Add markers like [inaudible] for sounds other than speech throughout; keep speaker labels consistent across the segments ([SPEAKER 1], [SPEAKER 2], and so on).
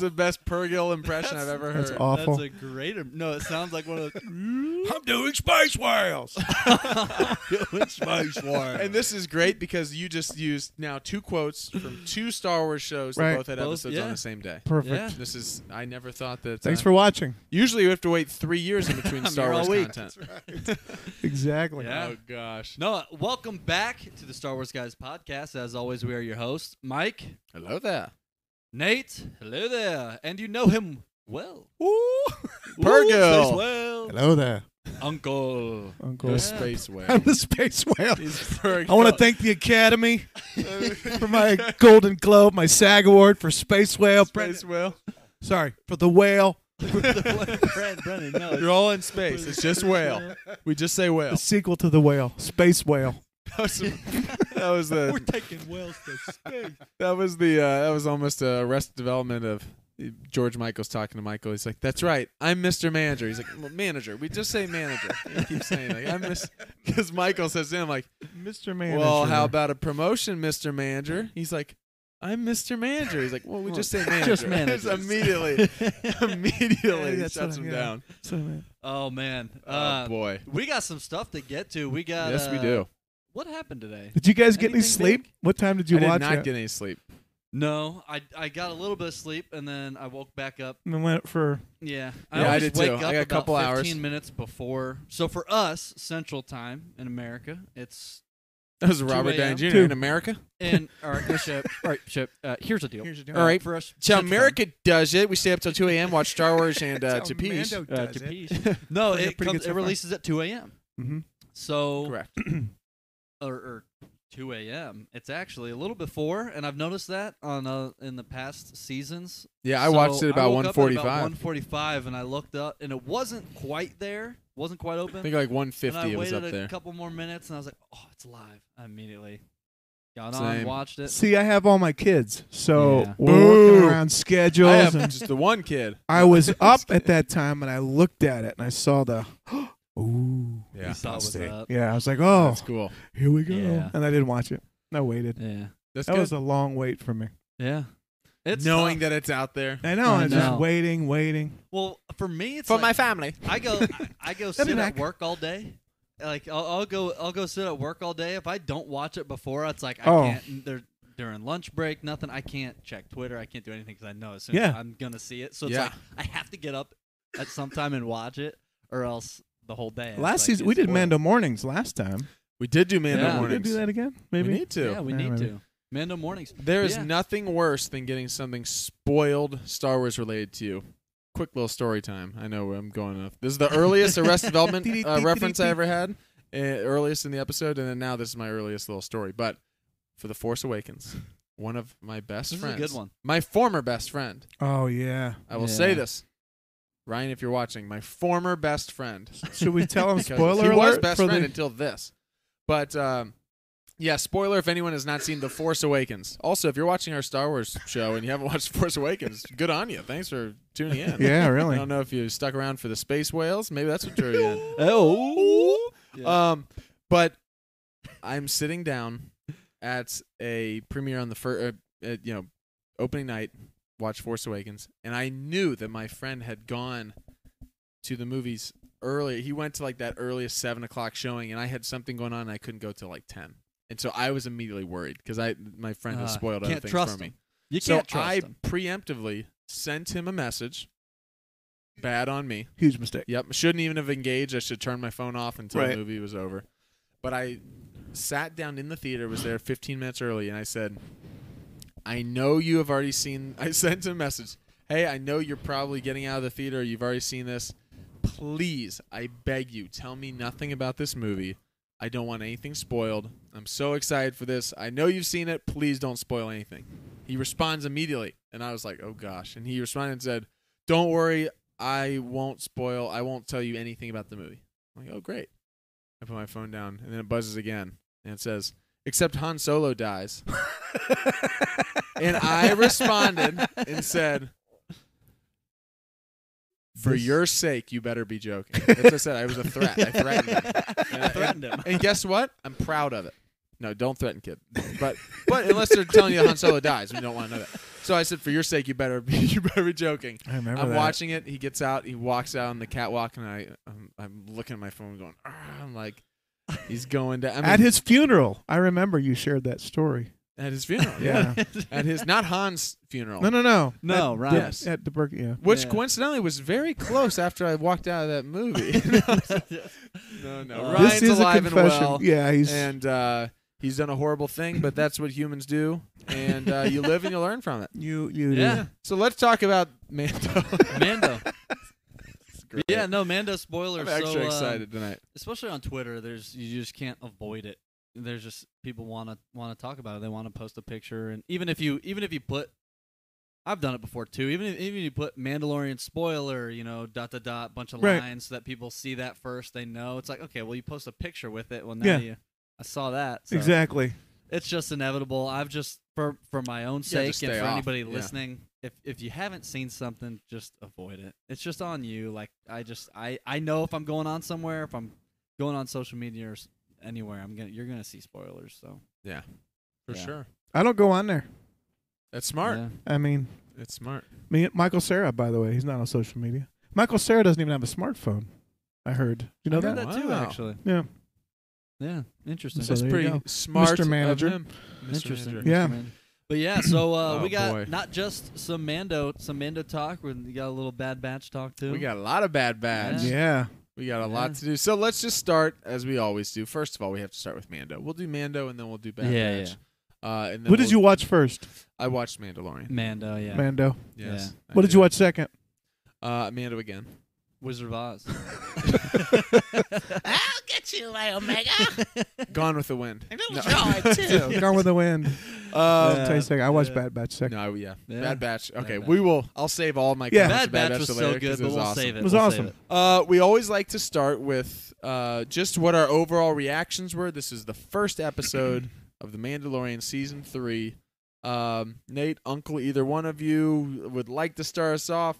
[SPEAKER 1] the best Pergil impression I've ever heard.
[SPEAKER 2] That's awful.
[SPEAKER 3] That's a great. im- No, it sounds like one of the.
[SPEAKER 4] I'm doing space whales. doing space whales.
[SPEAKER 1] And this is great because you just used now two quotes from two Star Wars shows
[SPEAKER 2] Right.
[SPEAKER 1] that both had
[SPEAKER 3] Both,
[SPEAKER 1] episodes
[SPEAKER 3] yeah.
[SPEAKER 1] on the same day.
[SPEAKER 2] [laughs] Perfect.
[SPEAKER 3] Yeah.
[SPEAKER 1] This is I never thought that.
[SPEAKER 2] Thanks
[SPEAKER 1] uh,
[SPEAKER 2] for watching.
[SPEAKER 1] Usually you have to wait three years in [laughs] between
[SPEAKER 3] [laughs] I'm
[SPEAKER 1] Star
[SPEAKER 3] here all
[SPEAKER 1] Wars
[SPEAKER 3] week.
[SPEAKER 1] content.
[SPEAKER 2] Exactly.
[SPEAKER 3] Yeah.
[SPEAKER 1] Oh gosh.
[SPEAKER 3] No, welcome back to the Star Wars Guys podcast. As always, we are your hosts, Mike,
[SPEAKER 1] Hello there.
[SPEAKER 3] Nate. Hello there, and you know him well. [laughs]
[SPEAKER 1] Pergil.
[SPEAKER 3] Space whale.
[SPEAKER 2] Hello there,
[SPEAKER 3] Uncle.
[SPEAKER 2] Uncle.
[SPEAKER 1] The
[SPEAKER 3] Yeah.
[SPEAKER 1] space
[SPEAKER 3] [laughs]
[SPEAKER 1] whale.
[SPEAKER 2] I'm the space
[SPEAKER 1] [laughs]
[SPEAKER 2] whale.
[SPEAKER 1] He's Pergil.
[SPEAKER 2] I
[SPEAKER 1] [laughs]
[SPEAKER 2] want to thank the Academy
[SPEAKER 3] [laughs]
[SPEAKER 2] for my Golden Globe, my SAG Award for Space Whale.
[SPEAKER 1] space whale.
[SPEAKER 2] [laughs] Sorry, for the whale,
[SPEAKER 3] Brennan, Brennan, no,
[SPEAKER 1] You're all in space. It's just whale.
[SPEAKER 2] [laughs]
[SPEAKER 1] We just say
[SPEAKER 2] the
[SPEAKER 1] whale.
[SPEAKER 2] sequel to the whale, Space Whale.
[SPEAKER 1] That was, [laughs]
[SPEAKER 2] [laughs]
[SPEAKER 1] that was the
[SPEAKER 3] taking whales to space.
[SPEAKER 1] that was the uh, that was almost a Arrested Development of uh, George Michael's talking to Michael. He's like, "That's right, I'm Mr. Manager." He's like, well, "Manager, we just say manager." He keeps saying like, "I'm Miss," because Michael says to him like,
[SPEAKER 2] Mr. Manager.
[SPEAKER 1] "Well, how about a promotion, Mr. Manager?" He's like, "I'm Mr. Manager." He's like, "Well, we just say manager."
[SPEAKER 2] [laughs]
[SPEAKER 3] Just
[SPEAKER 1] It's [laughs]
[SPEAKER 3] managers.
[SPEAKER 1] immediately,
[SPEAKER 2] Yeah,
[SPEAKER 1] immediately
[SPEAKER 2] that's
[SPEAKER 1] shuts
[SPEAKER 2] what I-
[SPEAKER 1] him
[SPEAKER 2] yeah.
[SPEAKER 1] down.
[SPEAKER 2] So, man,
[SPEAKER 3] Oh man.
[SPEAKER 1] oh
[SPEAKER 3] Uh,
[SPEAKER 1] boy.
[SPEAKER 3] we got some stuff to get to. We got.
[SPEAKER 1] Yes, we
[SPEAKER 3] uh,
[SPEAKER 1] do.
[SPEAKER 3] What happened today?
[SPEAKER 2] Did you guys get any
[SPEAKER 3] anything
[SPEAKER 2] sleep?
[SPEAKER 3] big?
[SPEAKER 2] What time did you
[SPEAKER 1] I did
[SPEAKER 2] watch
[SPEAKER 1] not
[SPEAKER 2] it?
[SPEAKER 1] get any sleep.
[SPEAKER 3] No, I I got a little bit of sleep and then I woke back up.
[SPEAKER 2] And went for
[SPEAKER 1] Yeah,
[SPEAKER 3] Yeah,
[SPEAKER 1] I
[SPEAKER 3] always
[SPEAKER 1] did
[SPEAKER 3] wake
[SPEAKER 1] too. I
[SPEAKER 3] Up
[SPEAKER 1] got a
[SPEAKER 3] about
[SPEAKER 1] couple hours.
[SPEAKER 3] 15 minutes before. So for us, Central Time in America, it's
[SPEAKER 1] That was Robert Downey
[SPEAKER 3] 2
[SPEAKER 1] Jr.
[SPEAKER 2] Two.
[SPEAKER 1] in America. [laughs]
[SPEAKER 3] in all right, no, Shep. All right, Shep. Uh, here's the deal.
[SPEAKER 2] Here's the deal.
[SPEAKER 3] Uh,
[SPEAKER 1] All right.
[SPEAKER 3] for us.
[SPEAKER 1] So
[SPEAKER 3] Central
[SPEAKER 1] America does it. We stay up till 2 a.m. Watch Star Wars
[SPEAKER 2] [laughs]
[SPEAKER 1] and uh,
[SPEAKER 2] That's how
[SPEAKER 1] Tapis.
[SPEAKER 2] Mando
[SPEAKER 3] Time, uh,
[SPEAKER 2] does
[SPEAKER 3] to
[SPEAKER 2] it.
[SPEAKER 3] [laughs] peace. no,
[SPEAKER 2] Pretty-
[SPEAKER 3] it
[SPEAKER 2] pretty
[SPEAKER 3] comes,
[SPEAKER 2] good so far.
[SPEAKER 3] it releases at 2 a.m.
[SPEAKER 2] Mhm.
[SPEAKER 3] So
[SPEAKER 1] Mm-hmm. Correct.
[SPEAKER 3] or, or 2 a.m. It's actually a little before, and I've noticed that on uh, in the past seasons.
[SPEAKER 1] Yeah, I
[SPEAKER 3] So
[SPEAKER 1] watched it about
[SPEAKER 3] woke up at
[SPEAKER 1] 1:45.
[SPEAKER 3] About 1:45, and I looked up, and it wasn't quite there. Wasn't quite open.
[SPEAKER 1] I think like
[SPEAKER 3] and I
[SPEAKER 1] 150 it was
[SPEAKER 3] waited
[SPEAKER 1] up
[SPEAKER 3] a
[SPEAKER 1] there.
[SPEAKER 3] couple more minutes, and I was like, "Oh, it's live!" I immediately got on,
[SPEAKER 1] Same.
[SPEAKER 3] watched it.
[SPEAKER 2] See, I have all my kids, so
[SPEAKER 3] Yeah.
[SPEAKER 2] we're
[SPEAKER 1] Boo.
[SPEAKER 2] working around
[SPEAKER 3] [laughs]
[SPEAKER 2] schedules.
[SPEAKER 1] I
[SPEAKER 2] I,
[SPEAKER 1] have [laughs]
[SPEAKER 2] and
[SPEAKER 1] just the one kid.
[SPEAKER 2] I was up at that time, and I looked at it, and I saw the [gasps] ooh.
[SPEAKER 1] Yeah,
[SPEAKER 3] saw it was
[SPEAKER 2] mistake.
[SPEAKER 3] up.
[SPEAKER 2] Yeah, I was like, oh,
[SPEAKER 1] that's cool.
[SPEAKER 2] here we go,
[SPEAKER 3] Yeah.
[SPEAKER 2] and I didn't watch it. I waited.
[SPEAKER 3] Yeah,
[SPEAKER 1] That's
[SPEAKER 2] that
[SPEAKER 1] good.
[SPEAKER 2] was a long wait for me.
[SPEAKER 3] yeah. It's
[SPEAKER 1] Knowing
[SPEAKER 3] tough.
[SPEAKER 1] that it's out there
[SPEAKER 2] I know.
[SPEAKER 3] I
[SPEAKER 2] I was just
[SPEAKER 3] know.
[SPEAKER 2] waiting, waiting.
[SPEAKER 3] Well, for me, it's
[SPEAKER 1] for
[SPEAKER 3] like,
[SPEAKER 1] my family.
[SPEAKER 2] [laughs]
[SPEAKER 3] I go, I, I go
[SPEAKER 2] Let me
[SPEAKER 3] sit at
[SPEAKER 2] back.
[SPEAKER 3] work all day. Like I'll, I'll go, I'll go sit at work all day. If I don't watch it before, it's like I
[SPEAKER 2] Oh.
[SPEAKER 3] can't. There, during lunch break, nothing. I can't check Twitter. I can't do anything because I know as soon as
[SPEAKER 2] Yeah.
[SPEAKER 3] I'm gonna see it. So it's
[SPEAKER 1] Yeah.
[SPEAKER 3] like I have to get up at some time and watch it, or else the whole day. it's
[SPEAKER 2] Last
[SPEAKER 3] like,
[SPEAKER 2] season, we
[SPEAKER 3] it's
[SPEAKER 2] did
[SPEAKER 3] spoiled.
[SPEAKER 2] Mando mornings last time.
[SPEAKER 1] We did do Mando
[SPEAKER 3] Yeah.
[SPEAKER 2] We
[SPEAKER 1] mornings.
[SPEAKER 2] could do that again, maybe.
[SPEAKER 1] We need to.
[SPEAKER 3] Yeah, we
[SPEAKER 2] Yeah,
[SPEAKER 3] need
[SPEAKER 2] maybe.
[SPEAKER 3] to. Mando mornings.
[SPEAKER 1] There is
[SPEAKER 3] Yeah.
[SPEAKER 1] nothing worse than getting something spoiled Star Wars related to you. Quick little story time. I know I'm going off. This is the earliest
[SPEAKER 3] [laughs]
[SPEAKER 1] Arrested Development uh, reference I ever had, uh, earliest in the episode, and then now this is my earliest little story. But for The Force Awakens, one of my best
[SPEAKER 3] This is a
[SPEAKER 1] friends,
[SPEAKER 3] good one.
[SPEAKER 1] my former best friend,
[SPEAKER 2] Oh yeah.
[SPEAKER 1] I will say
[SPEAKER 3] Yeah.
[SPEAKER 1] this, Ryan, if you're watching, my former best friend,
[SPEAKER 2] Should we tell him
[SPEAKER 1] because
[SPEAKER 2] spoiler
[SPEAKER 1] he
[SPEAKER 2] alert
[SPEAKER 1] was best
[SPEAKER 2] for
[SPEAKER 1] friend
[SPEAKER 2] the?
[SPEAKER 1] until this. But um, yeah, spoiler if anyone has not seen The Force Awakens. Also, if you're watching our Star Wars show and you haven't watched [laughs] Force Awakens, good on you. Thanks for tuning
[SPEAKER 2] [laughs]
[SPEAKER 1] in. [laughs]
[SPEAKER 2] yeah,
[SPEAKER 1] I
[SPEAKER 2] really.
[SPEAKER 1] don't know if you stuck around for the space whales. Maybe that's what drew you in.
[SPEAKER 3] Oh,
[SPEAKER 1] Um, but I'm sitting down at a premiere on the first, uh, uh, you know, opening night, watch Force Awakens, and I knew that my friend had gone to the movies earlier. He went to like that earliest seven o'clock showing, and I had something going on, and I couldn't go till like ten. And so I was immediately worried because I my friend had
[SPEAKER 3] Uh,
[SPEAKER 1] spoiled
[SPEAKER 3] can't
[SPEAKER 1] everything
[SPEAKER 3] trust
[SPEAKER 1] for me.
[SPEAKER 3] him. you
[SPEAKER 1] So
[SPEAKER 3] can't trust
[SPEAKER 1] I
[SPEAKER 3] him.
[SPEAKER 1] preemptively sent him a message. Bad on me.
[SPEAKER 2] Huge mistake.
[SPEAKER 1] Yep. Shouldn't even have engaged. I should turn my phone off until the
[SPEAKER 2] Right.
[SPEAKER 1] movie was over. But I sat down in the theater, was there 15 minutes early, and I said, I know you have already seen. [laughs] I sent him a message. Hey, I know you're probably getting out of the theater. You've already seen this. Please, I beg you, tell me nothing about this movie. I don't want anything spoiled. I'm so excited for this. I know you've seen it. Please don't spoil anything. He responds immediately. And I was like, oh gosh. And he responded and said, don't worry. I won't spoil. I won't tell you anything about the movie. I'm like, oh, great. I put my phone down. And then it buzzes again. And it says, except Han Solo dies. and I responded and said, for
[SPEAKER 2] This-
[SPEAKER 1] your sake, you better be joking. That's what I said. I was a threat. I threatened him. And I-
[SPEAKER 3] I [laughs]
[SPEAKER 1] [laughs]
[SPEAKER 3] threatened him.
[SPEAKER 1] and guess what? I'm proud of it. No, don't threaten kid. But but unless they're telling you Han Solo dies, we don't want to know that. So I said, for your sake, you better be, [laughs] you better be joking.
[SPEAKER 2] I remember
[SPEAKER 1] I'm
[SPEAKER 2] that.
[SPEAKER 1] watching it. He gets out. He walks out on the catwalk, and I I'm, I'm looking at my phone, going, "Argh," I'm like, he's going to I mean,
[SPEAKER 2] [laughs] At his funeral, I remember you shared that story.
[SPEAKER 1] at his funeral.
[SPEAKER 2] Yeah.
[SPEAKER 3] [laughs]
[SPEAKER 1] at his not Hans' funeral.
[SPEAKER 2] no, no, no.
[SPEAKER 3] No,
[SPEAKER 2] at,
[SPEAKER 3] right.
[SPEAKER 2] Yes. At the Burke. Yeah.
[SPEAKER 1] Which
[SPEAKER 3] Yeah.
[SPEAKER 1] coincidentally was very close after I walked out of that
[SPEAKER 2] [laughs]
[SPEAKER 1] movie. no, [laughs] no.
[SPEAKER 3] Uh,
[SPEAKER 1] Ryan's
[SPEAKER 2] this is
[SPEAKER 1] alive
[SPEAKER 2] a confession.
[SPEAKER 1] and well,
[SPEAKER 2] yeah, he's
[SPEAKER 1] and uh, he's done a horrible thing, but that's what humans do, and uh, you live and you learn from it.
[SPEAKER 2] you. You.
[SPEAKER 3] yeah,
[SPEAKER 1] So let's talk about [laughs] Mando.
[SPEAKER 3] Mando. yeah, no, Mando spoilers.
[SPEAKER 1] I'm extra
[SPEAKER 3] so, um,
[SPEAKER 1] excited tonight.
[SPEAKER 3] especially on Twitter, there's you just can't avoid it. There's just people want to want to talk about it. They want to post a picture, and even if you even if you put, I've done it before too. Even if, even if you put Mandalorian spoiler, you know, dot dot dot, bunch of
[SPEAKER 2] Right.
[SPEAKER 3] lines so that people see that first. They know it's like okay, well you post a picture with it. Well now
[SPEAKER 2] Yeah.
[SPEAKER 3] you, I saw that. so
[SPEAKER 2] Exactly.
[SPEAKER 3] It's just inevitable. I've just for for my own
[SPEAKER 1] Yeah, just
[SPEAKER 3] sake and
[SPEAKER 1] stay
[SPEAKER 3] for
[SPEAKER 1] off,
[SPEAKER 3] anybody
[SPEAKER 1] yeah.
[SPEAKER 3] listening, if if you haven't seen something, just avoid it. It's just on you. Like I just I I know if I'm going on somewhere, if I'm going on social media or s- anywhere, I'm gonna you're gonna see spoilers. So
[SPEAKER 1] For
[SPEAKER 3] Yeah.
[SPEAKER 1] sure.
[SPEAKER 2] I don't go on there.
[SPEAKER 1] That's smart.
[SPEAKER 3] yeah.
[SPEAKER 2] I mean,
[SPEAKER 1] It's smart.
[SPEAKER 2] me, Michael Sarah. By the way, he's not on social media. Michael Sarah doesn't even have a smartphone. I heard. You know
[SPEAKER 3] I heard
[SPEAKER 2] that?
[SPEAKER 3] that too,
[SPEAKER 1] Wow.
[SPEAKER 3] actually.
[SPEAKER 2] Yeah.
[SPEAKER 3] Yeah, interesting.
[SPEAKER 2] So
[SPEAKER 1] That's
[SPEAKER 2] there
[SPEAKER 1] pretty
[SPEAKER 2] you go.
[SPEAKER 1] smart,
[SPEAKER 2] Mr. Manager.
[SPEAKER 1] Of him. Mr.
[SPEAKER 3] Interesting.
[SPEAKER 1] Manager.
[SPEAKER 2] Yeah.
[SPEAKER 3] man. But yeah, so
[SPEAKER 1] [clears throat]
[SPEAKER 3] uh,
[SPEAKER 1] Oh,
[SPEAKER 3] we got
[SPEAKER 1] boy.
[SPEAKER 3] not just some Mando, some Mando talk. We got a little Bad Batch talk too.
[SPEAKER 1] We got a lot of bad bads.
[SPEAKER 3] Yeah.
[SPEAKER 2] Yeah.
[SPEAKER 1] We got a
[SPEAKER 3] Yeah.
[SPEAKER 1] lot to do. So let's just start as we always do. First of all, we have to start with Mando. We'll do Mando and then we'll do Bad
[SPEAKER 3] Yeah,
[SPEAKER 1] Batch. Uh, and then
[SPEAKER 2] What did
[SPEAKER 1] we'll-
[SPEAKER 2] you watch first,
[SPEAKER 1] I watched Mandalorian.
[SPEAKER 3] Mando. Yeah,
[SPEAKER 2] Mando?
[SPEAKER 1] Yes. I
[SPEAKER 2] What did you watch
[SPEAKER 3] [laughs]
[SPEAKER 2] second?
[SPEAKER 1] Uh, Mando again.
[SPEAKER 3] Wizard
[SPEAKER 1] [laughs]
[SPEAKER 3] of Oz. [laughs]
[SPEAKER 1] Gone with the
[SPEAKER 3] [laughs]
[SPEAKER 1] Wind. No. [laughs]
[SPEAKER 2] [laughs] Gone with the Wind.
[SPEAKER 1] Uh,
[SPEAKER 2] [laughs] Tell you second. I watched
[SPEAKER 3] yeah.
[SPEAKER 2] Bad Batch second.
[SPEAKER 1] no, I- yeah.
[SPEAKER 3] Yeah.
[SPEAKER 1] Bad Batch. Okay,
[SPEAKER 3] Batch.
[SPEAKER 1] we will. I'll save all my
[SPEAKER 2] Yeah.
[SPEAKER 1] comments
[SPEAKER 3] Bad
[SPEAKER 1] of Bad
[SPEAKER 3] Batch was so
[SPEAKER 1] later 'cause
[SPEAKER 3] good,
[SPEAKER 1] it
[SPEAKER 3] but
[SPEAKER 1] was
[SPEAKER 3] we'll
[SPEAKER 1] awesome.
[SPEAKER 3] save it.
[SPEAKER 2] It was
[SPEAKER 3] We'll
[SPEAKER 2] awesome.
[SPEAKER 3] Save it.
[SPEAKER 1] Uh, we always like to start with uh, just what our overall reactions were. This is the first
[SPEAKER 3] [clears throat]
[SPEAKER 1] episode of The Mandalorian season three. Um, Nate, Uncle, either one of you would like to start us off.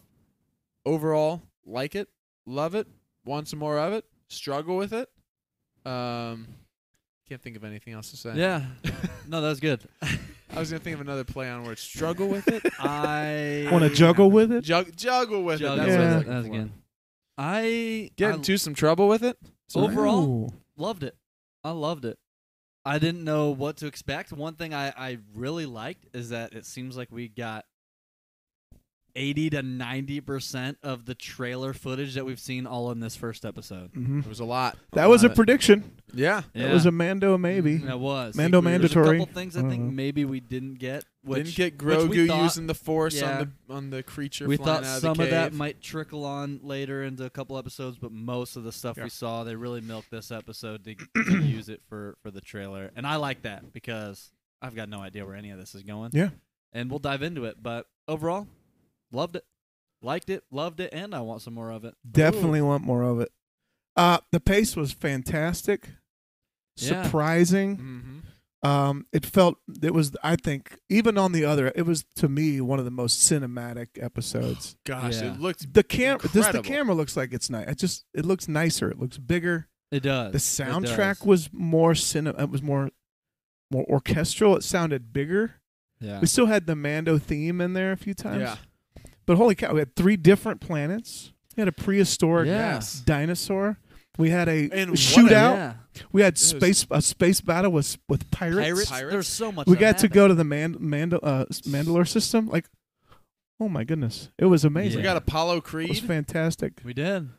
[SPEAKER 1] Overall, like it, love it, want some more of it, struggle with it. Um, can't think of anything else to say.
[SPEAKER 3] Yeah. [laughs] No, that was good.
[SPEAKER 2] [laughs]
[SPEAKER 1] I was gonna think of another play on word. Struggle with
[SPEAKER 3] [laughs]
[SPEAKER 1] it,
[SPEAKER 3] I
[SPEAKER 2] Want to
[SPEAKER 3] [laughs]
[SPEAKER 2] juggle with it?
[SPEAKER 1] Jug- juggle with
[SPEAKER 3] Juggle
[SPEAKER 1] it. That's what
[SPEAKER 3] with
[SPEAKER 2] Yeah.
[SPEAKER 1] I was looking
[SPEAKER 3] it. That was
[SPEAKER 1] for.
[SPEAKER 3] good. I
[SPEAKER 1] Get
[SPEAKER 3] I
[SPEAKER 1] into some trouble with it.
[SPEAKER 3] overall
[SPEAKER 2] Ooh.
[SPEAKER 3] loved it. I loved it. I didn't know what to expect. One thing I, I really liked is that it seems like we got eighty to ninety percent of the trailer footage that we've seen all in this first episode.
[SPEAKER 2] Mhm.
[SPEAKER 1] It was a lot.
[SPEAKER 2] That was a
[SPEAKER 1] lot of it.
[SPEAKER 2] prediction.
[SPEAKER 1] yeah.
[SPEAKER 2] It was a Mando maybe.
[SPEAKER 3] That was
[SPEAKER 2] Mando
[SPEAKER 3] There's
[SPEAKER 2] mandatory. Uh-huh.
[SPEAKER 3] A couple things I
[SPEAKER 2] I
[SPEAKER 3] think
[SPEAKER 2] don't know.
[SPEAKER 3] maybe we didn't get. Which
[SPEAKER 1] Didn't get
[SPEAKER 3] which we
[SPEAKER 1] Grogu
[SPEAKER 3] thought-
[SPEAKER 1] using the Force
[SPEAKER 3] yeah.
[SPEAKER 1] on the on the creature.
[SPEAKER 3] we
[SPEAKER 1] flying
[SPEAKER 3] thought
[SPEAKER 1] out of
[SPEAKER 3] some
[SPEAKER 1] the
[SPEAKER 3] of that
[SPEAKER 1] cave.
[SPEAKER 3] might trickle on later into a couple episodes, but most of the stuff
[SPEAKER 2] Yeah.
[SPEAKER 3] we saw, they really milked this episode to,
[SPEAKER 1] [clears throat]
[SPEAKER 3] to use it for for the trailer, and I like that because I've got no idea where any of this is going.
[SPEAKER 2] Yeah.
[SPEAKER 3] and we'll dive into it, but overall, loved it, liked it, loved it, and I want some more of it.
[SPEAKER 2] Definitely want more of it. Uh, the pace was fantastic,
[SPEAKER 3] Yeah.
[SPEAKER 2] surprising.
[SPEAKER 1] Mhm.
[SPEAKER 2] Um, it felt it was. I think even on the other, it was to me one of the most cinematic
[SPEAKER 3] [sighs]
[SPEAKER 2] episodes.
[SPEAKER 1] Gosh,
[SPEAKER 3] Yeah.
[SPEAKER 1] it [laughs] looked
[SPEAKER 2] The camera, just the
[SPEAKER 1] Incredible.
[SPEAKER 2] camera looks like it's nice. It just it looks nicer. It looks bigger.
[SPEAKER 3] It does.
[SPEAKER 2] The soundtrack was more cinema. It was more more orchestral. It sounded bigger.
[SPEAKER 3] yeah,
[SPEAKER 2] We still had the Mando theme in there a few times.
[SPEAKER 1] yeah.
[SPEAKER 2] But holy cow, we had three different planets. We had a prehistoric
[SPEAKER 1] Yes.
[SPEAKER 2] dinosaur. We had a
[SPEAKER 1] And what a-
[SPEAKER 2] shootout.
[SPEAKER 3] yeah.
[SPEAKER 2] We had
[SPEAKER 1] It was-
[SPEAKER 2] space a space battle with with pirates.
[SPEAKER 3] Pirates.
[SPEAKER 1] Pirates.
[SPEAKER 3] There's so much.
[SPEAKER 2] We
[SPEAKER 3] that
[SPEAKER 2] got to
[SPEAKER 3] happened.
[SPEAKER 2] go to the Man- Mandal- uh, s- Mandalore system. Like, oh my goodness, it was amazing.
[SPEAKER 1] We
[SPEAKER 3] Yeah.
[SPEAKER 1] got Apollo
[SPEAKER 2] It was
[SPEAKER 1] Creed.
[SPEAKER 2] fantastic.
[SPEAKER 3] We did.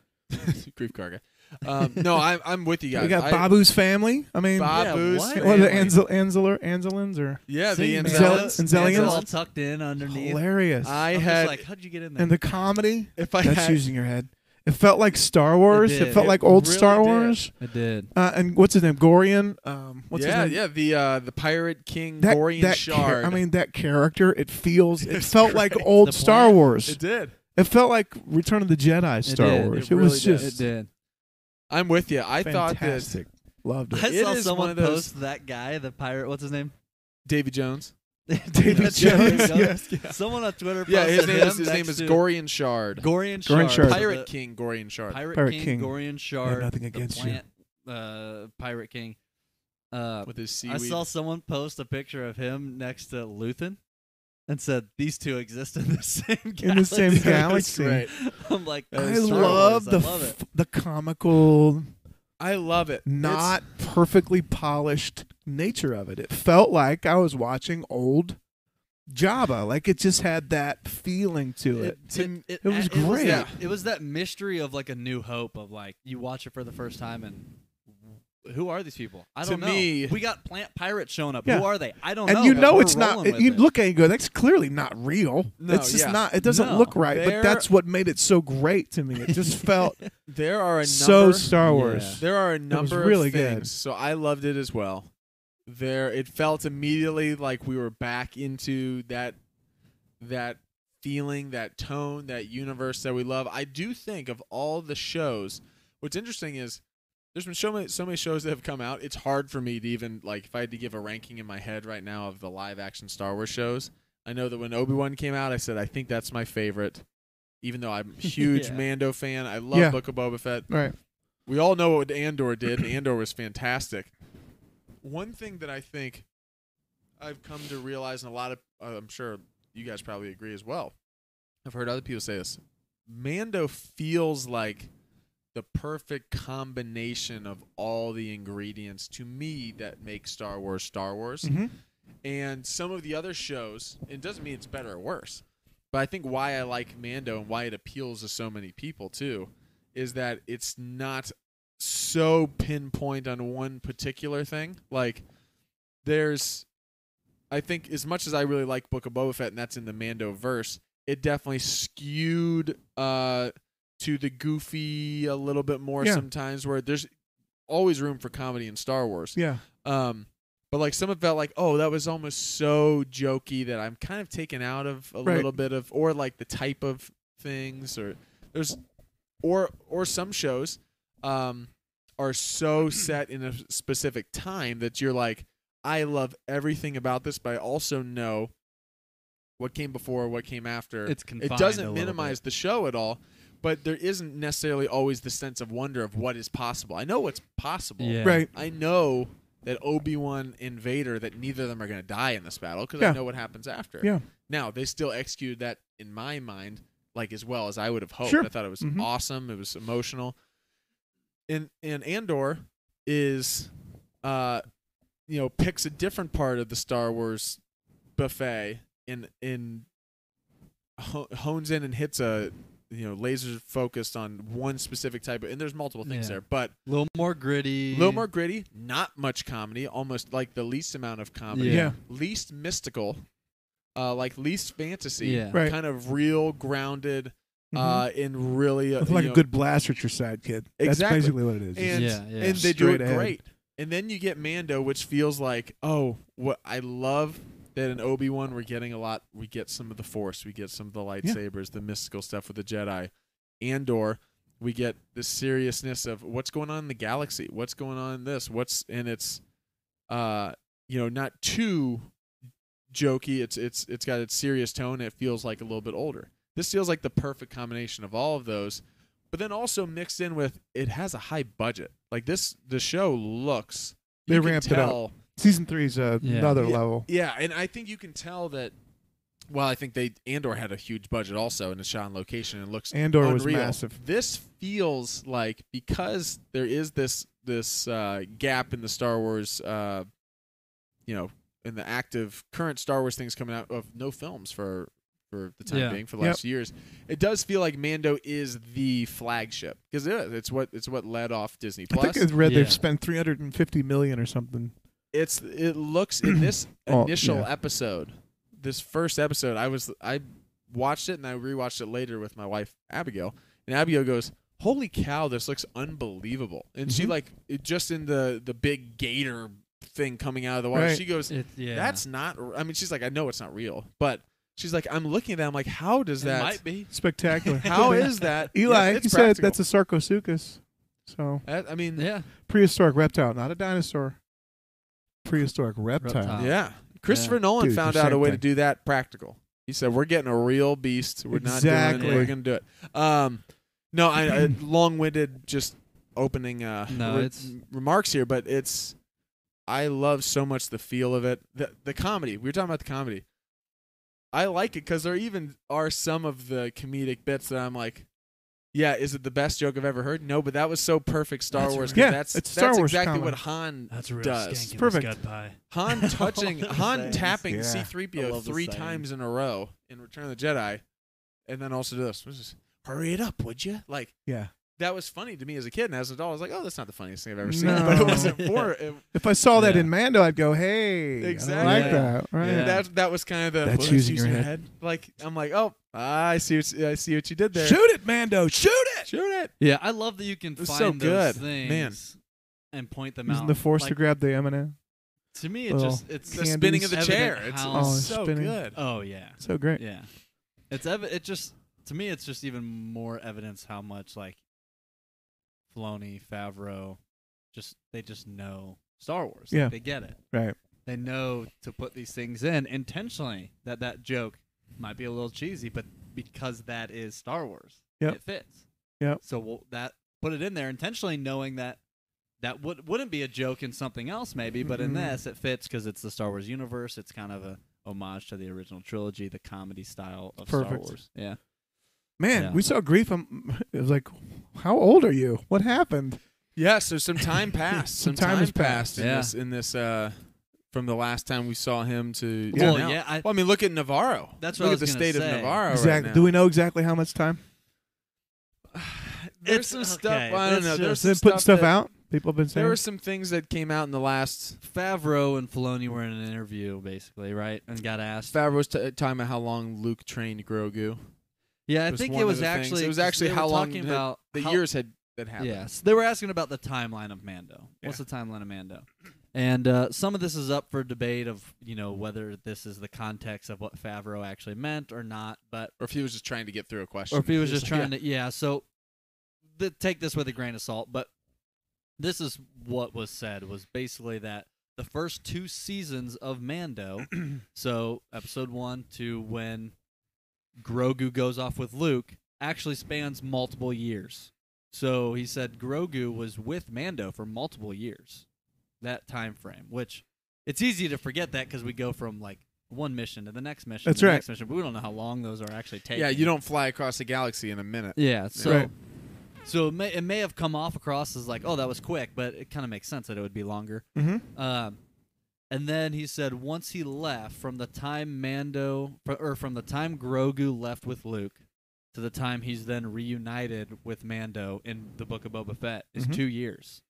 [SPEAKER 1] Grief Karga. Um, no, I, I'm with you guys.
[SPEAKER 2] we got
[SPEAKER 1] I-
[SPEAKER 2] Babu's family. I mean,
[SPEAKER 3] Bob- Yeah,
[SPEAKER 1] Babu's
[SPEAKER 3] what?
[SPEAKER 2] what
[SPEAKER 1] family.
[SPEAKER 2] are the Anzel- Anzel- Anzelins or
[SPEAKER 1] yeah, the
[SPEAKER 3] See,
[SPEAKER 1] Anzellans.
[SPEAKER 2] Anzellans. Anzellans.
[SPEAKER 3] It's all tucked in underneath.
[SPEAKER 2] hilarious.
[SPEAKER 1] I
[SPEAKER 3] I'm just
[SPEAKER 1] had
[SPEAKER 3] like, how'd you get in there?
[SPEAKER 2] and the comedy.
[SPEAKER 1] if I
[SPEAKER 2] That's
[SPEAKER 1] had
[SPEAKER 2] using your head. It felt like Star Wars. It,
[SPEAKER 3] did.
[SPEAKER 2] felt
[SPEAKER 1] It
[SPEAKER 2] like old
[SPEAKER 1] really
[SPEAKER 2] Star
[SPEAKER 1] did.
[SPEAKER 2] Wars.
[SPEAKER 3] it did.
[SPEAKER 2] Uh, and what's his name? Gorian. Um, what's
[SPEAKER 1] yeah,
[SPEAKER 2] his name?
[SPEAKER 1] yeah, the uh, the pirate king
[SPEAKER 2] That,
[SPEAKER 1] Gorian
[SPEAKER 2] that char-
[SPEAKER 1] Shard.
[SPEAKER 2] I mean, that character. It feels. It
[SPEAKER 1] It's
[SPEAKER 2] felt like
[SPEAKER 1] great.
[SPEAKER 2] old
[SPEAKER 3] The
[SPEAKER 2] Star
[SPEAKER 3] plan-
[SPEAKER 2] Wars.
[SPEAKER 1] it
[SPEAKER 2] It,
[SPEAKER 1] did.
[SPEAKER 2] felt like Return of the Jedi Star
[SPEAKER 3] did.
[SPEAKER 2] Wars.
[SPEAKER 1] It
[SPEAKER 2] It, was
[SPEAKER 1] really did.
[SPEAKER 2] just
[SPEAKER 3] It did.
[SPEAKER 1] I'm with you. I thought that
[SPEAKER 2] fantastic. Loved
[SPEAKER 3] [laughs]
[SPEAKER 2] it.
[SPEAKER 3] I
[SPEAKER 1] It
[SPEAKER 3] saw
[SPEAKER 1] is
[SPEAKER 3] someone
[SPEAKER 1] one of those-
[SPEAKER 3] post that guy, the pirate. What's his name? [laughs]
[SPEAKER 1] Davy Jones.
[SPEAKER 2] Davy
[SPEAKER 3] That's
[SPEAKER 2] Jones,
[SPEAKER 3] Davy
[SPEAKER 2] yes,
[SPEAKER 3] Someone on Twitter.
[SPEAKER 1] [laughs] Yeah, his
[SPEAKER 3] posted
[SPEAKER 1] name
[SPEAKER 3] him
[SPEAKER 1] is his
[SPEAKER 3] next
[SPEAKER 1] name is
[SPEAKER 3] to
[SPEAKER 1] Gorian Shard.
[SPEAKER 3] Gorian
[SPEAKER 2] Gorian
[SPEAKER 3] Shard.
[SPEAKER 2] Shard.
[SPEAKER 1] Pirate
[SPEAKER 3] the-
[SPEAKER 1] king Gorian Shard.
[SPEAKER 3] Pirate,
[SPEAKER 2] Pirate
[SPEAKER 3] King,
[SPEAKER 2] King.
[SPEAKER 3] Gorian Shard.
[SPEAKER 2] nothing
[SPEAKER 3] the
[SPEAKER 2] against you.
[SPEAKER 3] plant, you. Uh, pirate King. Uh,
[SPEAKER 1] with his
[SPEAKER 3] I
[SPEAKER 1] seaweed.
[SPEAKER 3] saw someone post a picture of him next to Luthen. and said these two exist in the [laughs] same galaxy.
[SPEAKER 2] In the same
[SPEAKER 1] That's
[SPEAKER 2] galaxy.
[SPEAKER 1] great.
[SPEAKER 3] [laughs] I'm like,
[SPEAKER 1] That
[SPEAKER 2] I
[SPEAKER 1] is Star
[SPEAKER 2] love
[SPEAKER 3] Oh, Wars.
[SPEAKER 2] the
[SPEAKER 3] I love it.
[SPEAKER 2] f- the comical,
[SPEAKER 1] I love it.
[SPEAKER 2] not perfectly polished nature of it. It felt like I was watching old Java. Like it just had that feeling to it.
[SPEAKER 1] It's- to-
[SPEAKER 3] it,
[SPEAKER 2] it was
[SPEAKER 3] it Was
[SPEAKER 2] great.
[SPEAKER 3] that, it was that mystery of like a new hope of like you watch it for the first time and who are these people? I
[SPEAKER 1] To
[SPEAKER 3] don't know.
[SPEAKER 1] me-
[SPEAKER 3] we got plant pirates showing up.
[SPEAKER 2] Yeah.
[SPEAKER 3] Who are they? I don't
[SPEAKER 2] and
[SPEAKER 3] know.
[SPEAKER 2] you
[SPEAKER 3] but
[SPEAKER 2] know
[SPEAKER 3] we're
[SPEAKER 2] it's not.
[SPEAKER 3] rolling with
[SPEAKER 2] you
[SPEAKER 3] it.
[SPEAKER 2] look at it and go, "That's clearly not real.
[SPEAKER 1] No,
[SPEAKER 2] it's just
[SPEAKER 1] yeah.
[SPEAKER 2] not. It doesn't
[SPEAKER 3] No.
[SPEAKER 2] look right."
[SPEAKER 1] There-
[SPEAKER 2] but that's what made it so great to me. It just
[SPEAKER 1] [laughs]
[SPEAKER 2] felt
[SPEAKER 1] there are a number
[SPEAKER 2] so Star Wars.
[SPEAKER 3] Yeah.
[SPEAKER 1] There are a
[SPEAKER 2] was
[SPEAKER 1] number
[SPEAKER 2] really
[SPEAKER 1] of things.
[SPEAKER 2] good.
[SPEAKER 1] So I loved it as well. There it felt immediately like we were back into that that feeling, that tone, that universe that we love. I do think of all the shows, what's interesting is there's been so many, so many shows that have come out. It's hard for me to even like if I had to give a ranking in my head right now of the live action Star Wars shows. I know that when Obi-Wan came out, I said I think that's my favorite. Even though
[SPEAKER 2] [laughs]
[SPEAKER 1] I'm a huge
[SPEAKER 3] Yeah.
[SPEAKER 1] Mando fan, I love
[SPEAKER 2] Yeah.
[SPEAKER 1] Book of Boba Fett.
[SPEAKER 2] right.
[SPEAKER 1] We all know what Andor did, and Andor was fantastic. One thing that I think I've come to realize, and a lot of, uh, I'm sure you guys probably agree as well. I've heard other people say this. Mando feels like the perfect combination of all the ingredients to me that make Star Wars Star Wars
[SPEAKER 2] Mhm.
[SPEAKER 1] and some of the other shows it doesn't mean it's better or worse but i think why i like mando and why it appeals to so many people too is that it's not so pinpoint on one particular thing like there's i think as much as i really like book of boba fett and that's in the mando verse it definitely skewed uh to the goofy a little bit more
[SPEAKER 2] Yeah.
[SPEAKER 1] sometimes where there's always room for comedy in star wars
[SPEAKER 2] Yeah.
[SPEAKER 1] um, but like some of it felt like, oh, that was almost so jokey that I'm kind of taken out of a
[SPEAKER 2] Right.
[SPEAKER 1] little bit of, or like the type of things, or there's, or or some shows, um, are
[SPEAKER 3] [clears throat]
[SPEAKER 1] so set in a specific time that you're like, I love everything about this, but I also know what came before, what came after.
[SPEAKER 3] It's
[SPEAKER 1] it
[SPEAKER 3] confined a
[SPEAKER 1] doesn't
[SPEAKER 3] little
[SPEAKER 1] minimize the show at all, but there isn't necessarily always the sense of wonder of what is possible. I know what's possible.
[SPEAKER 3] Yeah.
[SPEAKER 2] Right.
[SPEAKER 1] I know that Obi Wan and Vader that neither of them are going to die in this battle because I
[SPEAKER 2] Yeah.
[SPEAKER 1] know what happens after.
[SPEAKER 2] Yeah.
[SPEAKER 1] Now they still executed that in my mind like as well as I would have hoped.
[SPEAKER 2] Sure.
[SPEAKER 1] I thought it was
[SPEAKER 2] Mhm.
[SPEAKER 1] awesome. It was emotional. And and Andor is, uh, you know, picks a different part of the Star Wars buffet and and ho- hones in and hits a you know laser focused on one specific type of and there's multiple things
[SPEAKER 3] Yeah.
[SPEAKER 1] there but
[SPEAKER 3] A little more gritty.
[SPEAKER 1] a little more gritty, not much comedy, almost like the least amount of comedy,
[SPEAKER 2] Yeah.
[SPEAKER 3] Yeah.
[SPEAKER 1] least mystical, uh, like least fantasy,
[SPEAKER 3] Yeah.
[SPEAKER 2] Right.
[SPEAKER 1] kind of real grounded,
[SPEAKER 2] Mhm.
[SPEAKER 1] uh, and really uh,
[SPEAKER 2] It's like
[SPEAKER 1] you
[SPEAKER 2] a
[SPEAKER 1] know,
[SPEAKER 2] good blast at your side, kid. That's
[SPEAKER 1] Exactly.
[SPEAKER 2] basically what it is. It's
[SPEAKER 1] and
[SPEAKER 3] Yeah, yeah.
[SPEAKER 1] and they do
[SPEAKER 2] Straight
[SPEAKER 1] it
[SPEAKER 2] ahead.
[SPEAKER 1] great. And then you get Mando, which feels like oh, what I love that in Obi Wan we're getting a lot. We get some of the Force, we get some of the lightsabers, the mystical stuff with the Jedi. Andor, we get the seriousness of what's going on in the galaxy, what's going on in this, what's and it's, uh, you know, not too jokey. It's it's it's got its serious tone. It feels like a little bit older. This feels like the perfect combination of all of those, but then also mixed in with it has a high budget. Like this, the show looks.
[SPEAKER 2] They
[SPEAKER 1] you can
[SPEAKER 2] ramped it up.
[SPEAKER 1] tell-
[SPEAKER 2] Season three is uh,
[SPEAKER 3] Yeah.
[SPEAKER 2] another
[SPEAKER 1] Yeah.
[SPEAKER 2] level.
[SPEAKER 1] yeah, and I think you can tell that. Well, I think they Andor had a huge budget also, and it's shot on location and it looks
[SPEAKER 2] Andor was
[SPEAKER 1] unreal.
[SPEAKER 2] massive.
[SPEAKER 1] This feels like because there is this this uh, gap in the Star Wars, uh, you know, in the active current Star Wars things coming out of no films for for the time
[SPEAKER 3] Yeah.
[SPEAKER 1] being for the last few years. It does feel like Mando is the flagship because it is. It's what it's what led off Disney Plus
[SPEAKER 2] I think I read
[SPEAKER 3] Yeah.
[SPEAKER 2] they've spent 350 million or something.
[SPEAKER 1] it's it looks in this
[SPEAKER 2] [clears throat] Oh,
[SPEAKER 1] initial
[SPEAKER 2] yeah.
[SPEAKER 1] episode, this first episode, I was I watched it and I rewatched it later with my wife Abigail, and Abigail goes, "Holy cow, this looks unbelievable!" And she
[SPEAKER 2] Mhm.
[SPEAKER 1] like it, just in the the big gator thing coming out of the water,
[SPEAKER 2] Right.
[SPEAKER 1] she goes,
[SPEAKER 3] It, yeah.
[SPEAKER 1] "That's not." r- I mean, she's like, "I know it's not real," but she's like, "I'm looking at that. I'm like, how does
[SPEAKER 3] It
[SPEAKER 1] that?
[SPEAKER 3] might be.
[SPEAKER 2] Spectacular.
[SPEAKER 1] [laughs]
[SPEAKER 2] [laughs]
[SPEAKER 1] How is that?"
[SPEAKER 2] Eli?
[SPEAKER 1] Yes,
[SPEAKER 2] you
[SPEAKER 1] it's
[SPEAKER 2] said
[SPEAKER 1] practical.
[SPEAKER 2] that's a Sarcosuchus, so
[SPEAKER 1] That- I mean,
[SPEAKER 3] Yeah.
[SPEAKER 2] prehistoric reptile, not a dinosaur. Prehistoric reptile.
[SPEAKER 3] Reptile.
[SPEAKER 1] Yeah. Christopher Nolan
[SPEAKER 2] Dude,
[SPEAKER 1] found
[SPEAKER 2] the
[SPEAKER 1] out a
[SPEAKER 2] same
[SPEAKER 1] way to
[SPEAKER 2] thing.
[SPEAKER 1] do that practical. He said, "We're getting a real beast. We're not doing.
[SPEAKER 2] Exactly.
[SPEAKER 1] We're going to do it." Um, no, I, I
[SPEAKER 2] [clears throat]
[SPEAKER 1] long-winded, just opening uh,
[SPEAKER 3] No,
[SPEAKER 1] re-
[SPEAKER 3] it's-
[SPEAKER 1] remarks here, but it's. I love so much the feel of it. The the comedy. We were talking about the comedy. I like it because there even are some of the comedic bits that I'm like, yeah, is it the best joke I've ever heard? No, but that was so perfect Star
[SPEAKER 3] That's
[SPEAKER 1] Wars.
[SPEAKER 3] right.
[SPEAKER 1] 'cause
[SPEAKER 2] Yeah,
[SPEAKER 1] that's
[SPEAKER 2] it's Star
[SPEAKER 1] that's
[SPEAKER 2] Wars
[SPEAKER 1] exactly
[SPEAKER 2] comedy.
[SPEAKER 1] what Han
[SPEAKER 5] That's a real
[SPEAKER 1] does.
[SPEAKER 5] skank in
[SPEAKER 2] Perfect.
[SPEAKER 5] the scut pie.
[SPEAKER 2] [laughs]
[SPEAKER 1] Han touching
[SPEAKER 3] All the
[SPEAKER 1] Han
[SPEAKER 3] sayings.
[SPEAKER 1] tapping
[SPEAKER 2] Yeah.
[SPEAKER 3] I
[SPEAKER 1] C3PO
[SPEAKER 3] love the
[SPEAKER 1] three
[SPEAKER 3] saying.
[SPEAKER 1] times in a row in Return of the Jedi, and then also this. This is, Hurry it up, would you? Like
[SPEAKER 2] Yeah.
[SPEAKER 1] that was funny to me as a kid, and as an adult, I was like, "Oh, that's not the funniest thing I've ever seen." [laughs]
[SPEAKER 2] No.
[SPEAKER 1] But it wasn't
[SPEAKER 2] [laughs]
[SPEAKER 1] for it.
[SPEAKER 2] If I saw that
[SPEAKER 3] Yeah.
[SPEAKER 2] in Mando, I'd go, "Hey,
[SPEAKER 1] Exactly.
[SPEAKER 2] I like
[SPEAKER 3] Yeah.
[SPEAKER 2] that." Right?
[SPEAKER 3] Yeah.
[SPEAKER 1] That that was kind of the
[SPEAKER 2] That's
[SPEAKER 1] "Well,
[SPEAKER 2] using your head."
[SPEAKER 1] Like I'm like, "Oh, I see, what, I see what you did there.
[SPEAKER 4] Shoot it, Mando. Shoot it.
[SPEAKER 1] Shoot it."
[SPEAKER 3] Yeah, I love that you can
[SPEAKER 1] It was
[SPEAKER 3] find
[SPEAKER 1] so
[SPEAKER 3] those
[SPEAKER 1] good.
[SPEAKER 3] things
[SPEAKER 1] Man.
[SPEAKER 3] and point them
[SPEAKER 2] Using
[SPEAKER 3] out.
[SPEAKER 2] the force to
[SPEAKER 3] Like,
[SPEAKER 2] grab the M and M.
[SPEAKER 3] to me, it
[SPEAKER 2] Well,
[SPEAKER 3] just it's
[SPEAKER 1] The
[SPEAKER 2] Candies.
[SPEAKER 1] spinning of the
[SPEAKER 3] Evident
[SPEAKER 1] chair. It's,
[SPEAKER 3] how-
[SPEAKER 1] it's
[SPEAKER 2] Oh,
[SPEAKER 1] so
[SPEAKER 2] spinning.
[SPEAKER 1] good.
[SPEAKER 3] oh yeah,
[SPEAKER 2] So great.
[SPEAKER 3] yeah. It's ev- it just to me, it's just even more evidence how much like Filoni, Favreau, just they just know Star Wars. Like,
[SPEAKER 2] Yeah.
[SPEAKER 3] they get it.
[SPEAKER 2] Right.
[SPEAKER 3] They know to put these things in intentionally. That that joke might be a little cheesy, but because that is Star Wars,
[SPEAKER 2] Yep.
[SPEAKER 3] it fits.
[SPEAKER 2] Yep.
[SPEAKER 3] So we'll, that put it in there intentionally, knowing that that would wouldn't be a joke in something else, maybe, but in
[SPEAKER 2] Mhm.
[SPEAKER 3] this it fits because it's the Star Wars universe. It's kind of a homage to the original trilogy, the comedy style of Star
[SPEAKER 2] Perfect.
[SPEAKER 3] Wars. Yeah.
[SPEAKER 2] Man,
[SPEAKER 3] Yeah.
[SPEAKER 2] we saw grief. I'm, it was like, "How old are you? What happened?"
[SPEAKER 1] Yeah, so some
[SPEAKER 2] [laughs]
[SPEAKER 1] time passed.
[SPEAKER 2] Some
[SPEAKER 1] some,
[SPEAKER 2] time
[SPEAKER 1] time,
[SPEAKER 2] has
[SPEAKER 1] has
[SPEAKER 2] passed.
[SPEAKER 1] passed in
[SPEAKER 3] Yeah.
[SPEAKER 1] this in this uh from the last time we saw him to
[SPEAKER 2] Yeah.
[SPEAKER 1] to
[SPEAKER 3] Well,
[SPEAKER 1] now.
[SPEAKER 3] yeah, I-
[SPEAKER 1] well, I mean, look at Navarro.
[SPEAKER 3] That's what
[SPEAKER 1] look
[SPEAKER 3] I
[SPEAKER 1] at the
[SPEAKER 3] was gonna
[SPEAKER 1] state of
[SPEAKER 3] say.
[SPEAKER 1] Navarro.
[SPEAKER 2] exactly.
[SPEAKER 1] Oh, Right
[SPEAKER 2] Do
[SPEAKER 1] now.
[SPEAKER 2] we know exactly how much time?
[SPEAKER 1] There's
[SPEAKER 3] It's-
[SPEAKER 1] some stuff.
[SPEAKER 3] okay,
[SPEAKER 1] I don't
[SPEAKER 3] it's
[SPEAKER 1] know. There's
[SPEAKER 3] just-
[SPEAKER 2] They're
[SPEAKER 1] some
[SPEAKER 2] putting stuff
[SPEAKER 1] that-
[SPEAKER 2] out. People have been saying.
[SPEAKER 1] There were some things that came out in the last.
[SPEAKER 3] Favreau and Filoni were in an interview, basically, right? And got asked.
[SPEAKER 1] Favreau's t- talking about how long Luke trained Grogu.
[SPEAKER 3] yeah, I
[SPEAKER 1] was
[SPEAKER 3] think
[SPEAKER 1] one
[SPEAKER 3] it
[SPEAKER 1] of
[SPEAKER 3] was
[SPEAKER 1] the things.
[SPEAKER 3] actually
[SPEAKER 1] It was
[SPEAKER 3] 'cause
[SPEAKER 1] actually
[SPEAKER 3] they
[SPEAKER 1] how
[SPEAKER 3] were
[SPEAKER 1] long
[SPEAKER 3] talking
[SPEAKER 1] the-
[SPEAKER 3] about
[SPEAKER 1] The
[SPEAKER 3] how-
[SPEAKER 1] years had that happened.
[SPEAKER 3] Yes, they were asking about the timeline of Mando. What's the timeline of Mando? And uh, some of this is up for debate of you know whether this is the context of what Favreau actually meant or not, but
[SPEAKER 1] Or if he was just trying to get through a question.
[SPEAKER 3] or if he
[SPEAKER 1] [laughs]
[SPEAKER 3] was just trying to yeah. So th- take this with a grain of salt, but this is what was said was basically that the first two seasons
[SPEAKER 1] [clears throat]
[SPEAKER 3] of Mando, so episode one to when Grogu goes off with Luke, actually spans multiple years. So he said Grogu was with Mando for multiple years, that time frame. Which it's easy to forget that because we go from like one mission to the next mission.
[SPEAKER 2] That's
[SPEAKER 3] to the
[SPEAKER 2] right.
[SPEAKER 3] Next mission, but we don't know how long those are actually taking.
[SPEAKER 1] Yeah, you don't fly across the galaxy in a minute.
[SPEAKER 3] Yeah. So,
[SPEAKER 2] Right.
[SPEAKER 3] so it may, it may have come off across as like, oh, that was quick, but it kind of makes sense that it would be longer.
[SPEAKER 2] Mhm.
[SPEAKER 3] Um, and then he said once he left, from the time Mando, fr- or from the time Grogu left with Luke, to the time he's then reunited with Mando in the Book of Boba Fett is
[SPEAKER 2] Mhm.
[SPEAKER 3] two years.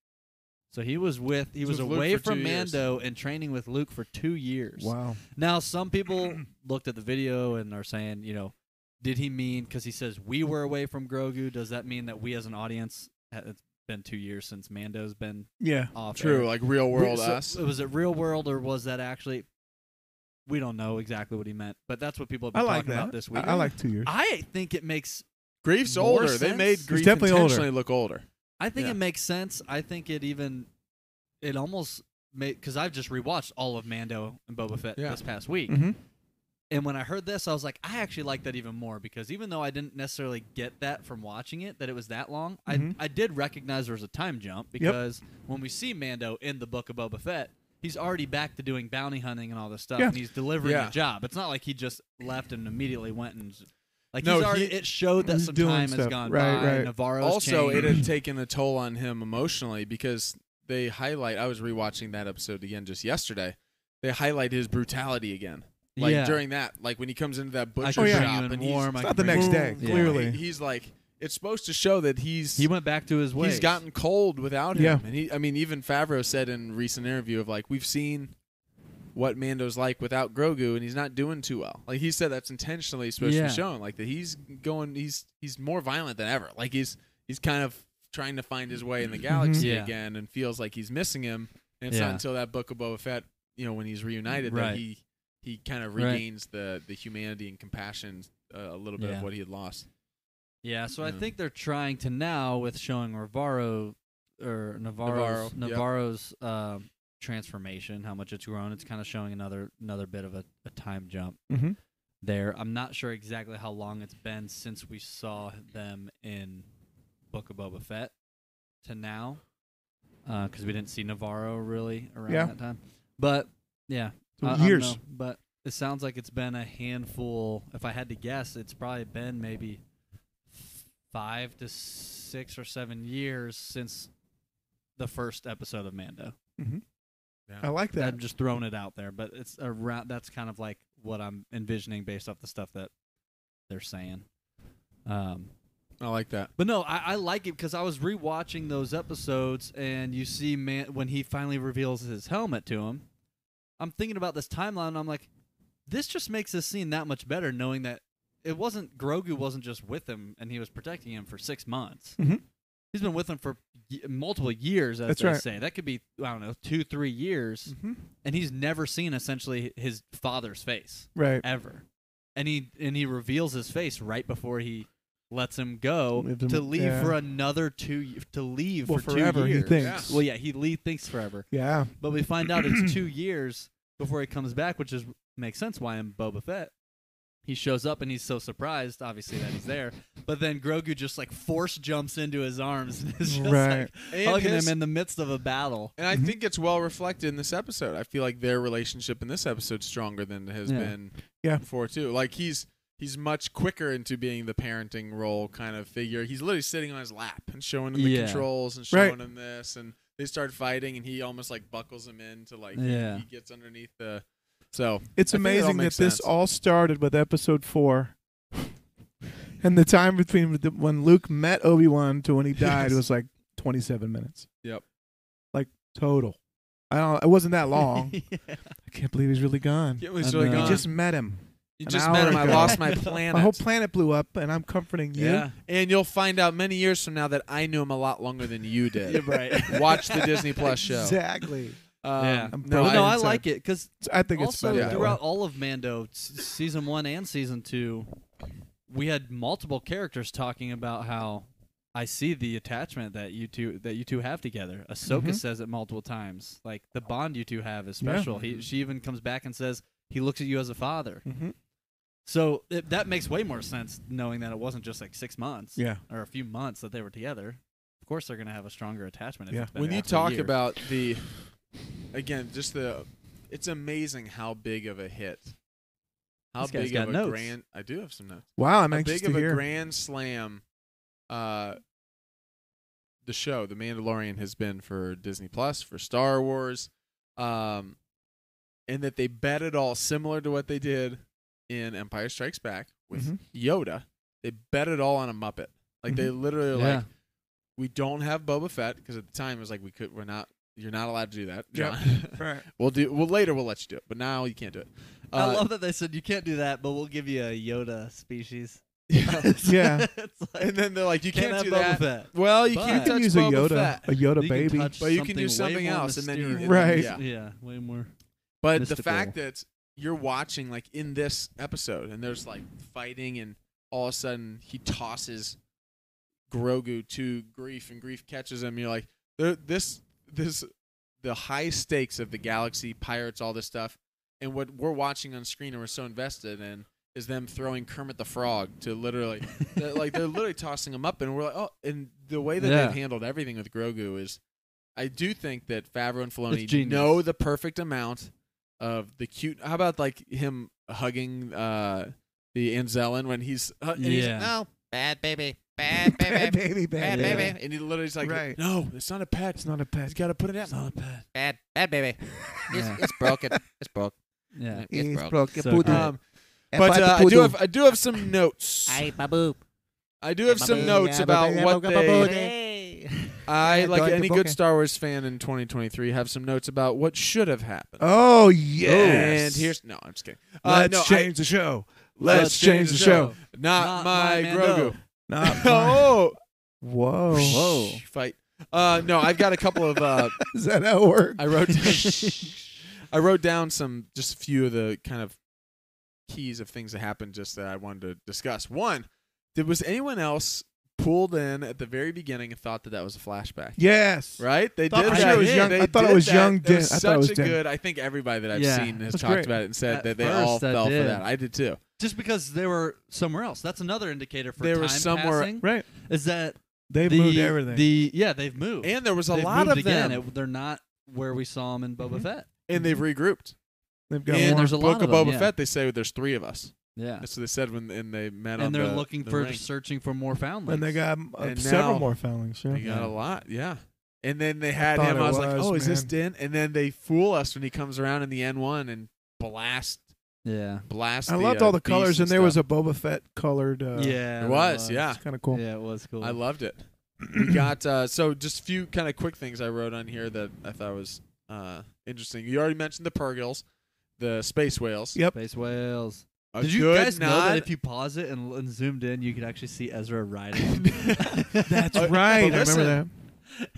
[SPEAKER 3] So he was with
[SPEAKER 1] Mm-hmm.
[SPEAKER 3] he
[SPEAKER 1] He's
[SPEAKER 3] was
[SPEAKER 1] with Luke
[SPEAKER 3] away
[SPEAKER 1] for two
[SPEAKER 3] from
[SPEAKER 1] years.
[SPEAKER 3] Mando and training with Luke for two years.
[SPEAKER 2] Wow.
[SPEAKER 3] Now, some
[SPEAKER 2] [clears throat]
[SPEAKER 3] people looked at the video and are saying, you know, did he mean because he says we were away from Grogu? Does that mean that we as an audience? ha- It's been two years since Mando's been
[SPEAKER 2] Yeah.
[SPEAKER 3] off.
[SPEAKER 1] True,
[SPEAKER 3] air.
[SPEAKER 1] like real
[SPEAKER 3] We-
[SPEAKER 1] world
[SPEAKER 3] so, uh,
[SPEAKER 1] us.
[SPEAKER 3] Was it real world or was that actually? We don't know exactly what he meant, but that's what people have been
[SPEAKER 2] I like
[SPEAKER 3] talking
[SPEAKER 2] that.
[SPEAKER 3] about this
[SPEAKER 2] I,
[SPEAKER 3] week.
[SPEAKER 2] I like two years.
[SPEAKER 3] I think it makes.
[SPEAKER 1] Grief's
[SPEAKER 3] More
[SPEAKER 1] older. They
[SPEAKER 3] sense?
[SPEAKER 1] made
[SPEAKER 3] He's
[SPEAKER 1] Grief
[SPEAKER 2] definitely older.
[SPEAKER 1] intentionally look older.
[SPEAKER 3] I think
[SPEAKER 1] Yeah.
[SPEAKER 3] it makes sense. I think it even. It almost made because I've just rewatched all of Mando and Boba Fett
[SPEAKER 1] Yeah.
[SPEAKER 3] this past week.
[SPEAKER 2] hmm
[SPEAKER 3] And when I heard this, I was like, I actually like that even more because even though I didn't necessarily get that from watching it, that it was that long,
[SPEAKER 2] Mhm.
[SPEAKER 3] I, I did recognize there was a time jump because when we see Mando in the Book of Boba Fett, he's already back to doing bounty hunting and all this stuff,
[SPEAKER 2] Yeah.
[SPEAKER 3] and he's delivering
[SPEAKER 1] Yeah.
[SPEAKER 3] a job. It's not like he just left and immediately went and like
[SPEAKER 1] No,
[SPEAKER 3] he's already.
[SPEAKER 1] he-
[SPEAKER 3] it showed that
[SPEAKER 2] He's
[SPEAKER 3] some
[SPEAKER 2] doing
[SPEAKER 3] time has
[SPEAKER 2] stuff.
[SPEAKER 3] gone
[SPEAKER 2] Right,
[SPEAKER 3] by.
[SPEAKER 2] right.
[SPEAKER 3] Navarro's
[SPEAKER 1] also it
[SPEAKER 3] changed. [clears throat]
[SPEAKER 1] had taken a toll on him emotionally because they highlight i was rewatching that episode again just yesterday they highlight his brutality again like
[SPEAKER 3] yeah.
[SPEAKER 1] during that like when he comes into that
[SPEAKER 3] I
[SPEAKER 1] butcher
[SPEAKER 3] can
[SPEAKER 2] yeah.
[SPEAKER 1] shop
[SPEAKER 3] bring you
[SPEAKER 1] and
[SPEAKER 3] in warm.
[SPEAKER 2] It's
[SPEAKER 3] I can
[SPEAKER 2] not the
[SPEAKER 3] bring
[SPEAKER 2] next
[SPEAKER 3] you-
[SPEAKER 2] day.
[SPEAKER 3] Yeah.
[SPEAKER 1] he's,
[SPEAKER 2] Clearly.
[SPEAKER 1] he's like it's supposed to show that he's
[SPEAKER 3] He went back to his ways.
[SPEAKER 1] he's gotten cold without him
[SPEAKER 2] Yeah.
[SPEAKER 1] and he i mean even favreau said in recent interview of like we've seen what mando's like without grogu and he's not doing too well like he said that's intentionally supposed
[SPEAKER 3] Yeah.
[SPEAKER 1] to be shown like that he's going he's he's more violent than ever like he's he's kind of trying to find his way in the galaxy
[SPEAKER 3] Mm-hmm. Yeah.
[SPEAKER 1] again and feels like he's missing him and it's
[SPEAKER 3] Yeah.
[SPEAKER 1] not until that book of boba fett you know when he's reunited
[SPEAKER 3] Right.
[SPEAKER 1] that he he kind of
[SPEAKER 3] Right.
[SPEAKER 1] regains the the humanity and compassion uh, a little bit
[SPEAKER 3] Yeah.
[SPEAKER 1] of what he had lost
[SPEAKER 3] Yeah, so I
[SPEAKER 1] Yeah.
[SPEAKER 3] think they're trying to now with showing Navarro or Navarro's
[SPEAKER 1] Navarro, yep.
[SPEAKER 3] Navarro's um, transformation, how much it's grown. It's kind of showing another another bit of a, a time jump
[SPEAKER 2] Mhm.
[SPEAKER 3] there. I'm not sure exactly how long it's been since we saw them in Book of Boba Fett to now, uh, because we didn't see Navarro really around
[SPEAKER 2] Yeah.
[SPEAKER 3] that time. But yeah,
[SPEAKER 2] So
[SPEAKER 3] Uh, I- I don't
[SPEAKER 2] years.
[SPEAKER 3] know, but It sounds like it's been a handful. If I had to guess, it's probably been maybe five to six or seven years since the first episode of Mando.
[SPEAKER 2] I like that.
[SPEAKER 3] I'm just throwing it out there, but it's around. That's kind of like what I'm envisioning based off the stuff that they're saying. Um,
[SPEAKER 1] I like that.
[SPEAKER 3] but no, I, I like it because I was rewatching those episodes, and you see, man, when he finally reveals his helmet to him, I'm thinking about this timeline. And I'm like, this just makes this scene that much better, knowing that it wasn't Grogu wasn't just with him and he was protecting him for six months.
[SPEAKER 2] Mhm.
[SPEAKER 3] He's been with him for y- multiple years, as
[SPEAKER 2] That's
[SPEAKER 3] they
[SPEAKER 2] right.
[SPEAKER 3] say. That could be I don't know, two, three years,
[SPEAKER 2] Mhm.
[SPEAKER 3] and he's never seen essentially his father's face
[SPEAKER 2] Right.
[SPEAKER 3] ever. And he and he reveals his face right before he lets him go
[SPEAKER 2] Lived him-
[SPEAKER 3] to leave
[SPEAKER 2] yeah.
[SPEAKER 3] for another two y- to leave
[SPEAKER 2] Well,
[SPEAKER 3] for
[SPEAKER 2] forever,
[SPEAKER 3] two
[SPEAKER 2] he
[SPEAKER 3] years.
[SPEAKER 2] thinks.
[SPEAKER 3] Well, yeah, he le- thinks forever,
[SPEAKER 2] Yeah.
[SPEAKER 3] but we find out it's
[SPEAKER 2] [clears throat]
[SPEAKER 3] two years before he comes back, which is makes sense why in Boba Fett. He shows up and he's so surprised, obviously, that he's there. But then Grogu just like force jumps into his arms and is [laughs] just
[SPEAKER 2] Right.
[SPEAKER 3] like
[SPEAKER 1] And,
[SPEAKER 3] hugging
[SPEAKER 1] his-
[SPEAKER 3] him in the midst of a battle.
[SPEAKER 1] and I think it's well reflected in this episode. I feel like their relationship in this episode's stronger than it has
[SPEAKER 3] Yeah.
[SPEAKER 1] been
[SPEAKER 2] Yeah.
[SPEAKER 1] before too. Like he's he's much quicker into being the parenting role kind of figure. He's literally sitting on his lap and showing him the
[SPEAKER 3] Yeah.
[SPEAKER 1] controls and
[SPEAKER 2] Right.
[SPEAKER 1] showing him this and they start fighting and he almost like buckles him in to like
[SPEAKER 3] [laughs] Yeah.
[SPEAKER 1] he gets underneath the so
[SPEAKER 2] It's
[SPEAKER 1] I think it all
[SPEAKER 2] amazing that
[SPEAKER 1] makes
[SPEAKER 2] this
[SPEAKER 1] sense.
[SPEAKER 2] all started with episode four. And the time between the, when Luke met Obi Wan to when he died
[SPEAKER 1] Yes.
[SPEAKER 2] was like 27 minutes.
[SPEAKER 1] Yep.
[SPEAKER 2] Like total. I don't. It wasn't
[SPEAKER 1] [laughs]
[SPEAKER 2] that long.
[SPEAKER 3] [laughs] Yeah.
[SPEAKER 2] I can't believe he's really gone.
[SPEAKER 1] Yeah, he's
[SPEAKER 3] I
[SPEAKER 1] really
[SPEAKER 3] know.
[SPEAKER 2] You
[SPEAKER 1] gone.
[SPEAKER 2] just met him.
[SPEAKER 1] you
[SPEAKER 2] an
[SPEAKER 1] just
[SPEAKER 2] hour
[SPEAKER 1] met him. [laughs] I
[SPEAKER 2] ago.
[SPEAKER 1] lost my planet.
[SPEAKER 2] My whole planet blew up, and I'm comforting you.
[SPEAKER 3] yeah.
[SPEAKER 1] and you'll find out many years from now that I knew him a lot longer than you
[SPEAKER 3] [laughs] Yeah,
[SPEAKER 1] did.
[SPEAKER 2] [laughs]
[SPEAKER 3] right.
[SPEAKER 1] Watch the Disney Plus [laughs] show.
[SPEAKER 2] Exactly.
[SPEAKER 1] Um,
[SPEAKER 3] Yeah.
[SPEAKER 2] I'm
[SPEAKER 1] No,
[SPEAKER 2] broke
[SPEAKER 3] But no, I
[SPEAKER 2] inside.
[SPEAKER 3] like it because
[SPEAKER 2] So I think it's
[SPEAKER 3] also
[SPEAKER 2] better
[SPEAKER 1] yeah.
[SPEAKER 2] that way.
[SPEAKER 3] throughout all of Mando s- season one and season two, we had multiple characters talking about how I see the attachment that you two that you two have together. Ahsoka
[SPEAKER 2] Mhm.
[SPEAKER 3] says it multiple times, like the bond you two have is
[SPEAKER 2] Yeah.
[SPEAKER 3] special. He, she even comes back and says he looks at you as a father.
[SPEAKER 1] Mm-hmm.
[SPEAKER 2] Mhm.
[SPEAKER 3] So it, that makes way more sense knowing that it wasn't just like six months
[SPEAKER 2] Yeah.
[SPEAKER 3] or a few months that they were together. Of course, they're gonna have a stronger attachment. If
[SPEAKER 2] Yeah.
[SPEAKER 3] it's been
[SPEAKER 1] when you
[SPEAKER 3] multiple
[SPEAKER 1] talk
[SPEAKER 3] [laughs] years.
[SPEAKER 1] about the again just the it's amazing how big of a hit how
[SPEAKER 3] This guy's
[SPEAKER 1] big
[SPEAKER 3] got
[SPEAKER 1] of a
[SPEAKER 3] notes.
[SPEAKER 1] grand i do have some notes
[SPEAKER 2] Wow, I'm
[SPEAKER 1] how
[SPEAKER 2] anxious
[SPEAKER 1] big
[SPEAKER 2] to
[SPEAKER 1] of
[SPEAKER 2] hear.
[SPEAKER 1] a grand slam uh the show the mandalorian has been for disney plus for star wars um and that they bet it all similar to what they did in empire strikes back with
[SPEAKER 2] Mhm.
[SPEAKER 3] Mm-hmm.
[SPEAKER 1] yoda they bet it all on a muppet like they literally are
[SPEAKER 3] Yeah.
[SPEAKER 1] like we don't have Boba Fett because at the time it was like we could we're not you're not allowed to do that.
[SPEAKER 2] Yep.
[SPEAKER 1] John. [laughs]
[SPEAKER 2] Right.
[SPEAKER 1] we'll do well later we'll let you do it, but now you can't do it.
[SPEAKER 3] I
[SPEAKER 1] Uh,
[SPEAKER 3] love that they said you can't do that, but we'll give you a Yoda species.
[SPEAKER 2] [laughs]
[SPEAKER 1] [laughs]
[SPEAKER 2] Yeah.
[SPEAKER 3] It's
[SPEAKER 1] [laughs]
[SPEAKER 3] like,
[SPEAKER 1] and then they're like you
[SPEAKER 3] can't
[SPEAKER 1] can't,
[SPEAKER 3] have
[SPEAKER 1] do that.
[SPEAKER 3] Boba Fett.
[SPEAKER 1] Well, you
[SPEAKER 3] But-
[SPEAKER 1] can't
[SPEAKER 2] You can
[SPEAKER 1] touch
[SPEAKER 2] use a
[SPEAKER 1] Boba
[SPEAKER 2] Yoda,
[SPEAKER 1] Fett.
[SPEAKER 2] a Yoda
[SPEAKER 3] You can
[SPEAKER 2] baby.
[SPEAKER 3] touch
[SPEAKER 1] But you can do
[SPEAKER 3] way
[SPEAKER 1] something
[SPEAKER 3] more
[SPEAKER 1] else, and then you-
[SPEAKER 3] mysterious.
[SPEAKER 2] Right.
[SPEAKER 1] yeah.
[SPEAKER 3] Yeah, way more.
[SPEAKER 1] But the
[SPEAKER 3] Mystical.
[SPEAKER 1] fact that you're watching like in this episode and there's like fighting and all of a sudden he tosses Grogu to Grief and Grief catches him. You're like "Th- this this the high stakes of the galaxy pirates all this stuff and what we're watching on screen and we're so invested in is them throwing Kermit the Frog to
[SPEAKER 3] [laughs]
[SPEAKER 1] literally they're, like they're literally tossing him up and we're like oh and the way that
[SPEAKER 3] Yeah.
[SPEAKER 1] they've handled everything with Grogu is I do think that Favreau and
[SPEAKER 3] It's
[SPEAKER 1] Filoni
[SPEAKER 3] genius.
[SPEAKER 1] know the perfect amount of the cute. How about like him hugging uh the Anzellen when he's uh, and he's
[SPEAKER 3] Yeah.
[SPEAKER 1] like, no bad baby bad baby
[SPEAKER 2] Bad
[SPEAKER 1] bad,
[SPEAKER 2] [laughs] baby, bad
[SPEAKER 3] Yeah.
[SPEAKER 1] baby
[SPEAKER 2] baby.
[SPEAKER 1] and he literally's like
[SPEAKER 2] Right.
[SPEAKER 1] no it's not a pet
[SPEAKER 2] It's not a
[SPEAKER 1] he's
[SPEAKER 2] pet.
[SPEAKER 1] got to put it out
[SPEAKER 3] not bad.
[SPEAKER 5] Bad, bad baby. [laughs] It's,
[SPEAKER 3] Yeah.
[SPEAKER 5] it's broken. It's [laughs] broke.
[SPEAKER 3] Yeah.
[SPEAKER 5] It's
[SPEAKER 2] He's
[SPEAKER 5] broke.
[SPEAKER 2] broke.
[SPEAKER 3] So
[SPEAKER 2] Poodle.
[SPEAKER 3] good.
[SPEAKER 1] um but
[SPEAKER 2] Apple
[SPEAKER 1] uh, I do
[SPEAKER 2] poodle.
[SPEAKER 1] have I do have some notes
[SPEAKER 5] I baboop.
[SPEAKER 1] I do have some
[SPEAKER 5] Ba-ba-boo,
[SPEAKER 1] notes about what they
[SPEAKER 5] Hey.
[SPEAKER 1] I
[SPEAKER 2] Yeah,
[SPEAKER 1] like
[SPEAKER 2] going to
[SPEAKER 1] any
[SPEAKER 2] book
[SPEAKER 1] good
[SPEAKER 2] it.
[SPEAKER 1] Star Wars fan in 2023 have some notes about what should have happened
[SPEAKER 2] Oh yes.
[SPEAKER 1] and here's no I'm just kidding Uh,
[SPEAKER 2] Let's
[SPEAKER 1] no, I-
[SPEAKER 2] change the show. Let's, change the show.
[SPEAKER 1] not,
[SPEAKER 3] Not
[SPEAKER 1] my,
[SPEAKER 3] my
[SPEAKER 1] Grogu [laughs]
[SPEAKER 3] Mando.
[SPEAKER 2] Not mine.
[SPEAKER 1] oh
[SPEAKER 2] Whoa.
[SPEAKER 3] Whoa.
[SPEAKER 1] fight. Uh, no, I've got a couple of. Uh,
[SPEAKER 2] Is that how it works?
[SPEAKER 1] I wrote. Down, I wrote down some just a few of the kind of keys of things that happened just that I wanted to discuss. One, did was anyone else pulled in at the very beginning and thought that that was a flashback?
[SPEAKER 2] Yes.
[SPEAKER 1] Right, they
[SPEAKER 2] Thought
[SPEAKER 1] did
[SPEAKER 2] for
[SPEAKER 1] that.
[SPEAKER 2] sure it was young-
[SPEAKER 1] They
[SPEAKER 2] I thought it
[SPEAKER 1] did
[SPEAKER 2] was
[SPEAKER 1] that.
[SPEAKER 2] young
[SPEAKER 1] It was
[SPEAKER 2] Din- I
[SPEAKER 1] such
[SPEAKER 2] thought it was
[SPEAKER 1] a
[SPEAKER 2] Din.
[SPEAKER 1] good. I think everybody that I've
[SPEAKER 3] Yeah.
[SPEAKER 1] seen has
[SPEAKER 2] That's
[SPEAKER 1] talked
[SPEAKER 2] great.
[SPEAKER 1] about it and said
[SPEAKER 3] At
[SPEAKER 1] that they
[SPEAKER 3] first,
[SPEAKER 1] all
[SPEAKER 3] I
[SPEAKER 1] fell for
[SPEAKER 3] did.
[SPEAKER 1] that. I did too.
[SPEAKER 3] Just because they were somewhere else. That's another indicator for
[SPEAKER 1] They were
[SPEAKER 3] time
[SPEAKER 1] somewhere-
[SPEAKER 3] passing,
[SPEAKER 2] Right.
[SPEAKER 3] Is that
[SPEAKER 2] They
[SPEAKER 3] the,
[SPEAKER 2] moved everything.
[SPEAKER 3] The yeah, they've moved.
[SPEAKER 1] And there was a
[SPEAKER 3] They've
[SPEAKER 1] lot of
[SPEAKER 3] moved again.
[SPEAKER 1] them, Mm-hmm.
[SPEAKER 3] It- they're not where we saw them in Boba
[SPEAKER 2] Mhm.
[SPEAKER 3] Fett.
[SPEAKER 1] and they've regrouped.
[SPEAKER 2] They've got
[SPEAKER 3] And
[SPEAKER 2] one.
[SPEAKER 3] there's a lot
[SPEAKER 1] Book of
[SPEAKER 3] of 'em,
[SPEAKER 1] Boba
[SPEAKER 3] yeah.
[SPEAKER 1] Fett, they say there's three of us.
[SPEAKER 3] Yeah.
[SPEAKER 1] That's what they said when and they met on
[SPEAKER 3] And they're
[SPEAKER 1] the-
[SPEAKER 3] looking
[SPEAKER 1] the
[SPEAKER 3] for
[SPEAKER 1] ring.
[SPEAKER 3] searching for more foundlings.
[SPEAKER 2] and they got um, uh,
[SPEAKER 1] And
[SPEAKER 2] several
[SPEAKER 1] now-
[SPEAKER 2] more foundlings. Yeah.
[SPEAKER 1] They got a lot, yeah. And then they had
[SPEAKER 2] thought
[SPEAKER 1] him.
[SPEAKER 2] it
[SPEAKER 1] I was like,
[SPEAKER 2] was,
[SPEAKER 1] "Oh, is this
[SPEAKER 2] man.
[SPEAKER 1] Din?" And then they fool us when he comes around in the N one and blast,
[SPEAKER 3] yeah.
[SPEAKER 1] blast.
[SPEAKER 2] I
[SPEAKER 1] the,
[SPEAKER 2] loved
[SPEAKER 1] uh,
[SPEAKER 2] all the
[SPEAKER 1] beast
[SPEAKER 2] colors, and there
[SPEAKER 1] stuff.
[SPEAKER 2] was a Boba Fett colored. Uh,
[SPEAKER 3] yeah.
[SPEAKER 1] It was, yeah.
[SPEAKER 2] it's kind of cool.
[SPEAKER 3] Yeah, it was cool.
[SPEAKER 1] I loved
[SPEAKER 2] [clears throat]
[SPEAKER 1] it. We got uh, so just a few kind of quick things I wrote on here that I thought was uh, interesting. You already mentioned the pergils, the space whales.
[SPEAKER 2] Yep.
[SPEAKER 3] Space whales.
[SPEAKER 1] A
[SPEAKER 3] Did you
[SPEAKER 1] good
[SPEAKER 3] guys know that
[SPEAKER 1] nod-
[SPEAKER 3] if you pause it and, and zoomed in, you could actually see Ezra [laughs] riding?
[SPEAKER 2] That's
[SPEAKER 1] [laughs] But-
[SPEAKER 2] right.
[SPEAKER 1] but
[SPEAKER 2] I remember
[SPEAKER 1] listen,
[SPEAKER 2] that.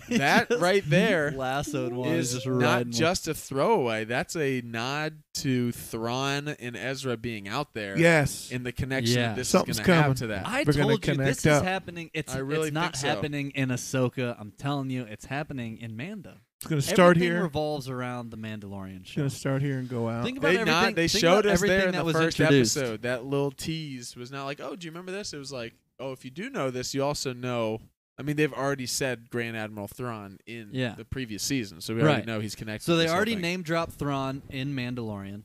[SPEAKER 3] He [laughs]
[SPEAKER 1] That
[SPEAKER 3] just
[SPEAKER 1] right there
[SPEAKER 3] lassoed one,
[SPEAKER 1] is
[SPEAKER 3] just
[SPEAKER 1] not
[SPEAKER 3] riding
[SPEAKER 1] just a throwaway. That's a nod to Thrawn and Ezra being out there.
[SPEAKER 2] Yes.
[SPEAKER 1] In the connection
[SPEAKER 3] Yeah.
[SPEAKER 1] that this
[SPEAKER 2] Something's
[SPEAKER 1] is going to have
[SPEAKER 2] coming.
[SPEAKER 1] to that.
[SPEAKER 3] I
[SPEAKER 2] We're gonna
[SPEAKER 3] told you this
[SPEAKER 2] connect up.
[SPEAKER 3] is happening. It's,
[SPEAKER 1] I really
[SPEAKER 3] it's not
[SPEAKER 1] think so.
[SPEAKER 3] happening in Ahsoka. I'm telling you, it's happening in Mando.
[SPEAKER 2] It's gonna start
[SPEAKER 3] everything
[SPEAKER 2] here.
[SPEAKER 3] revolves around the Mandalorian
[SPEAKER 2] It's
[SPEAKER 3] show.
[SPEAKER 2] gonna start here and go out.
[SPEAKER 3] Think about
[SPEAKER 1] they
[SPEAKER 3] everything.
[SPEAKER 1] not, they
[SPEAKER 3] think
[SPEAKER 1] showed us
[SPEAKER 3] about everything
[SPEAKER 1] there in
[SPEAKER 3] that
[SPEAKER 1] the
[SPEAKER 3] was
[SPEAKER 1] first
[SPEAKER 3] introduced.
[SPEAKER 1] episode. That little tease was not like, oh, do you remember this? It was like, oh, if you do know this, you also know. I mean, they've already said Grand Admiral Thrawn in
[SPEAKER 3] Yeah.
[SPEAKER 1] the previous season, so we already
[SPEAKER 3] Right.
[SPEAKER 1] know he's connected.
[SPEAKER 3] So
[SPEAKER 1] to
[SPEAKER 3] they
[SPEAKER 1] this whole
[SPEAKER 3] already
[SPEAKER 1] thing.
[SPEAKER 3] name dropped Thrawn in Mandalorian.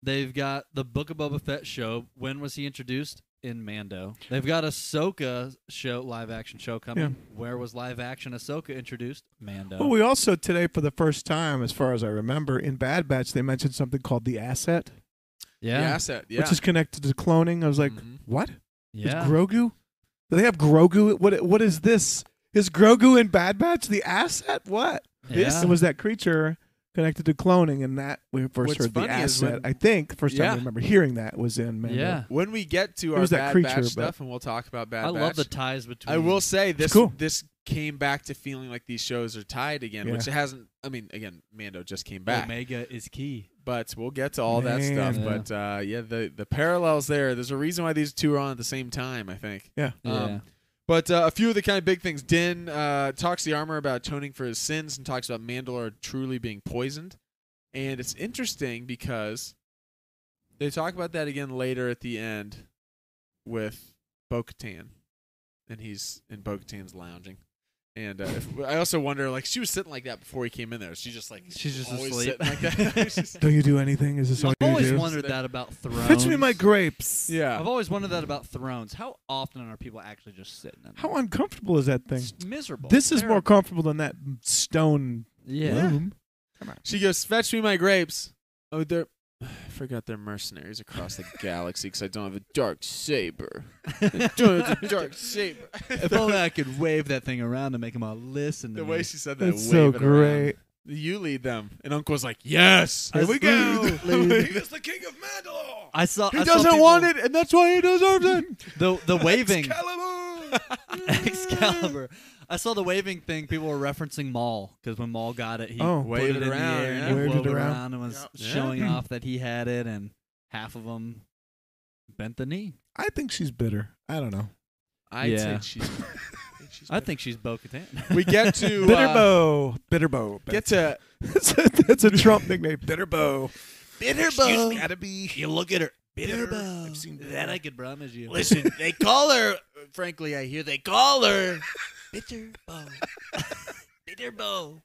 [SPEAKER 3] They've got the Book of Boba Fett show. When was he introduced? In Mando. They've got Ahsoka show, live action show coming. Where was live action Ahsoka introduced? Mando.
[SPEAKER 2] Well, we also today, for the first time, as far as I remember, in Bad Batch, they mentioned something called the asset,
[SPEAKER 1] the
[SPEAKER 3] yeah. Mm-hmm.
[SPEAKER 1] asset. Yeah,
[SPEAKER 2] which is connected to cloning. I was like,
[SPEAKER 1] Mhm.
[SPEAKER 2] what? Is
[SPEAKER 3] Yeah.
[SPEAKER 2] Grogu? Do they have Grogu? What? What is this? Is Grogu in Bad Batch the asset? What?
[SPEAKER 3] yeah.
[SPEAKER 2] It was that creature connected to cloning, and that we first
[SPEAKER 1] What's
[SPEAKER 2] heard the
[SPEAKER 1] funny is
[SPEAKER 2] asset.
[SPEAKER 1] when-
[SPEAKER 2] I think first time I
[SPEAKER 1] Yeah.
[SPEAKER 2] remember hearing that was in Mando.
[SPEAKER 3] Yeah.
[SPEAKER 1] when we get to
[SPEAKER 2] It
[SPEAKER 1] our
[SPEAKER 2] was that
[SPEAKER 1] Bad
[SPEAKER 2] creature,
[SPEAKER 1] Batch
[SPEAKER 2] but-
[SPEAKER 1] stuff, and we'll talk about Bad
[SPEAKER 3] I
[SPEAKER 1] Batch.
[SPEAKER 3] love the ties between.
[SPEAKER 1] I will say this.
[SPEAKER 2] cool.
[SPEAKER 1] This came back to feeling like these shows are tied again,
[SPEAKER 2] Yeah.
[SPEAKER 1] which it hasn't. I mean, again, Mando just came back.
[SPEAKER 3] Omega is key.
[SPEAKER 1] but we'll get to all that
[SPEAKER 2] Man.
[SPEAKER 1] stuff. But uh, yeah, the the parallels there. There's a reason why these two are on at the same time. I think.
[SPEAKER 2] Yeah.
[SPEAKER 1] Um, But uh, a few of the kind of big things. Din uh, talks the armor about atoning for his sins and talks about Mandalore truly being poisoned, and it's interesting because they talk about that again later at the end with Bo-Katan, and he's in Bo-Katan's lounging. And uh, if, I also wonder, like, she was sitting like that before he came in there. She just like
[SPEAKER 3] She's just
[SPEAKER 1] always
[SPEAKER 3] asleep. [laughs]
[SPEAKER 1] sitting like that. [laughs] She's just-
[SPEAKER 2] Don't you do anything? Is this all
[SPEAKER 3] I've
[SPEAKER 2] you
[SPEAKER 3] always
[SPEAKER 2] do?
[SPEAKER 3] wondered that about thrones.
[SPEAKER 2] Fetch me my grapes.
[SPEAKER 1] yeah.
[SPEAKER 3] I've always wondered that about thrones. How often are people actually just sitting? In
[SPEAKER 2] How
[SPEAKER 3] there?
[SPEAKER 2] uncomfortable is that thing?
[SPEAKER 3] It's miserable.
[SPEAKER 2] This is more
[SPEAKER 3] Terrible.
[SPEAKER 2] comfortable than that stone
[SPEAKER 3] Yeah.
[SPEAKER 2] room.
[SPEAKER 1] She goes, "Fetch me my grapes." Oh, they're [sighs] I forgot they're mercenaries across the galaxy because I don't have a dark saber.
[SPEAKER 3] [laughs]
[SPEAKER 1] I don't [laughs] have a dark saber.
[SPEAKER 3] If only I could wave that thing around and make them all listen to
[SPEAKER 1] the
[SPEAKER 3] me.
[SPEAKER 1] way she said that,
[SPEAKER 2] That's so
[SPEAKER 1] wave it around.
[SPEAKER 2] great.
[SPEAKER 1] You lead them, and Uncle's like, "Yes,
[SPEAKER 3] Here we [laughs] go."
[SPEAKER 4] He
[SPEAKER 1] [laughs]
[SPEAKER 4] is the king of Mandalore.
[SPEAKER 3] I saw.
[SPEAKER 1] he
[SPEAKER 3] I saw
[SPEAKER 1] doesn't
[SPEAKER 3] people-
[SPEAKER 1] want it, and that's why he deserves it."
[SPEAKER 3] The the waving
[SPEAKER 4] Excalibur.
[SPEAKER 3] [laughs] Excalibur. I saw the waving thing. People were referencing Maul because when Maul got it, he
[SPEAKER 2] Oh.
[SPEAKER 3] put
[SPEAKER 1] Waved it
[SPEAKER 3] it in
[SPEAKER 1] around,
[SPEAKER 3] the air
[SPEAKER 1] yeah.
[SPEAKER 3] and he
[SPEAKER 2] Waved it
[SPEAKER 3] waved it
[SPEAKER 2] around.
[SPEAKER 3] around and was
[SPEAKER 1] Yeah.
[SPEAKER 3] showing off that he had it, and half of them bent the knee.
[SPEAKER 2] I think she's bitter. I don't know.
[SPEAKER 1] I
[SPEAKER 3] Yeah.
[SPEAKER 1] think she's. she's
[SPEAKER 3] I think she's Bo-Katan. [laughs]
[SPEAKER 1] we get to uh,
[SPEAKER 2] Bitterbo. Bitterbo.
[SPEAKER 1] get to
[SPEAKER 2] [laughs] that's, a, that's a Trump nickname. Bitterbo.
[SPEAKER 1] uh,
[SPEAKER 4] Excuse me. Gotta be.
[SPEAKER 5] You look at her.
[SPEAKER 4] bitter. I've seen
[SPEAKER 3] that I could promise you. [laughs]
[SPEAKER 5] Listen, they call her. Frankly, I hear they call her Bitter Bow. [laughs] Bitter Bow.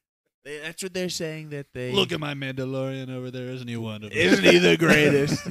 [SPEAKER 1] they- that's what they're saying that they
[SPEAKER 3] Look at my Mandalorian over there. Isn't he wonderful?
[SPEAKER 5] Isn't he
[SPEAKER 3] [laughs]
[SPEAKER 5] the greatest?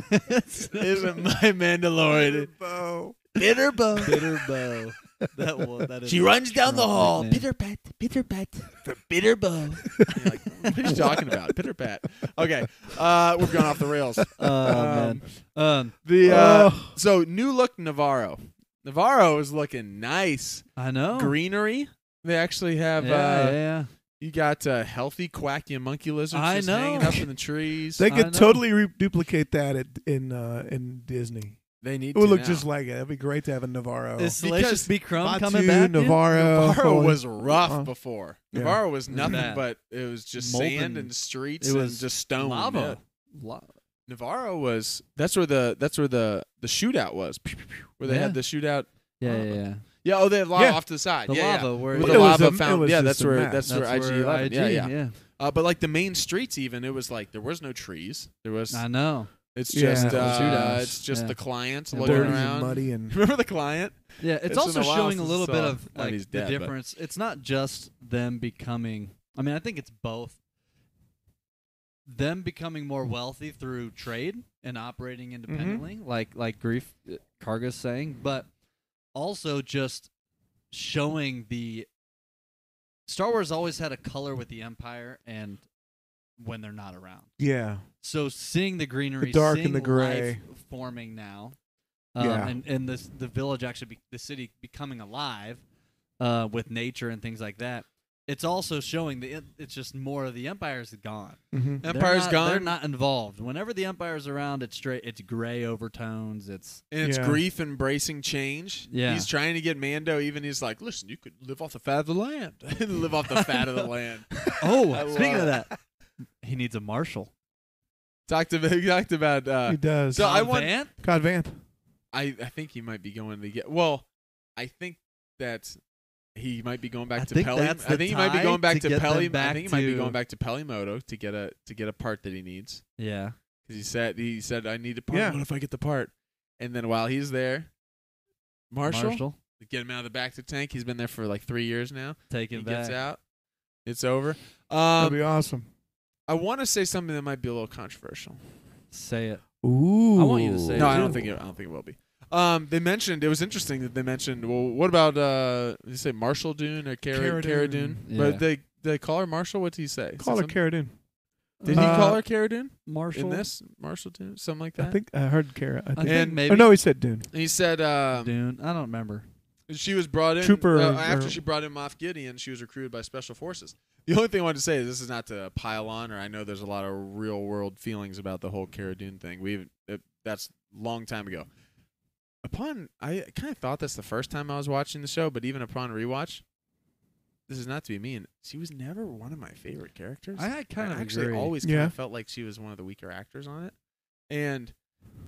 [SPEAKER 1] isn't my Mandalorian.
[SPEAKER 2] Bitterbo.
[SPEAKER 5] Bitter Bow. [laughs]
[SPEAKER 3] Bitter Bo. That one. That is
[SPEAKER 5] She runs down the
[SPEAKER 3] Trump
[SPEAKER 5] hall.
[SPEAKER 3] nickname.
[SPEAKER 5] Bitter Pat. Bitter Pat. For Bitter Bow. [laughs]
[SPEAKER 1] You're like, what are you talking about? Pitter pat. Okay, uh, we've gone off the rails.
[SPEAKER 3] Oh man. Um,
[SPEAKER 1] The uh,
[SPEAKER 2] Oh.
[SPEAKER 1] so new look Navarro. Navarro is looking nice.
[SPEAKER 3] I know.
[SPEAKER 1] Greenery. They actually
[SPEAKER 3] Oh. Yeah,
[SPEAKER 1] have.
[SPEAKER 3] yeah,
[SPEAKER 1] uh,
[SPEAKER 3] yeah.
[SPEAKER 1] You got uh, healthy quacky monkey lizards
[SPEAKER 3] I
[SPEAKER 1] just hanging
[SPEAKER 3] know.
[SPEAKER 1] up in the trees.
[SPEAKER 2] They
[SPEAKER 3] I know.
[SPEAKER 2] could totally reduplicate that at, in uh, in Disney.
[SPEAKER 1] They need.
[SPEAKER 2] It would
[SPEAKER 1] to
[SPEAKER 2] look
[SPEAKER 1] now.
[SPEAKER 2] just like it. It'd be great to have a Navarro.
[SPEAKER 3] Is
[SPEAKER 1] Because
[SPEAKER 3] Salacious B. Crumb
[SPEAKER 2] Batu,
[SPEAKER 3] coming back? dude?
[SPEAKER 2] Navarro.
[SPEAKER 1] Navarro
[SPEAKER 2] Holy-
[SPEAKER 1] was rough
[SPEAKER 2] Uh-huh.
[SPEAKER 1] before.
[SPEAKER 2] Yeah.
[SPEAKER 1] Navarro was
[SPEAKER 3] It was
[SPEAKER 1] nothing
[SPEAKER 3] bad.
[SPEAKER 1] but it was just
[SPEAKER 3] Molten.
[SPEAKER 1] sand and streets
[SPEAKER 3] It
[SPEAKER 1] and
[SPEAKER 3] was
[SPEAKER 1] just stone. Yeah.
[SPEAKER 3] Lava. Lava.
[SPEAKER 1] Navarro was that's where the that's where the the shootout was. Pew, pew, pew, Where they
[SPEAKER 3] Yeah.
[SPEAKER 1] had the shootout.
[SPEAKER 3] Yeah, yeah, yeah.
[SPEAKER 1] Yeah, oh they had lava
[SPEAKER 2] Yeah.
[SPEAKER 1] off to the side.
[SPEAKER 3] The
[SPEAKER 1] yeah, yeah.
[SPEAKER 3] lava where
[SPEAKER 1] With
[SPEAKER 2] But
[SPEAKER 1] the
[SPEAKER 2] it was
[SPEAKER 1] lava
[SPEAKER 2] a- it
[SPEAKER 1] fountain.
[SPEAKER 2] was
[SPEAKER 1] Yeah,
[SPEAKER 2] just
[SPEAKER 1] that's
[SPEAKER 2] a
[SPEAKER 1] where
[SPEAKER 2] map.
[SPEAKER 1] that's, where IG
[SPEAKER 3] That's where
[SPEAKER 1] eleven. Yeah,
[SPEAKER 3] IG,
[SPEAKER 1] yeah. Uh, but like the main streets, even it was like there was no trees. There was
[SPEAKER 3] I know.
[SPEAKER 1] it's
[SPEAKER 2] Yeah,
[SPEAKER 1] just
[SPEAKER 2] it was
[SPEAKER 1] uh,
[SPEAKER 3] shootouts.
[SPEAKER 1] it's just
[SPEAKER 3] Yeah.
[SPEAKER 1] the clients
[SPEAKER 3] And
[SPEAKER 1] looking
[SPEAKER 2] dirty
[SPEAKER 1] around.
[SPEAKER 2] and muddy and
[SPEAKER 1] [laughs] Remember the client?
[SPEAKER 3] Yeah, it's,
[SPEAKER 1] It's
[SPEAKER 3] also
[SPEAKER 1] been a while
[SPEAKER 3] showing a
[SPEAKER 1] since
[SPEAKER 3] little
[SPEAKER 1] I
[SPEAKER 3] bit
[SPEAKER 1] saw- I
[SPEAKER 3] of
[SPEAKER 1] mean,
[SPEAKER 3] like
[SPEAKER 1] he's
[SPEAKER 3] the
[SPEAKER 1] dead, but-
[SPEAKER 3] difference. It's not just them becoming. I mean, I think it's both. them becoming more wealthy through trade and operating
[SPEAKER 1] Mm-hmm.
[SPEAKER 3] independently, like like Grief uh, Karga's saying, but also just showing the Star Wars always had a color with the Empire and when they're not around.
[SPEAKER 2] Yeah.
[SPEAKER 3] So seeing the greenery,
[SPEAKER 2] dark and
[SPEAKER 3] seeing
[SPEAKER 2] the gray.
[SPEAKER 3] life forming now, um,
[SPEAKER 2] Yeah.
[SPEAKER 3] and and this the village actually be, the city becoming alive uh, with nature and things like that. It's also showing the it's just more of the empire's gone.
[SPEAKER 2] Mm-hmm.
[SPEAKER 3] They're
[SPEAKER 1] Empire's
[SPEAKER 3] not-
[SPEAKER 1] gone,
[SPEAKER 3] They're not involved. Whenever the empire's around, it's straight. It's gray
[SPEAKER 1] [laughs]
[SPEAKER 3] overtones. It's
[SPEAKER 1] and it's
[SPEAKER 2] Yeah.
[SPEAKER 1] grief embracing change.
[SPEAKER 3] Yeah.
[SPEAKER 1] he's trying to get Mando. Even he's like, listen, you could live off the fat of the land, [laughs] live off
[SPEAKER 3] [laughs]
[SPEAKER 1] the fat of the land.
[SPEAKER 3] oh,
[SPEAKER 1] speaking
[SPEAKER 3] speaking
[SPEAKER 1] love
[SPEAKER 3] of
[SPEAKER 1] of
[SPEAKER 3] that, he needs a marshal.
[SPEAKER 1] Talked about [laughs] he talked about. Uh,
[SPEAKER 2] he does.
[SPEAKER 1] so I want.
[SPEAKER 3] Van?
[SPEAKER 2] Cod Vanth.
[SPEAKER 1] I I think he might be going to get. Well, I think that he might be going back
[SPEAKER 3] I
[SPEAKER 1] to
[SPEAKER 3] think
[SPEAKER 1] Peli. I
[SPEAKER 3] that's the
[SPEAKER 1] think he might be
[SPEAKER 3] tie
[SPEAKER 1] going back
[SPEAKER 3] to
[SPEAKER 1] to,
[SPEAKER 3] get them
[SPEAKER 1] Peli. I
[SPEAKER 3] back
[SPEAKER 1] think he might be
[SPEAKER 3] to-
[SPEAKER 1] going back to Pelimoto to get a to get a part that he needs
[SPEAKER 3] Yeah,
[SPEAKER 1] because he said he said I need a part.
[SPEAKER 2] Yeah.
[SPEAKER 1] What if I get the part? And then while he's there, Marshall,
[SPEAKER 3] marshal
[SPEAKER 1] get him out of the back to tank. He's been there for like three years now.
[SPEAKER 3] taking
[SPEAKER 1] he
[SPEAKER 3] back.
[SPEAKER 1] gets out. It's over.
[SPEAKER 2] That'd
[SPEAKER 1] Um,
[SPEAKER 2] be awesome.
[SPEAKER 1] I want to say something that might be a little controversial.
[SPEAKER 3] Say it.
[SPEAKER 2] Ooh.
[SPEAKER 3] want you to say They
[SPEAKER 1] No, I
[SPEAKER 3] do.
[SPEAKER 1] don't think it, I don't think it will be. Um, they mentioned it was interesting that they mentioned. Well, what about uh? Did you say Marshall Dune or Cara,
[SPEAKER 2] Cara
[SPEAKER 1] Cara Dune?
[SPEAKER 2] Dune.
[SPEAKER 1] But
[SPEAKER 3] Yeah.
[SPEAKER 1] they they call her Marshall. What did he say?
[SPEAKER 2] Call her
[SPEAKER 1] Said something-
[SPEAKER 2] Cara Dune.
[SPEAKER 1] Did he call
[SPEAKER 2] Uh,
[SPEAKER 1] her Cara Dune
[SPEAKER 3] Marshall?
[SPEAKER 1] in this Marshall Dune? Something like
[SPEAKER 2] I
[SPEAKER 1] that.
[SPEAKER 2] think I heard Cara. I
[SPEAKER 3] I
[SPEAKER 2] think.
[SPEAKER 3] think
[SPEAKER 1] And-
[SPEAKER 3] maybe
[SPEAKER 2] Or no, he said Dune.
[SPEAKER 1] And he said um,
[SPEAKER 3] Dune. I don't remember.
[SPEAKER 1] she was brought in
[SPEAKER 2] Trooper
[SPEAKER 1] uh,
[SPEAKER 2] or-
[SPEAKER 1] after
[SPEAKER 2] or-
[SPEAKER 1] she brought in Moff Gideon. She was recruited by special forces. The only thing I wanted to say is this is not to pile on, or I know there's a lot of real world feelings about the whole Cara Dune thing. We've it, that's long time ago. Upon I kind of thought this the first time I was watching the show, but even upon rewatch, this is not to be mean. She was never one of my favorite characters.
[SPEAKER 3] I kind of
[SPEAKER 1] actually
[SPEAKER 3] agree.
[SPEAKER 1] always
[SPEAKER 2] Yeah.
[SPEAKER 1] kind of felt like she was one of the weaker actors on it, and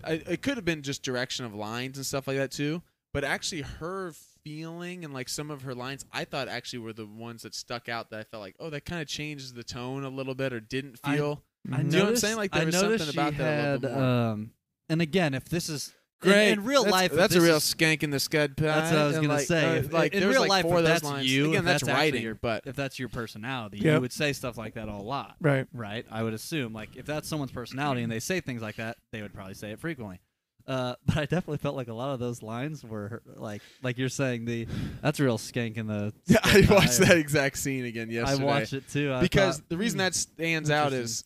[SPEAKER 1] I, it could have been just direction of lines and stuff like that too. But actually, her feeling and like some of her lines, I thought actually were the ones that stuck out that I felt like, oh, that kind of changes the tone a little bit, or didn't
[SPEAKER 3] I-
[SPEAKER 1] feel.
[SPEAKER 3] I
[SPEAKER 1] Do
[SPEAKER 2] Mm-hmm.
[SPEAKER 3] noticed,
[SPEAKER 1] you know what I'm saying? Like, there
[SPEAKER 3] I
[SPEAKER 1] was something
[SPEAKER 3] noticed she
[SPEAKER 1] about that a little
[SPEAKER 3] had,
[SPEAKER 1] bit more.
[SPEAKER 3] Um, and again, if this is in- in, real
[SPEAKER 1] that's,
[SPEAKER 3] life, if
[SPEAKER 1] That's a
[SPEAKER 3] this
[SPEAKER 1] real
[SPEAKER 3] is-
[SPEAKER 1] skank in the scud pie.
[SPEAKER 3] That's what I was
[SPEAKER 1] and,
[SPEAKER 3] gonna
[SPEAKER 1] like,
[SPEAKER 3] say.
[SPEAKER 1] uh,
[SPEAKER 3] If-
[SPEAKER 1] like,
[SPEAKER 3] in
[SPEAKER 1] there's,
[SPEAKER 3] real
[SPEAKER 1] like,
[SPEAKER 3] life,
[SPEAKER 1] four
[SPEAKER 3] if
[SPEAKER 1] of those
[SPEAKER 3] that's
[SPEAKER 1] lines.
[SPEAKER 3] you,
[SPEAKER 1] Again,
[SPEAKER 3] if
[SPEAKER 1] that's,
[SPEAKER 3] that's actually
[SPEAKER 1] writing,
[SPEAKER 3] your-
[SPEAKER 1] but [laughs]
[SPEAKER 3] if that's your personality,
[SPEAKER 2] Yep.
[SPEAKER 3] you would say stuff like that a lot,
[SPEAKER 2] Right.
[SPEAKER 3] right? I would assume. Like, if that's someone's personality and they say things like that, they would probably say it frequently. Uh, [laughs] but I definitely felt like a lot of those lines were like, like you're saying the that's a real skank in the.
[SPEAKER 1] [laughs] yeah, I
[SPEAKER 3] skank
[SPEAKER 1] watched
[SPEAKER 3] eye.
[SPEAKER 1] that exact scene again
[SPEAKER 3] I
[SPEAKER 1] yesterday.
[SPEAKER 3] watched it too I
[SPEAKER 1] because
[SPEAKER 3] thought,
[SPEAKER 1] the reason
[SPEAKER 3] "Hmm."
[SPEAKER 1] that stands out
[SPEAKER 3] Interesting.
[SPEAKER 1] is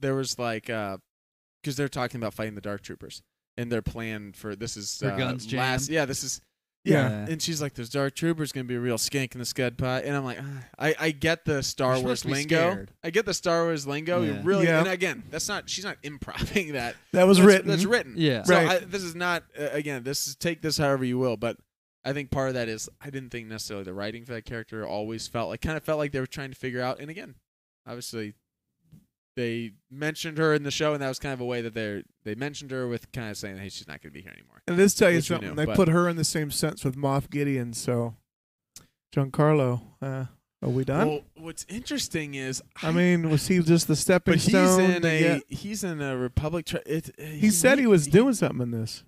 [SPEAKER 1] there was like because they're talking about fighting the dark troopers and their plan for this is
[SPEAKER 3] Their
[SPEAKER 1] uh,
[SPEAKER 3] guns jammed.
[SPEAKER 1] last yeah this is
[SPEAKER 2] Yeah.
[SPEAKER 1] and she's like there's dark troopers gonna be a real skank in the scud pie and I'm like ah, I I get the Star
[SPEAKER 3] You're
[SPEAKER 1] Wars
[SPEAKER 3] supposed to be
[SPEAKER 1] lingo
[SPEAKER 3] scared.
[SPEAKER 1] I get the Star Wars lingo you
[SPEAKER 3] Yeah.
[SPEAKER 1] really
[SPEAKER 2] Yeah.
[SPEAKER 1] and again that's not she's not [laughs] improving that
[SPEAKER 2] That was
[SPEAKER 1] that's,
[SPEAKER 2] written.
[SPEAKER 1] that's written
[SPEAKER 3] Yeah.
[SPEAKER 1] so
[SPEAKER 2] Right.
[SPEAKER 1] I, this is not uh, again. This is take this however you will, but I think part of that is I didn't think necessarily the writing for that character always felt like kind of felt like they were trying to figure out. And again, obviously, they mentioned her in the show, and that was kind of a way that they they mentioned her with kind of saying, "Hey, she's not going to be here anymore."
[SPEAKER 2] And this tell you
[SPEAKER 1] Which we
[SPEAKER 2] something.
[SPEAKER 1] knew,
[SPEAKER 2] they
[SPEAKER 1] but-
[SPEAKER 2] put her in the same sense with Moff Gideon. So, Giancarlo, uh, are we done?
[SPEAKER 1] Well, what's interesting is
[SPEAKER 2] I mean, was he just the stepping
[SPEAKER 1] but he's
[SPEAKER 2] stone?
[SPEAKER 1] in
[SPEAKER 2] to
[SPEAKER 1] a
[SPEAKER 2] get-
[SPEAKER 1] he's in a Republic. Tri- it,
[SPEAKER 2] he said he was doing something in this,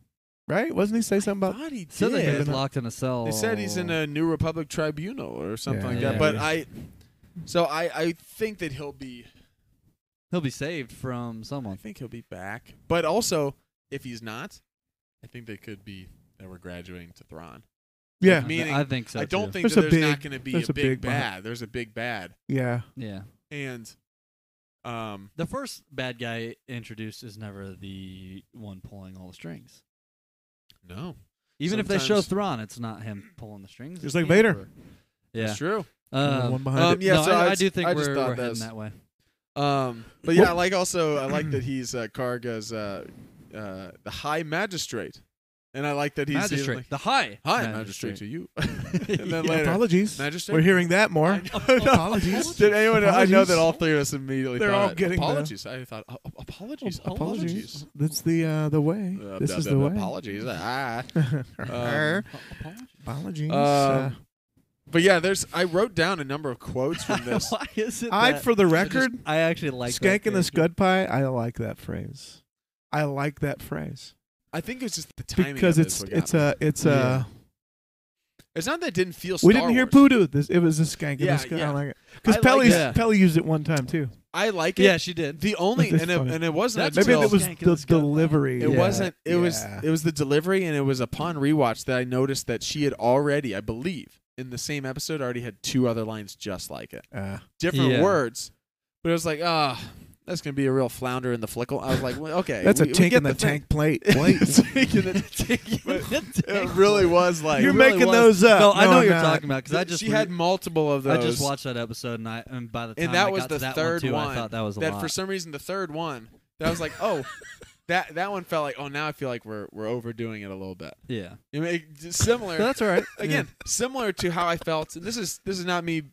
[SPEAKER 2] right? Wasn't he say something about?
[SPEAKER 1] Thought he
[SPEAKER 3] So
[SPEAKER 1] did.
[SPEAKER 3] they
[SPEAKER 2] Yeah.
[SPEAKER 3] was locked in a cell.
[SPEAKER 1] They said he's in a New Republic tribunal or something
[SPEAKER 2] Oh. Yeah.
[SPEAKER 1] like
[SPEAKER 3] Yeah.
[SPEAKER 1] that. But I, so I, I think that he'll be,
[SPEAKER 3] He'll be saved from
[SPEAKER 1] I
[SPEAKER 3] someone.
[SPEAKER 1] think he'll be back. But also, if he's not, I think they could be that we're graduating to Thrawn.
[SPEAKER 2] Yeah,
[SPEAKER 3] I-
[SPEAKER 1] Meaning,
[SPEAKER 3] I think so.
[SPEAKER 1] I don't
[SPEAKER 3] too.
[SPEAKER 1] think
[SPEAKER 2] There's
[SPEAKER 1] that
[SPEAKER 2] a
[SPEAKER 1] there's not
[SPEAKER 2] big-
[SPEAKER 1] going to be
[SPEAKER 2] there's
[SPEAKER 1] a
[SPEAKER 2] a
[SPEAKER 1] big,
[SPEAKER 2] big behind-
[SPEAKER 1] bad. There's a big bad,
[SPEAKER 2] yeah.
[SPEAKER 3] Yeah.
[SPEAKER 1] and um,
[SPEAKER 3] The first bad guy introduced is never the one pulling all the strings.
[SPEAKER 1] no,
[SPEAKER 3] Even if they show
[SPEAKER 1] Sometimes-
[SPEAKER 3] Thrawn, it's not him pulling the strings.
[SPEAKER 2] Just
[SPEAKER 3] it's
[SPEAKER 2] like
[SPEAKER 3] the
[SPEAKER 2] Vader.
[SPEAKER 3] Emperor. Yeah.
[SPEAKER 1] it's true.
[SPEAKER 2] The
[SPEAKER 3] Um,
[SPEAKER 2] one behind
[SPEAKER 1] Um,
[SPEAKER 2] it.
[SPEAKER 1] yeah,
[SPEAKER 3] no,
[SPEAKER 1] so
[SPEAKER 3] I, I
[SPEAKER 1] just-
[SPEAKER 3] do think
[SPEAKER 1] I just
[SPEAKER 3] we're,
[SPEAKER 1] thought
[SPEAKER 3] we're heading
[SPEAKER 1] that's-
[SPEAKER 3] that way.
[SPEAKER 1] Um, but yeah, I like also I like
[SPEAKER 2] [clears throat]
[SPEAKER 1] that he's uh, Karga's uh, uh, the High Magistrate, and I like that he's he's
[SPEAKER 3] magistrate,
[SPEAKER 1] like,
[SPEAKER 3] the high.
[SPEAKER 1] Hi, magistrate,
[SPEAKER 3] [laughs]
[SPEAKER 1] to you. [laughs] and then
[SPEAKER 3] Yeah.
[SPEAKER 1] later,
[SPEAKER 2] Apologies.
[SPEAKER 1] magistrate.
[SPEAKER 2] We're hearing that more.
[SPEAKER 1] I know.
[SPEAKER 2] [laughs] Apologies.
[SPEAKER 1] Did anyone? I know
[SPEAKER 2] Apologies.
[SPEAKER 1] that all three of us immediately.
[SPEAKER 2] They're
[SPEAKER 1] thought
[SPEAKER 2] all
[SPEAKER 1] it.
[SPEAKER 2] getting the-
[SPEAKER 1] apologies. I thought "A- a- apologies. Apologies.
[SPEAKER 2] That's the uh, the way.
[SPEAKER 1] Uh,
[SPEAKER 2] this
[SPEAKER 1] blah,
[SPEAKER 2] is
[SPEAKER 1] blah,
[SPEAKER 2] the
[SPEAKER 1] blah,
[SPEAKER 2] way.
[SPEAKER 1] Apologies. Um, Ah.
[SPEAKER 2] [laughs]
[SPEAKER 1] [laughs]
[SPEAKER 2] Her.
[SPEAKER 3] Apologies.
[SPEAKER 2] apologies. uh,
[SPEAKER 1] Um, But yeah, there's. I wrote down a number of quotes
[SPEAKER 2] [laughs]
[SPEAKER 1] from this.
[SPEAKER 3] Why is it?
[SPEAKER 2] I,
[SPEAKER 3] that-
[SPEAKER 2] for the
[SPEAKER 3] I just-
[SPEAKER 2] record,
[SPEAKER 3] I actually like that
[SPEAKER 2] skanking the
[SPEAKER 3] character.
[SPEAKER 2] scud pie. I like that phrase. I like that phrase
[SPEAKER 1] I think it's just the timing
[SPEAKER 2] because
[SPEAKER 1] of
[SPEAKER 2] it's
[SPEAKER 1] this what got
[SPEAKER 2] it's
[SPEAKER 1] me.
[SPEAKER 2] a it's a.
[SPEAKER 1] It's not that it didn't feel. Star
[SPEAKER 2] We didn't hear
[SPEAKER 1] Wars.
[SPEAKER 2] poodoo. This it was a skanking
[SPEAKER 1] Yeah,
[SPEAKER 2] the scud.
[SPEAKER 1] yeah.
[SPEAKER 2] I like it
[SPEAKER 1] I
[SPEAKER 2] because
[SPEAKER 1] like
[SPEAKER 2] Pelly
[SPEAKER 3] that.
[SPEAKER 2] Pelly used it one time too.
[SPEAKER 1] I like it.
[SPEAKER 3] Yeah, she did.
[SPEAKER 1] The only
[SPEAKER 2] That's
[SPEAKER 1] and it,
[SPEAKER 2] funny.
[SPEAKER 1] and it wasn't
[SPEAKER 3] That's
[SPEAKER 2] Maybe
[SPEAKER 1] until
[SPEAKER 2] it
[SPEAKER 3] Still-
[SPEAKER 2] was
[SPEAKER 3] Can't get
[SPEAKER 2] the
[SPEAKER 3] this guy.
[SPEAKER 2] delivery.
[SPEAKER 1] it
[SPEAKER 2] Yeah.
[SPEAKER 1] wasn't it was
[SPEAKER 2] Yeah.
[SPEAKER 1] it was the delivery and it was upon rewatch that I noticed that she had already, I believe, in the same episode already had two other lines just like it.
[SPEAKER 2] Uh,
[SPEAKER 1] Different
[SPEAKER 3] Yeah.
[SPEAKER 1] words. But it was like, ah, that's gonna be a real flounder in the flickle. I was like, well, okay.
[SPEAKER 2] that's
[SPEAKER 1] we-
[SPEAKER 2] a
[SPEAKER 1] we
[SPEAKER 2] tank
[SPEAKER 1] get
[SPEAKER 2] in the,
[SPEAKER 1] thing. [laughs]
[SPEAKER 2] tank plate. Wait,
[SPEAKER 3] [laughs]
[SPEAKER 1] It
[SPEAKER 5] [laughs]
[SPEAKER 1] really was like
[SPEAKER 2] you're
[SPEAKER 3] really
[SPEAKER 2] making
[SPEAKER 3] was-
[SPEAKER 2] those up.
[SPEAKER 3] no, I know
[SPEAKER 2] I'm
[SPEAKER 3] what you're
[SPEAKER 2] not.
[SPEAKER 3] talking about because I just
[SPEAKER 1] she had multiple of
[SPEAKER 3] I
[SPEAKER 1] those.
[SPEAKER 3] just watched that episode and I and by the time
[SPEAKER 1] and that
[SPEAKER 3] I
[SPEAKER 1] was
[SPEAKER 3] got
[SPEAKER 1] the
[SPEAKER 3] to that
[SPEAKER 1] third
[SPEAKER 3] one, too,
[SPEAKER 1] one.
[SPEAKER 3] I thought that was a
[SPEAKER 1] that
[SPEAKER 3] lot.
[SPEAKER 1] for some reason the third one that was like,
[SPEAKER 3] [laughs]
[SPEAKER 1] oh, that that one felt like, oh, now I feel like we're we're overdoing it a little bit.
[SPEAKER 3] yeah,
[SPEAKER 1] I mean, it- it's similar
[SPEAKER 2] [laughs] That's all right.
[SPEAKER 1] again, similar to how I felt. And this is this is not me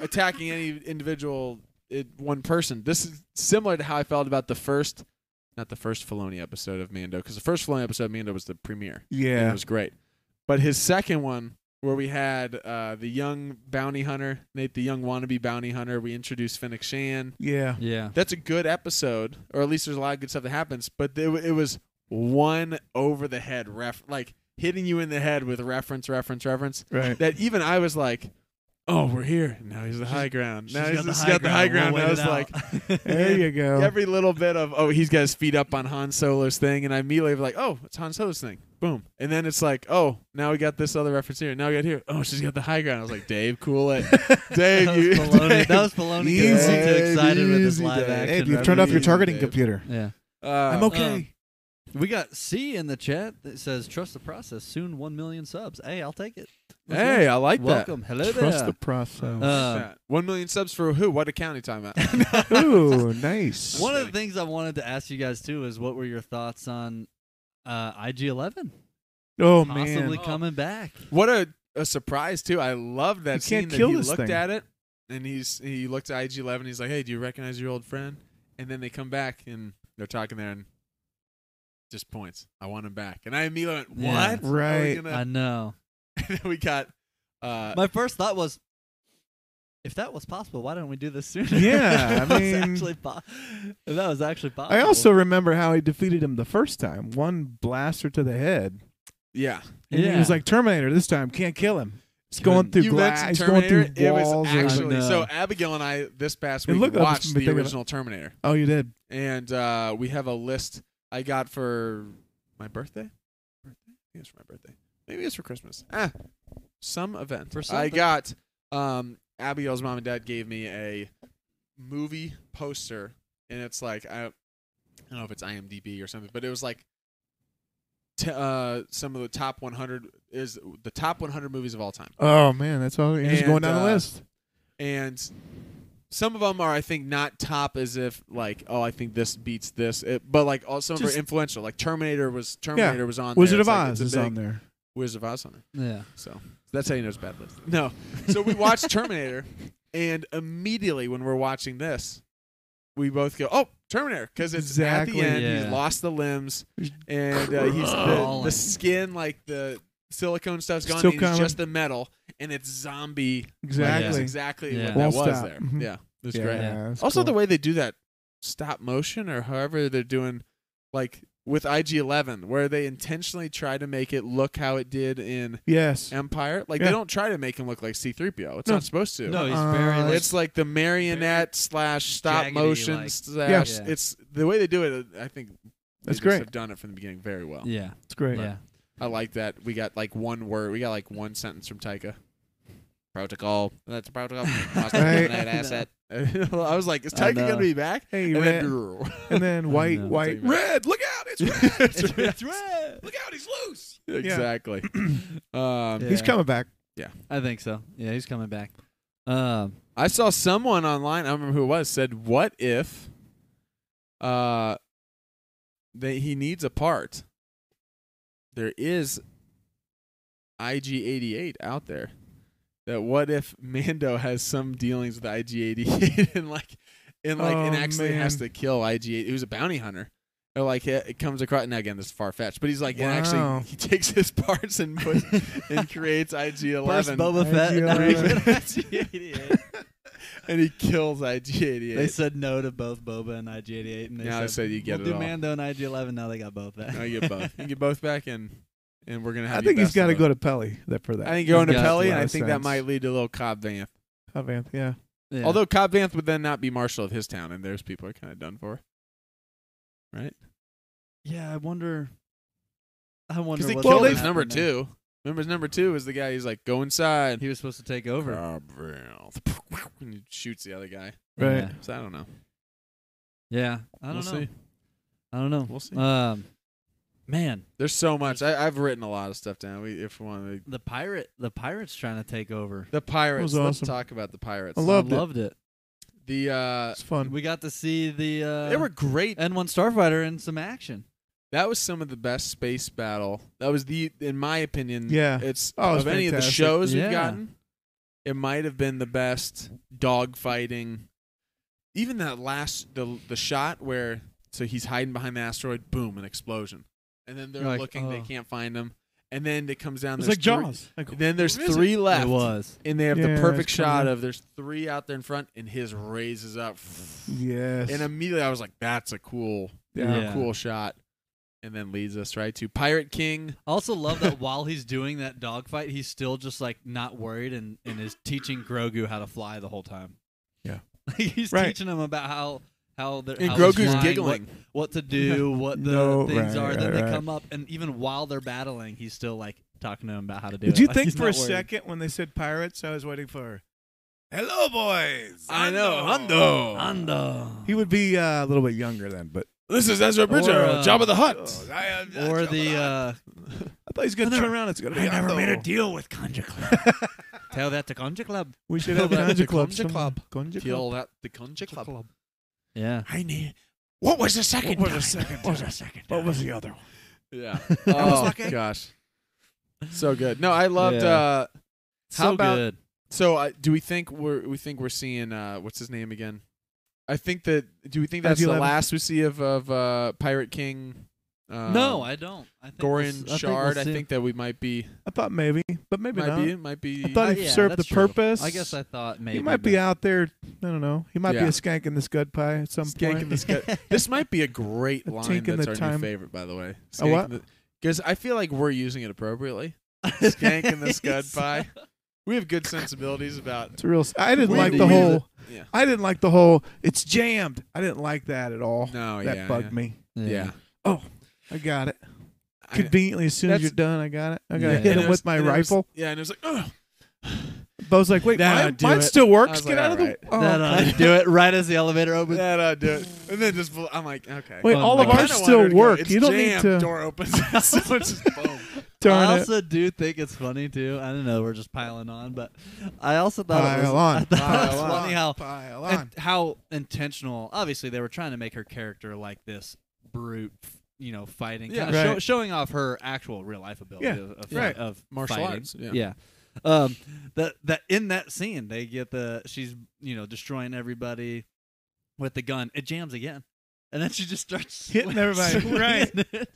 [SPEAKER 1] attacking any individual it, one person. This is similar to how I felt about the first, not the first Filoni episode of Mando, because the first Filoni episode of Mando was the premiere. and it
[SPEAKER 2] Yeah.
[SPEAKER 1] was great. But his second one, where we had uh, the young bounty hunter, Nate, the young wannabe bounty hunter, we introduced Finnick Shan. [laughs]
[SPEAKER 2] Yeah.
[SPEAKER 3] yeah.
[SPEAKER 1] That's a good episode, or at least there's a lot of good stuff that happens. But it, wa- it was one over the head ref, like hitting you in the head with reference, reference, reference.
[SPEAKER 2] Right.
[SPEAKER 1] That even I was like, "Oh, we're here now." He's the high ground. Now [laughs] he's
[SPEAKER 3] She's
[SPEAKER 1] just got the high ground.
[SPEAKER 3] We'll
[SPEAKER 1] and I was
[SPEAKER 3] wait
[SPEAKER 1] like,
[SPEAKER 3] it [laughs] out.
[SPEAKER 2] There you go.
[SPEAKER 1] every little bit of oh he's got his feet up on Han Solo's thing, and I immediately was like oh it's Han Solo's thing, boom, and then it's like oh now we got this other reference here, now we got here, oh she's got the high ground. I was like Dave, cool [laughs] it, Dave,
[SPEAKER 3] that
[SPEAKER 1] you,
[SPEAKER 3] was
[SPEAKER 1] [laughs]
[SPEAKER 3] Filoni.
[SPEAKER 1] Dave.
[SPEAKER 3] That was Filoni
[SPEAKER 2] Easy,
[SPEAKER 3] getting way too
[SPEAKER 1] Dave,
[SPEAKER 3] excited with his
[SPEAKER 1] easy,
[SPEAKER 3] live
[SPEAKER 1] Dave.
[SPEAKER 3] action.
[SPEAKER 2] Hey, you've turned off your
[SPEAKER 1] Easy,
[SPEAKER 2] targeting
[SPEAKER 1] Dave.
[SPEAKER 2] computer.
[SPEAKER 3] Yeah,
[SPEAKER 1] Uh,
[SPEAKER 2] [laughs] I'm okay.
[SPEAKER 3] we got C in the chat that says trust the process. Soon, one million subs. Hey, I'll take it. Let's go.
[SPEAKER 1] hey, I like
[SPEAKER 3] welcome.
[SPEAKER 1] uh,
[SPEAKER 3] Hello
[SPEAKER 2] Trust
[SPEAKER 3] there.
[SPEAKER 2] the process.
[SPEAKER 1] that.
[SPEAKER 3] Uh,
[SPEAKER 1] Like that. One million subs for who? What account are you talking about? [laughs]
[SPEAKER 3] [laughs]
[SPEAKER 2] Ooh, nice.
[SPEAKER 3] One of the things I wanted to ask you guys too is what were your thoughts on uh, IG11
[SPEAKER 2] Oh
[SPEAKER 3] possibly
[SPEAKER 2] man.
[SPEAKER 3] coming back?
[SPEAKER 1] What a, a surprise too! I love that
[SPEAKER 2] You
[SPEAKER 1] scene.
[SPEAKER 2] can't
[SPEAKER 1] that
[SPEAKER 2] kill
[SPEAKER 1] he
[SPEAKER 2] this
[SPEAKER 1] looked
[SPEAKER 2] thing.
[SPEAKER 1] at it, and he's he looked at IG Eleven. He's like, "Hey, do you recognize your old friend?" And then they come back and they're talking there, and just points. I want him back. And I immediately went,
[SPEAKER 3] Yeah.
[SPEAKER 1] "What? Are we
[SPEAKER 2] Right.
[SPEAKER 1] gonna-"
[SPEAKER 3] I know.
[SPEAKER 1] And then [laughs] we got. Uh,
[SPEAKER 3] My first thought was, if that was possible, why didn't we do this sooner? [laughs]
[SPEAKER 2] Yeah,
[SPEAKER 3] That
[SPEAKER 2] I
[SPEAKER 3] was
[SPEAKER 2] mean-
[SPEAKER 3] actually po- that was actually possible.
[SPEAKER 2] I also remember how he defeated him the first time. One blaster to the head.
[SPEAKER 1] yeah,
[SPEAKER 2] And
[SPEAKER 3] yeah.
[SPEAKER 2] he was like Terminator this time, can't kill him. He's going through
[SPEAKER 1] you
[SPEAKER 2] glass.
[SPEAKER 1] mentioned
[SPEAKER 2] He's going
[SPEAKER 1] Terminator.
[SPEAKER 2] through
[SPEAKER 1] it was
[SPEAKER 2] walls. or-
[SPEAKER 1] actually
[SPEAKER 3] I know.
[SPEAKER 1] so. Abigail and I this past
[SPEAKER 2] And
[SPEAKER 1] week
[SPEAKER 2] look, I was
[SPEAKER 1] watched the
[SPEAKER 2] thinking about-
[SPEAKER 1] original Terminator,
[SPEAKER 2] oh, you did.
[SPEAKER 1] and uh, we have a list I got for my birthday. Birthday? Maybe it's for my birthday. Maybe it's for Christmas. Ah, some event.
[SPEAKER 3] For
[SPEAKER 1] I
[SPEAKER 3] something.
[SPEAKER 1] got um, Abigail's mom and dad gave me a movie poster, and it's like I, I don't know if it's IMDb or something, but it was like t- uh, some of the top 100 is the top 100 movies of all time,
[SPEAKER 2] Oh man, that's all. You're just
[SPEAKER 1] And,
[SPEAKER 2] going down the
[SPEAKER 1] uh,
[SPEAKER 2] list.
[SPEAKER 1] and some of them are I think not top as if like oh I think this beats this, it, but like all some of them
[SPEAKER 2] Just-
[SPEAKER 1] are influential. Like Terminator was Terminator was on
[SPEAKER 2] Wizard
[SPEAKER 1] there.
[SPEAKER 2] of
[SPEAKER 1] It's like, it's
[SPEAKER 2] Oz
[SPEAKER 1] a
[SPEAKER 2] is
[SPEAKER 1] big-
[SPEAKER 2] on there.
[SPEAKER 1] Wizard of Oz on there.
[SPEAKER 3] yeah.
[SPEAKER 1] So that's how you know it's a bad list. No. [laughs] So we watched Terminator, and immediately when we're watching this, we both go, "Oh, Terminator," because it's
[SPEAKER 2] Exactly.
[SPEAKER 1] at the end. He's
[SPEAKER 3] Yeah.
[SPEAKER 1] lost the limbs, and uh, he's the, the
[SPEAKER 3] Crawling.
[SPEAKER 1] skin, like the silicone stuff's gone.
[SPEAKER 2] Still
[SPEAKER 1] and
[SPEAKER 2] coming.
[SPEAKER 1] he's just the metal, and it's zombie.
[SPEAKER 2] Exactly.
[SPEAKER 1] That's exactly
[SPEAKER 3] Yeah.
[SPEAKER 1] what that
[SPEAKER 2] Won't
[SPEAKER 1] was
[SPEAKER 2] stop.
[SPEAKER 1] there.
[SPEAKER 2] Mhm.
[SPEAKER 1] Yeah, it was
[SPEAKER 2] Yeah,
[SPEAKER 1] great.
[SPEAKER 2] that's
[SPEAKER 1] Also,
[SPEAKER 2] cool.
[SPEAKER 1] the way they do that stop motion or however they're doing, like with IG Eleven, where they intentionally try to make it look how it did in
[SPEAKER 2] yes.
[SPEAKER 1] Empire. Like
[SPEAKER 2] Yeah.
[SPEAKER 1] they don't try to make him look like C-3PO. It's
[SPEAKER 2] No.
[SPEAKER 1] not supposed to.
[SPEAKER 3] No, he's
[SPEAKER 2] Uh,
[SPEAKER 3] very. like-
[SPEAKER 1] It's like the marionette slash stop
[SPEAKER 3] jaggedy,
[SPEAKER 1] motion
[SPEAKER 3] like-
[SPEAKER 1] slash.
[SPEAKER 3] Yeah.
[SPEAKER 1] It's the way they do it. I think they
[SPEAKER 2] That's
[SPEAKER 1] just
[SPEAKER 2] great.
[SPEAKER 1] Have done it from the beginning very well.
[SPEAKER 3] yeah,
[SPEAKER 2] It's great.
[SPEAKER 3] yeah.
[SPEAKER 1] I like that. We got like one word. We got like one sentence from Taika. Protocol. That's a protocol. [laughs] Must
[SPEAKER 2] Right.
[SPEAKER 1] eliminate asset. [laughs] I was like, is
[SPEAKER 3] I
[SPEAKER 1] Taika gonna
[SPEAKER 3] know.
[SPEAKER 1] be back?
[SPEAKER 2] Hey,
[SPEAKER 1] And
[SPEAKER 2] red,
[SPEAKER 1] then, [laughs]
[SPEAKER 2] and then white,
[SPEAKER 3] know.
[SPEAKER 2] white,
[SPEAKER 1] It's
[SPEAKER 2] red. Look out! It's red.
[SPEAKER 1] [laughs] It's red.
[SPEAKER 3] red.
[SPEAKER 4] Look out, he's loose.
[SPEAKER 1] exactly. Um,
[SPEAKER 2] He's coming back.
[SPEAKER 3] I think so. Yeah, he's coming back. [laughs] Um,
[SPEAKER 1] I saw someone online, I don't remember who it was, said, "What if uh that he needs a part? There is IG88 out there. That what if Mando [laughs] has some dealings with IG88 [laughs] and like and like and
[SPEAKER 2] Oh,
[SPEAKER 1] actually has
[SPEAKER 2] man.
[SPEAKER 1] to kill IG8 who's a bounty hunter. Or like it it comes across now again this is far fetched, but he's like and
[SPEAKER 2] Wow.
[SPEAKER 1] actually he [laughs] takes his parts and
[SPEAKER 2] [laughs]
[SPEAKER 1] puts and creates IG
[SPEAKER 3] [laughs] First
[SPEAKER 1] eleven
[SPEAKER 3] Boba Fett.
[SPEAKER 2] IG-11.
[SPEAKER 3] now he's gonna IG-88.
[SPEAKER 1] and he kills IG88. [laughs]
[SPEAKER 3] they said no to both Boba and IG88, and they
[SPEAKER 1] Now I
[SPEAKER 3] said,
[SPEAKER 1] said you get
[SPEAKER 3] we'll
[SPEAKER 1] it
[SPEAKER 3] do
[SPEAKER 1] all.
[SPEAKER 3] Mando and IG11. Now they got both back.
[SPEAKER 1] Now you get both.
[SPEAKER 3] [laughs]
[SPEAKER 1] You get both back, and and we're gonna have.
[SPEAKER 2] I
[SPEAKER 1] your
[SPEAKER 2] think he's
[SPEAKER 1] best of
[SPEAKER 2] got to
[SPEAKER 1] both.
[SPEAKER 2] go to Pelly that for that.
[SPEAKER 1] I think going to
[SPEAKER 3] He's got
[SPEAKER 1] Pelly,
[SPEAKER 2] a
[SPEAKER 1] and
[SPEAKER 2] lot
[SPEAKER 1] I
[SPEAKER 2] of
[SPEAKER 1] think that
[SPEAKER 2] sense.
[SPEAKER 1] might lead to a little Cobb Vanth.
[SPEAKER 2] Oh, man, yeah.
[SPEAKER 3] Yeah.
[SPEAKER 1] Although Cobb Vanth would then not be marshal of his town, and those people are kind of done for. Right?
[SPEAKER 3] yeah, I wonder. I wonder.
[SPEAKER 1] Because they
[SPEAKER 3] what's
[SPEAKER 1] killed
[SPEAKER 3] gonna
[SPEAKER 1] his number
[SPEAKER 3] happen there.
[SPEAKER 1] two. Remember, his number two is the guy. He's like, go inside.
[SPEAKER 3] He was supposed to take over.
[SPEAKER 1] Cobb Vanth. [laughs] And he shoots the other guy.
[SPEAKER 3] Right.
[SPEAKER 1] So I don't know.
[SPEAKER 3] Yeah, I don't
[SPEAKER 1] we'll
[SPEAKER 3] know.
[SPEAKER 1] see.
[SPEAKER 3] I don't know.
[SPEAKER 1] We'll see.
[SPEAKER 3] Um, man,
[SPEAKER 1] There's so much. I, I've written a lot of stuff down. We, if we want to,
[SPEAKER 3] the pirate, the pirates trying to take over.
[SPEAKER 1] the pirates.
[SPEAKER 2] was
[SPEAKER 1] Let's
[SPEAKER 2] awesome.
[SPEAKER 1] talk about the pirates.
[SPEAKER 2] I Loved
[SPEAKER 3] I
[SPEAKER 2] it.
[SPEAKER 3] loved it.
[SPEAKER 1] the uh,
[SPEAKER 2] It's fun.
[SPEAKER 3] We got to see the uh,
[SPEAKER 1] they were great.
[SPEAKER 3] N1 Starfighter in some action.
[SPEAKER 1] That was some of the best space battle. That was the, in my opinion,
[SPEAKER 2] Yeah.
[SPEAKER 1] It's
[SPEAKER 2] Oh, it
[SPEAKER 1] of
[SPEAKER 2] was
[SPEAKER 1] any of the
[SPEAKER 2] fantastic.
[SPEAKER 1] shows
[SPEAKER 3] Yeah.
[SPEAKER 1] we've gotten, it might have been the best dogfighting. Even that last the the shot where so he's hiding behind the asteroid, boom, an explosion, and then they're
[SPEAKER 3] You're like,
[SPEAKER 1] looking, they
[SPEAKER 3] oh.
[SPEAKER 1] can't find him, and then it comes down.
[SPEAKER 2] It's
[SPEAKER 1] there's
[SPEAKER 2] like
[SPEAKER 1] three-
[SPEAKER 2] Jaws. Like,
[SPEAKER 1] Then there's
[SPEAKER 2] Where is it?
[SPEAKER 1] three
[SPEAKER 3] It
[SPEAKER 1] left,
[SPEAKER 3] was.
[SPEAKER 1] and they have
[SPEAKER 2] Yeah,
[SPEAKER 1] the
[SPEAKER 2] it's
[SPEAKER 1] perfect
[SPEAKER 2] coming
[SPEAKER 1] shot
[SPEAKER 2] up.
[SPEAKER 1] of there's three out there in front, and his raises up,
[SPEAKER 2] yes.
[SPEAKER 1] and immediately I was like, that's a cool
[SPEAKER 2] yeah.
[SPEAKER 3] Yeah.
[SPEAKER 1] cool shot. And then leads us right to Pirate King.
[SPEAKER 3] I also love that while he's doing that dogfight, he's still just like not worried and, and is teaching Grogu how to fly the whole time. [laughs]
[SPEAKER 2] Yeah.
[SPEAKER 3] he's
[SPEAKER 2] Right.
[SPEAKER 3] teaching him about how how they're
[SPEAKER 1] And
[SPEAKER 3] how he's
[SPEAKER 1] Grogu's
[SPEAKER 3] flying,
[SPEAKER 1] giggling.
[SPEAKER 3] what, what to do, what the
[SPEAKER 2] [laughs] No, right,
[SPEAKER 3] things are that
[SPEAKER 2] right,
[SPEAKER 3] they
[SPEAKER 2] right.
[SPEAKER 3] come up, and even while they're battling, he's still like talking to him about how to do it.
[SPEAKER 2] Did you
[SPEAKER 3] Like,
[SPEAKER 2] think
[SPEAKER 3] he's
[SPEAKER 2] for a
[SPEAKER 3] not worried.
[SPEAKER 2] second when they said pirates, I was waiting for
[SPEAKER 4] Hello, boys.
[SPEAKER 1] I know,
[SPEAKER 4] Hondo.
[SPEAKER 2] he would be uh, a little bit younger then, but
[SPEAKER 1] This is Ezra Bridger,
[SPEAKER 3] Or, uh,
[SPEAKER 1] Jabba the Hutt.
[SPEAKER 4] Oh, I am not
[SPEAKER 3] Or
[SPEAKER 4] Jabba
[SPEAKER 3] the uh,
[SPEAKER 2] I thought he's gonna turn around. It's gonna be.
[SPEAKER 4] I never
[SPEAKER 2] Hondo.
[SPEAKER 4] made a deal with Conjure Club.
[SPEAKER 2] [laughs]
[SPEAKER 3] tell that to Conja Club.
[SPEAKER 2] We should
[SPEAKER 1] Tell that
[SPEAKER 2] have
[SPEAKER 1] to
[SPEAKER 2] Conja Club.
[SPEAKER 1] Conja
[SPEAKER 2] some-
[SPEAKER 1] Club.
[SPEAKER 2] Conja Club.
[SPEAKER 1] Feel that the Conja Club.
[SPEAKER 3] Yeah,
[SPEAKER 4] I need. What was the second?
[SPEAKER 2] What was the
[SPEAKER 4] time?
[SPEAKER 2] second
[SPEAKER 4] What was
[SPEAKER 2] time?
[SPEAKER 4] the second?
[SPEAKER 2] What
[SPEAKER 4] time?
[SPEAKER 2] was the other one? [laughs]
[SPEAKER 1] Yeah.
[SPEAKER 4] was
[SPEAKER 1] Oh
[SPEAKER 4] lucky.
[SPEAKER 1] gosh, so good. No, I loved.
[SPEAKER 3] Yeah.
[SPEAKER 1] uh
[SPEAKER 3] so
[SPEAKER 1] How about-
[SPEAKER 3] good.
[SPEAKER 1] So uh, do we think we're we think we're seeing uh what's his name again? I think that do we think that's the
[SPEAKER 2] IG-11?
[SPEAKER 1] last we see of of uh, Pirate King? Uh,
[SPEAKER 3] no, I don't. I think we'll
[SPEAKER 1] Gorin
[SPEAKER 3] s- I think we'll
[SPEAKER 1] Shard. I
[SPEAKER 3] see.
[SPEAKER 1] think that we might be
[SPEAKER 2] I thought maybe, but maybe
[SPEAKER 1] might
[SPEAKER 2] not.
[SPEAKER 1] be might be.
[SPEAKER 2] I thought
[SPEAKER 3] Uh,
[SPEAKER 2] he
[SPEAKER 3] yeah,
[SPEAKER 2] served the
[SPEAKER 3] that's true.
[SPEAKER 2] purpose.
[SPEAKER 3] I guess I thought maybe
[SPEAKER 2] he might
[SPEAKER 3] but-
[SPEAKER 2] be out there. I don't know. He might be
[SPEAKER 1] Yeah.
[SPEAKER 2] a skank in the scud pie at some
[SPEAKER 1] Skank in
[SPEAKER 2] point.
[SPEAKER 1] the scud.
[SPEAKER 2] [laughs]
[SPEAKER 1] This might be a great
[SPEAKER 2] The
[SPEAKER 1] line
[SPEAKER 2] tink in
[SPEAKER 1] that's
[SPEAKER 2] the
[SPEAKER 1] our
[SPEAKER 2] time.
[SPEAKER 1] new favorite, by the way.
[SPEAKER 2] A what?
[SPEAKER 1] Because I feel like we're using it appropriately.
[SPEAKER 3] [laughs]
[SPEAKER 1] [laughs] Skank in the scud pie. We have good sensibilities about.
[SPEAKER 2] It's a real. s- I didn't
[SPEAKER 1] We-
[SPEAKER 2] like
[SPEAKER 1] we-
[SPEAKER 2] the whole.
[SPEAKER 1] Yeah.
[SPEAKER 2] I didn't like the whole. It's jammed. I didn't like that at all.
[SPEAKER 1] [laughs] No,
[SPEAKER 2] that
[SPEAKER 1] yeah,
[SPEAKER 2] bugged me.
[SPEAKER 1] yeah. Yeah.
[SPEAKER 2] I got it.
[SPEAKER 1] I-
[SPEAKER 2] Conveniently, as soon as
[SPEAKER 1] That's-
[SPEAKER 2] you're done, I got it. I got
[SPEAKER 3] Yeah.
[SPEAKER 2] to hit
[SPEAKER 1] and
[SPEAKER 2] him
[SPEAKER 1] it was-
[SPEAKER 2] with my
[SPEAKER 1] and it was-
[SPEAKER 2] rifle.
[SPEAKER 1] yeah, and it was like, oh,
[SPEAKER 2] But I was like, wait,
[SPEAKER 1] That'll
[SPEAKER 2] mine,
[SPEAKER 1] do
[SPEAKER 2] mine
[SPEAKER 1] it.
[SPEAKER 2] still
[SPEAKER 1] I
[SPEAKER 2] works.
[SPEAKER 1] was
[SPEAKER 2] Get
[SPEAKER 1] like,
[SPEAKER 2] out of the.
[SPEAKER 1] alright.
[SPEAKER 2] Oh,
[SPEAKER 3] That ought to do it right as the elevator opens.
[SPEAKER 1] that I do it, and then just bl- I'm like, okay.
[SPEAKER 2] Wait,
[SPEAKER 3] Oh
[SPEAKER 2] all
[SPEAKER 3] my
[SPEAKER 2] of
[SPEAKER 1] I
[SPEAKER 2] ours
[SPEAKER 1] kinda
[SPEAKER 2] still
[SPEAKER 1] wanted to go,
[SPEAKER 2] work.
[SPEAKER 1] "It's
[SPEAKER 2] You don't need
[SPEAKER 1] jammed,"
[SPEAKER 2] to.
[SPEAKER 1] Door
[SPEAKER 2] [laughs]
[SPEAKER 1] opens.
[SPEAKER 3] [laughs]
[SPEAKER 1] so it's just boom.
[SPEAKER 3] I
[SPEAKER 2] Darn it.
[SPEAKER 3] also do think it's funny too. I don't know. We're just piling on, but I also thought it was,
[SPEAKER 2] Pile on.
[SPEAKER 3] I thought it was
[SPEAKER 1] Pile
[SPEAKER 3] funny how
[SPEAKER 2] Pile
[SPEAKER 3] and
[SPEAKER 2] on.
[SPEAKER 3] how intentional. Obviously, they were trying to make her character like this brute, you know, fighting,
[SPEAKER 1] Yeah.
[SPEAKER 3] kinda show,
[SPEAKER 2] Right.
[SPEAKER 3] showing off her actual real life ability
[SPEAKER 2] Yeah,
[SPEAKER 3] of, of,
[SPEAKER 2] right.
[SPEAKER 3] of
[SPEAKER 1] Martial
[SPEAKER 3] fighting.
[SPEAKER 1] arts, yeah.
[SPEAKER 3] Um, that that in that scene they get the she's you know destroying everybody with the gun. It jams again. And then she just
[SPEAKER 2] [laughs]
[SPEAKER 3] starts
[SPEAKER 2] Hitting
[SPEAKER 3] swing-
[SPEAKER 2] everybody.
[SPEAKER 3] swinging
[SPEAKER 2] Right.
[SPEAKER 3] [laughs] it.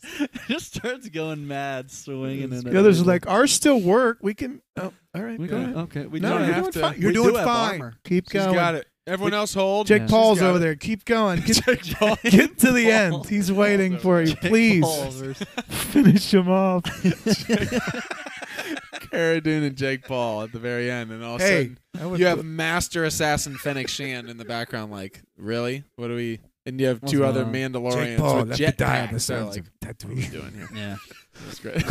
[SPEAKER 3] just starts going mad, swinging. and
[SPEAKER 2] The others are
[SPEAKER 3] everything.
[SPEAKER 2] like, ours still work. We can. Oh, all right.
[SPEAKER 3] We
[SPEAKER 2] go
[SPEAKER 3] got-
[SPEAKER 2] ahead.
[SPEAKER 3] okay. We
[SPEAKER 2] No,
[SPEAKER 3] don't
[SPEAKER 2] you're
[SPEAKER 3] [laughs] have
[SPEAKER 2] doing
[SPEAKER 1] to-
[SPEAKER 2] fine.
[SPEAKER 1] we
[SPEAKER 2] You're
[SPEAKER 3] do
[SPEAKER 2] doing
[SPEAKER 3] have
[SPEAKER 2] fine.
[SPEAKER 3] armor.
[SPEAKER 2] Keep
[SPEAKER 1] She's
[SPEAKER 2] going.
[SPEAKER 1] got it. Everyone else hold.
[SPEAKER 2] Jake
[SPEAKER 3] Yeah.
[SPEAKER 2] Paul's
[SPEAKER 1] She's got
[SPEAKER 2] over
[SPEAKER 1] it.
[SPEAKER 2] there. Keep going. Get,
[SPEAKER 1] Jake Paul.
[SPEAKER 2] get to the end.
[SPEAKER 3] Paul.
[SPEAKER 2] He's waiting for you. [laughs]
[SPEAKER 3] Jake
[SPEAKER 2] Please
[SPEAKER 3] Paul's versus-
[SPEAKER 2] finish him off.
[SPEAKER 1] Cara Dune and Jake Paul at the very end, and all of a
[SPEAKER 2] Hey,
[SPEAKER 1] sudden
[SPEAKER 2] I would-
[SPEAKER 1] you have master assassin Fennec Shan in the background. Like, really? What do we? And you have
[SPEAKER 3] What's
[SPEAKER 1] two
[SPEAKER 3] going
[SPEAKER 1] other
[SPEAKER 3] on?
[SPEAKER 1] Mandalorians
[SPEAKER 2] Jake Paul
[SPEAKER 1] with
[SPEAKER 2] left to die on the
[SPEAKER 1] jetpacks. They're
[SPEAKER 2] sands
[SPEAKER 1] like,
[SPEAKER 2] of
[SPEAKER 1] what are we
[SPEAKER 2] Tatooine.
[SPEAKER 1] doing here?
[SPEAKER 3] [laughs] Yeah.
[SPEAKER 1] It's great. [laughs]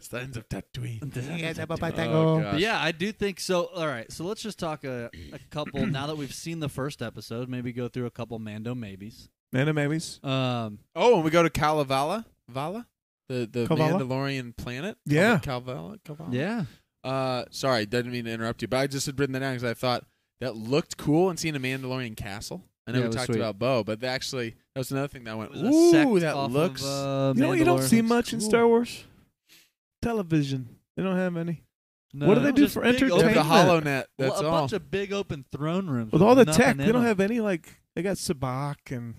[SPEAKER 1] Sands of Tatooine.
[SPEAKER 2] Tango.
[SPEAKER 1] Oh, gosh.
[SPEAKER 3] But yeah, I do think so. All right, so let's just talk a, a couple. now that we've seen the first episode, maybe go through a couple Mando maybes.
[SPEAKER 2] Nana Mavis.
[SPEAKER 3] Um,
[SPEAKER 1] Oh, and we go to Kalevala, Vala, the the
[SPEAKER 2] Kavala?
[SPEAKER 1] Mandalorian planet.
[SPEAKER 2] Yeah.
[SPEAKER 1] Kalevala, Kavala.
[SPEAKER 3] yeah,
[SPEAKER 1] Uh, sorry, didn't mean to interrupt you, but I just had written that down because I thought that looked cool and seeing a Mandalorian castle. I know
[SPEAKER 3] Yeah, it
[SPEAKER 1] we
[SPEAKER 3] was
[SPEAKER 1] talked
[SPEAKER 3] sweet.
[SPEAKER 1] about Bo, but that actually that was another thing that went.
[SPEAKER 3] It was a sect
[SPEAKER 1] Ooh, that
[SPEAKER 3] off of,
[SPEAKER 1] looks.
[SPEAKER 3] uh,
[SPEAKER 2] You know, what you don't
[SPEAKER 3] Mandalore.
[SPEAKER 2] see much in
[SPEAKER 1] cool.
[SPEAKER 2] Star Wars television. They don't have any.
[SPEAKER 3] No,
[SPEAKER 2] what do they do
[SPEAKER 3] just
[SPEAKER 2] for
[SPEAKER 3] big
[SPEAKER 1] they have
[SPEAKER 2] entertainment?
[SPEAKER 1] the
[SPEAKER 3] open-
[SPEAKER 1] hollow net.
[SPEAKER 3] well,
[SPEAKER 1] That's
[SPEAKER 3] a
[SPEAKER 1] all.
[SPEAKER 3] bunch of big open throne rooms
[SPEAKER 2] With all the
[SPEAKER 3] nothing
[SPEAKER 2] tech,
[SPEAKER 3] in
[SPEAKER 2] they don't
[SPEAKER 3] them.
[SPEAKER 2] have any like they got Sabak and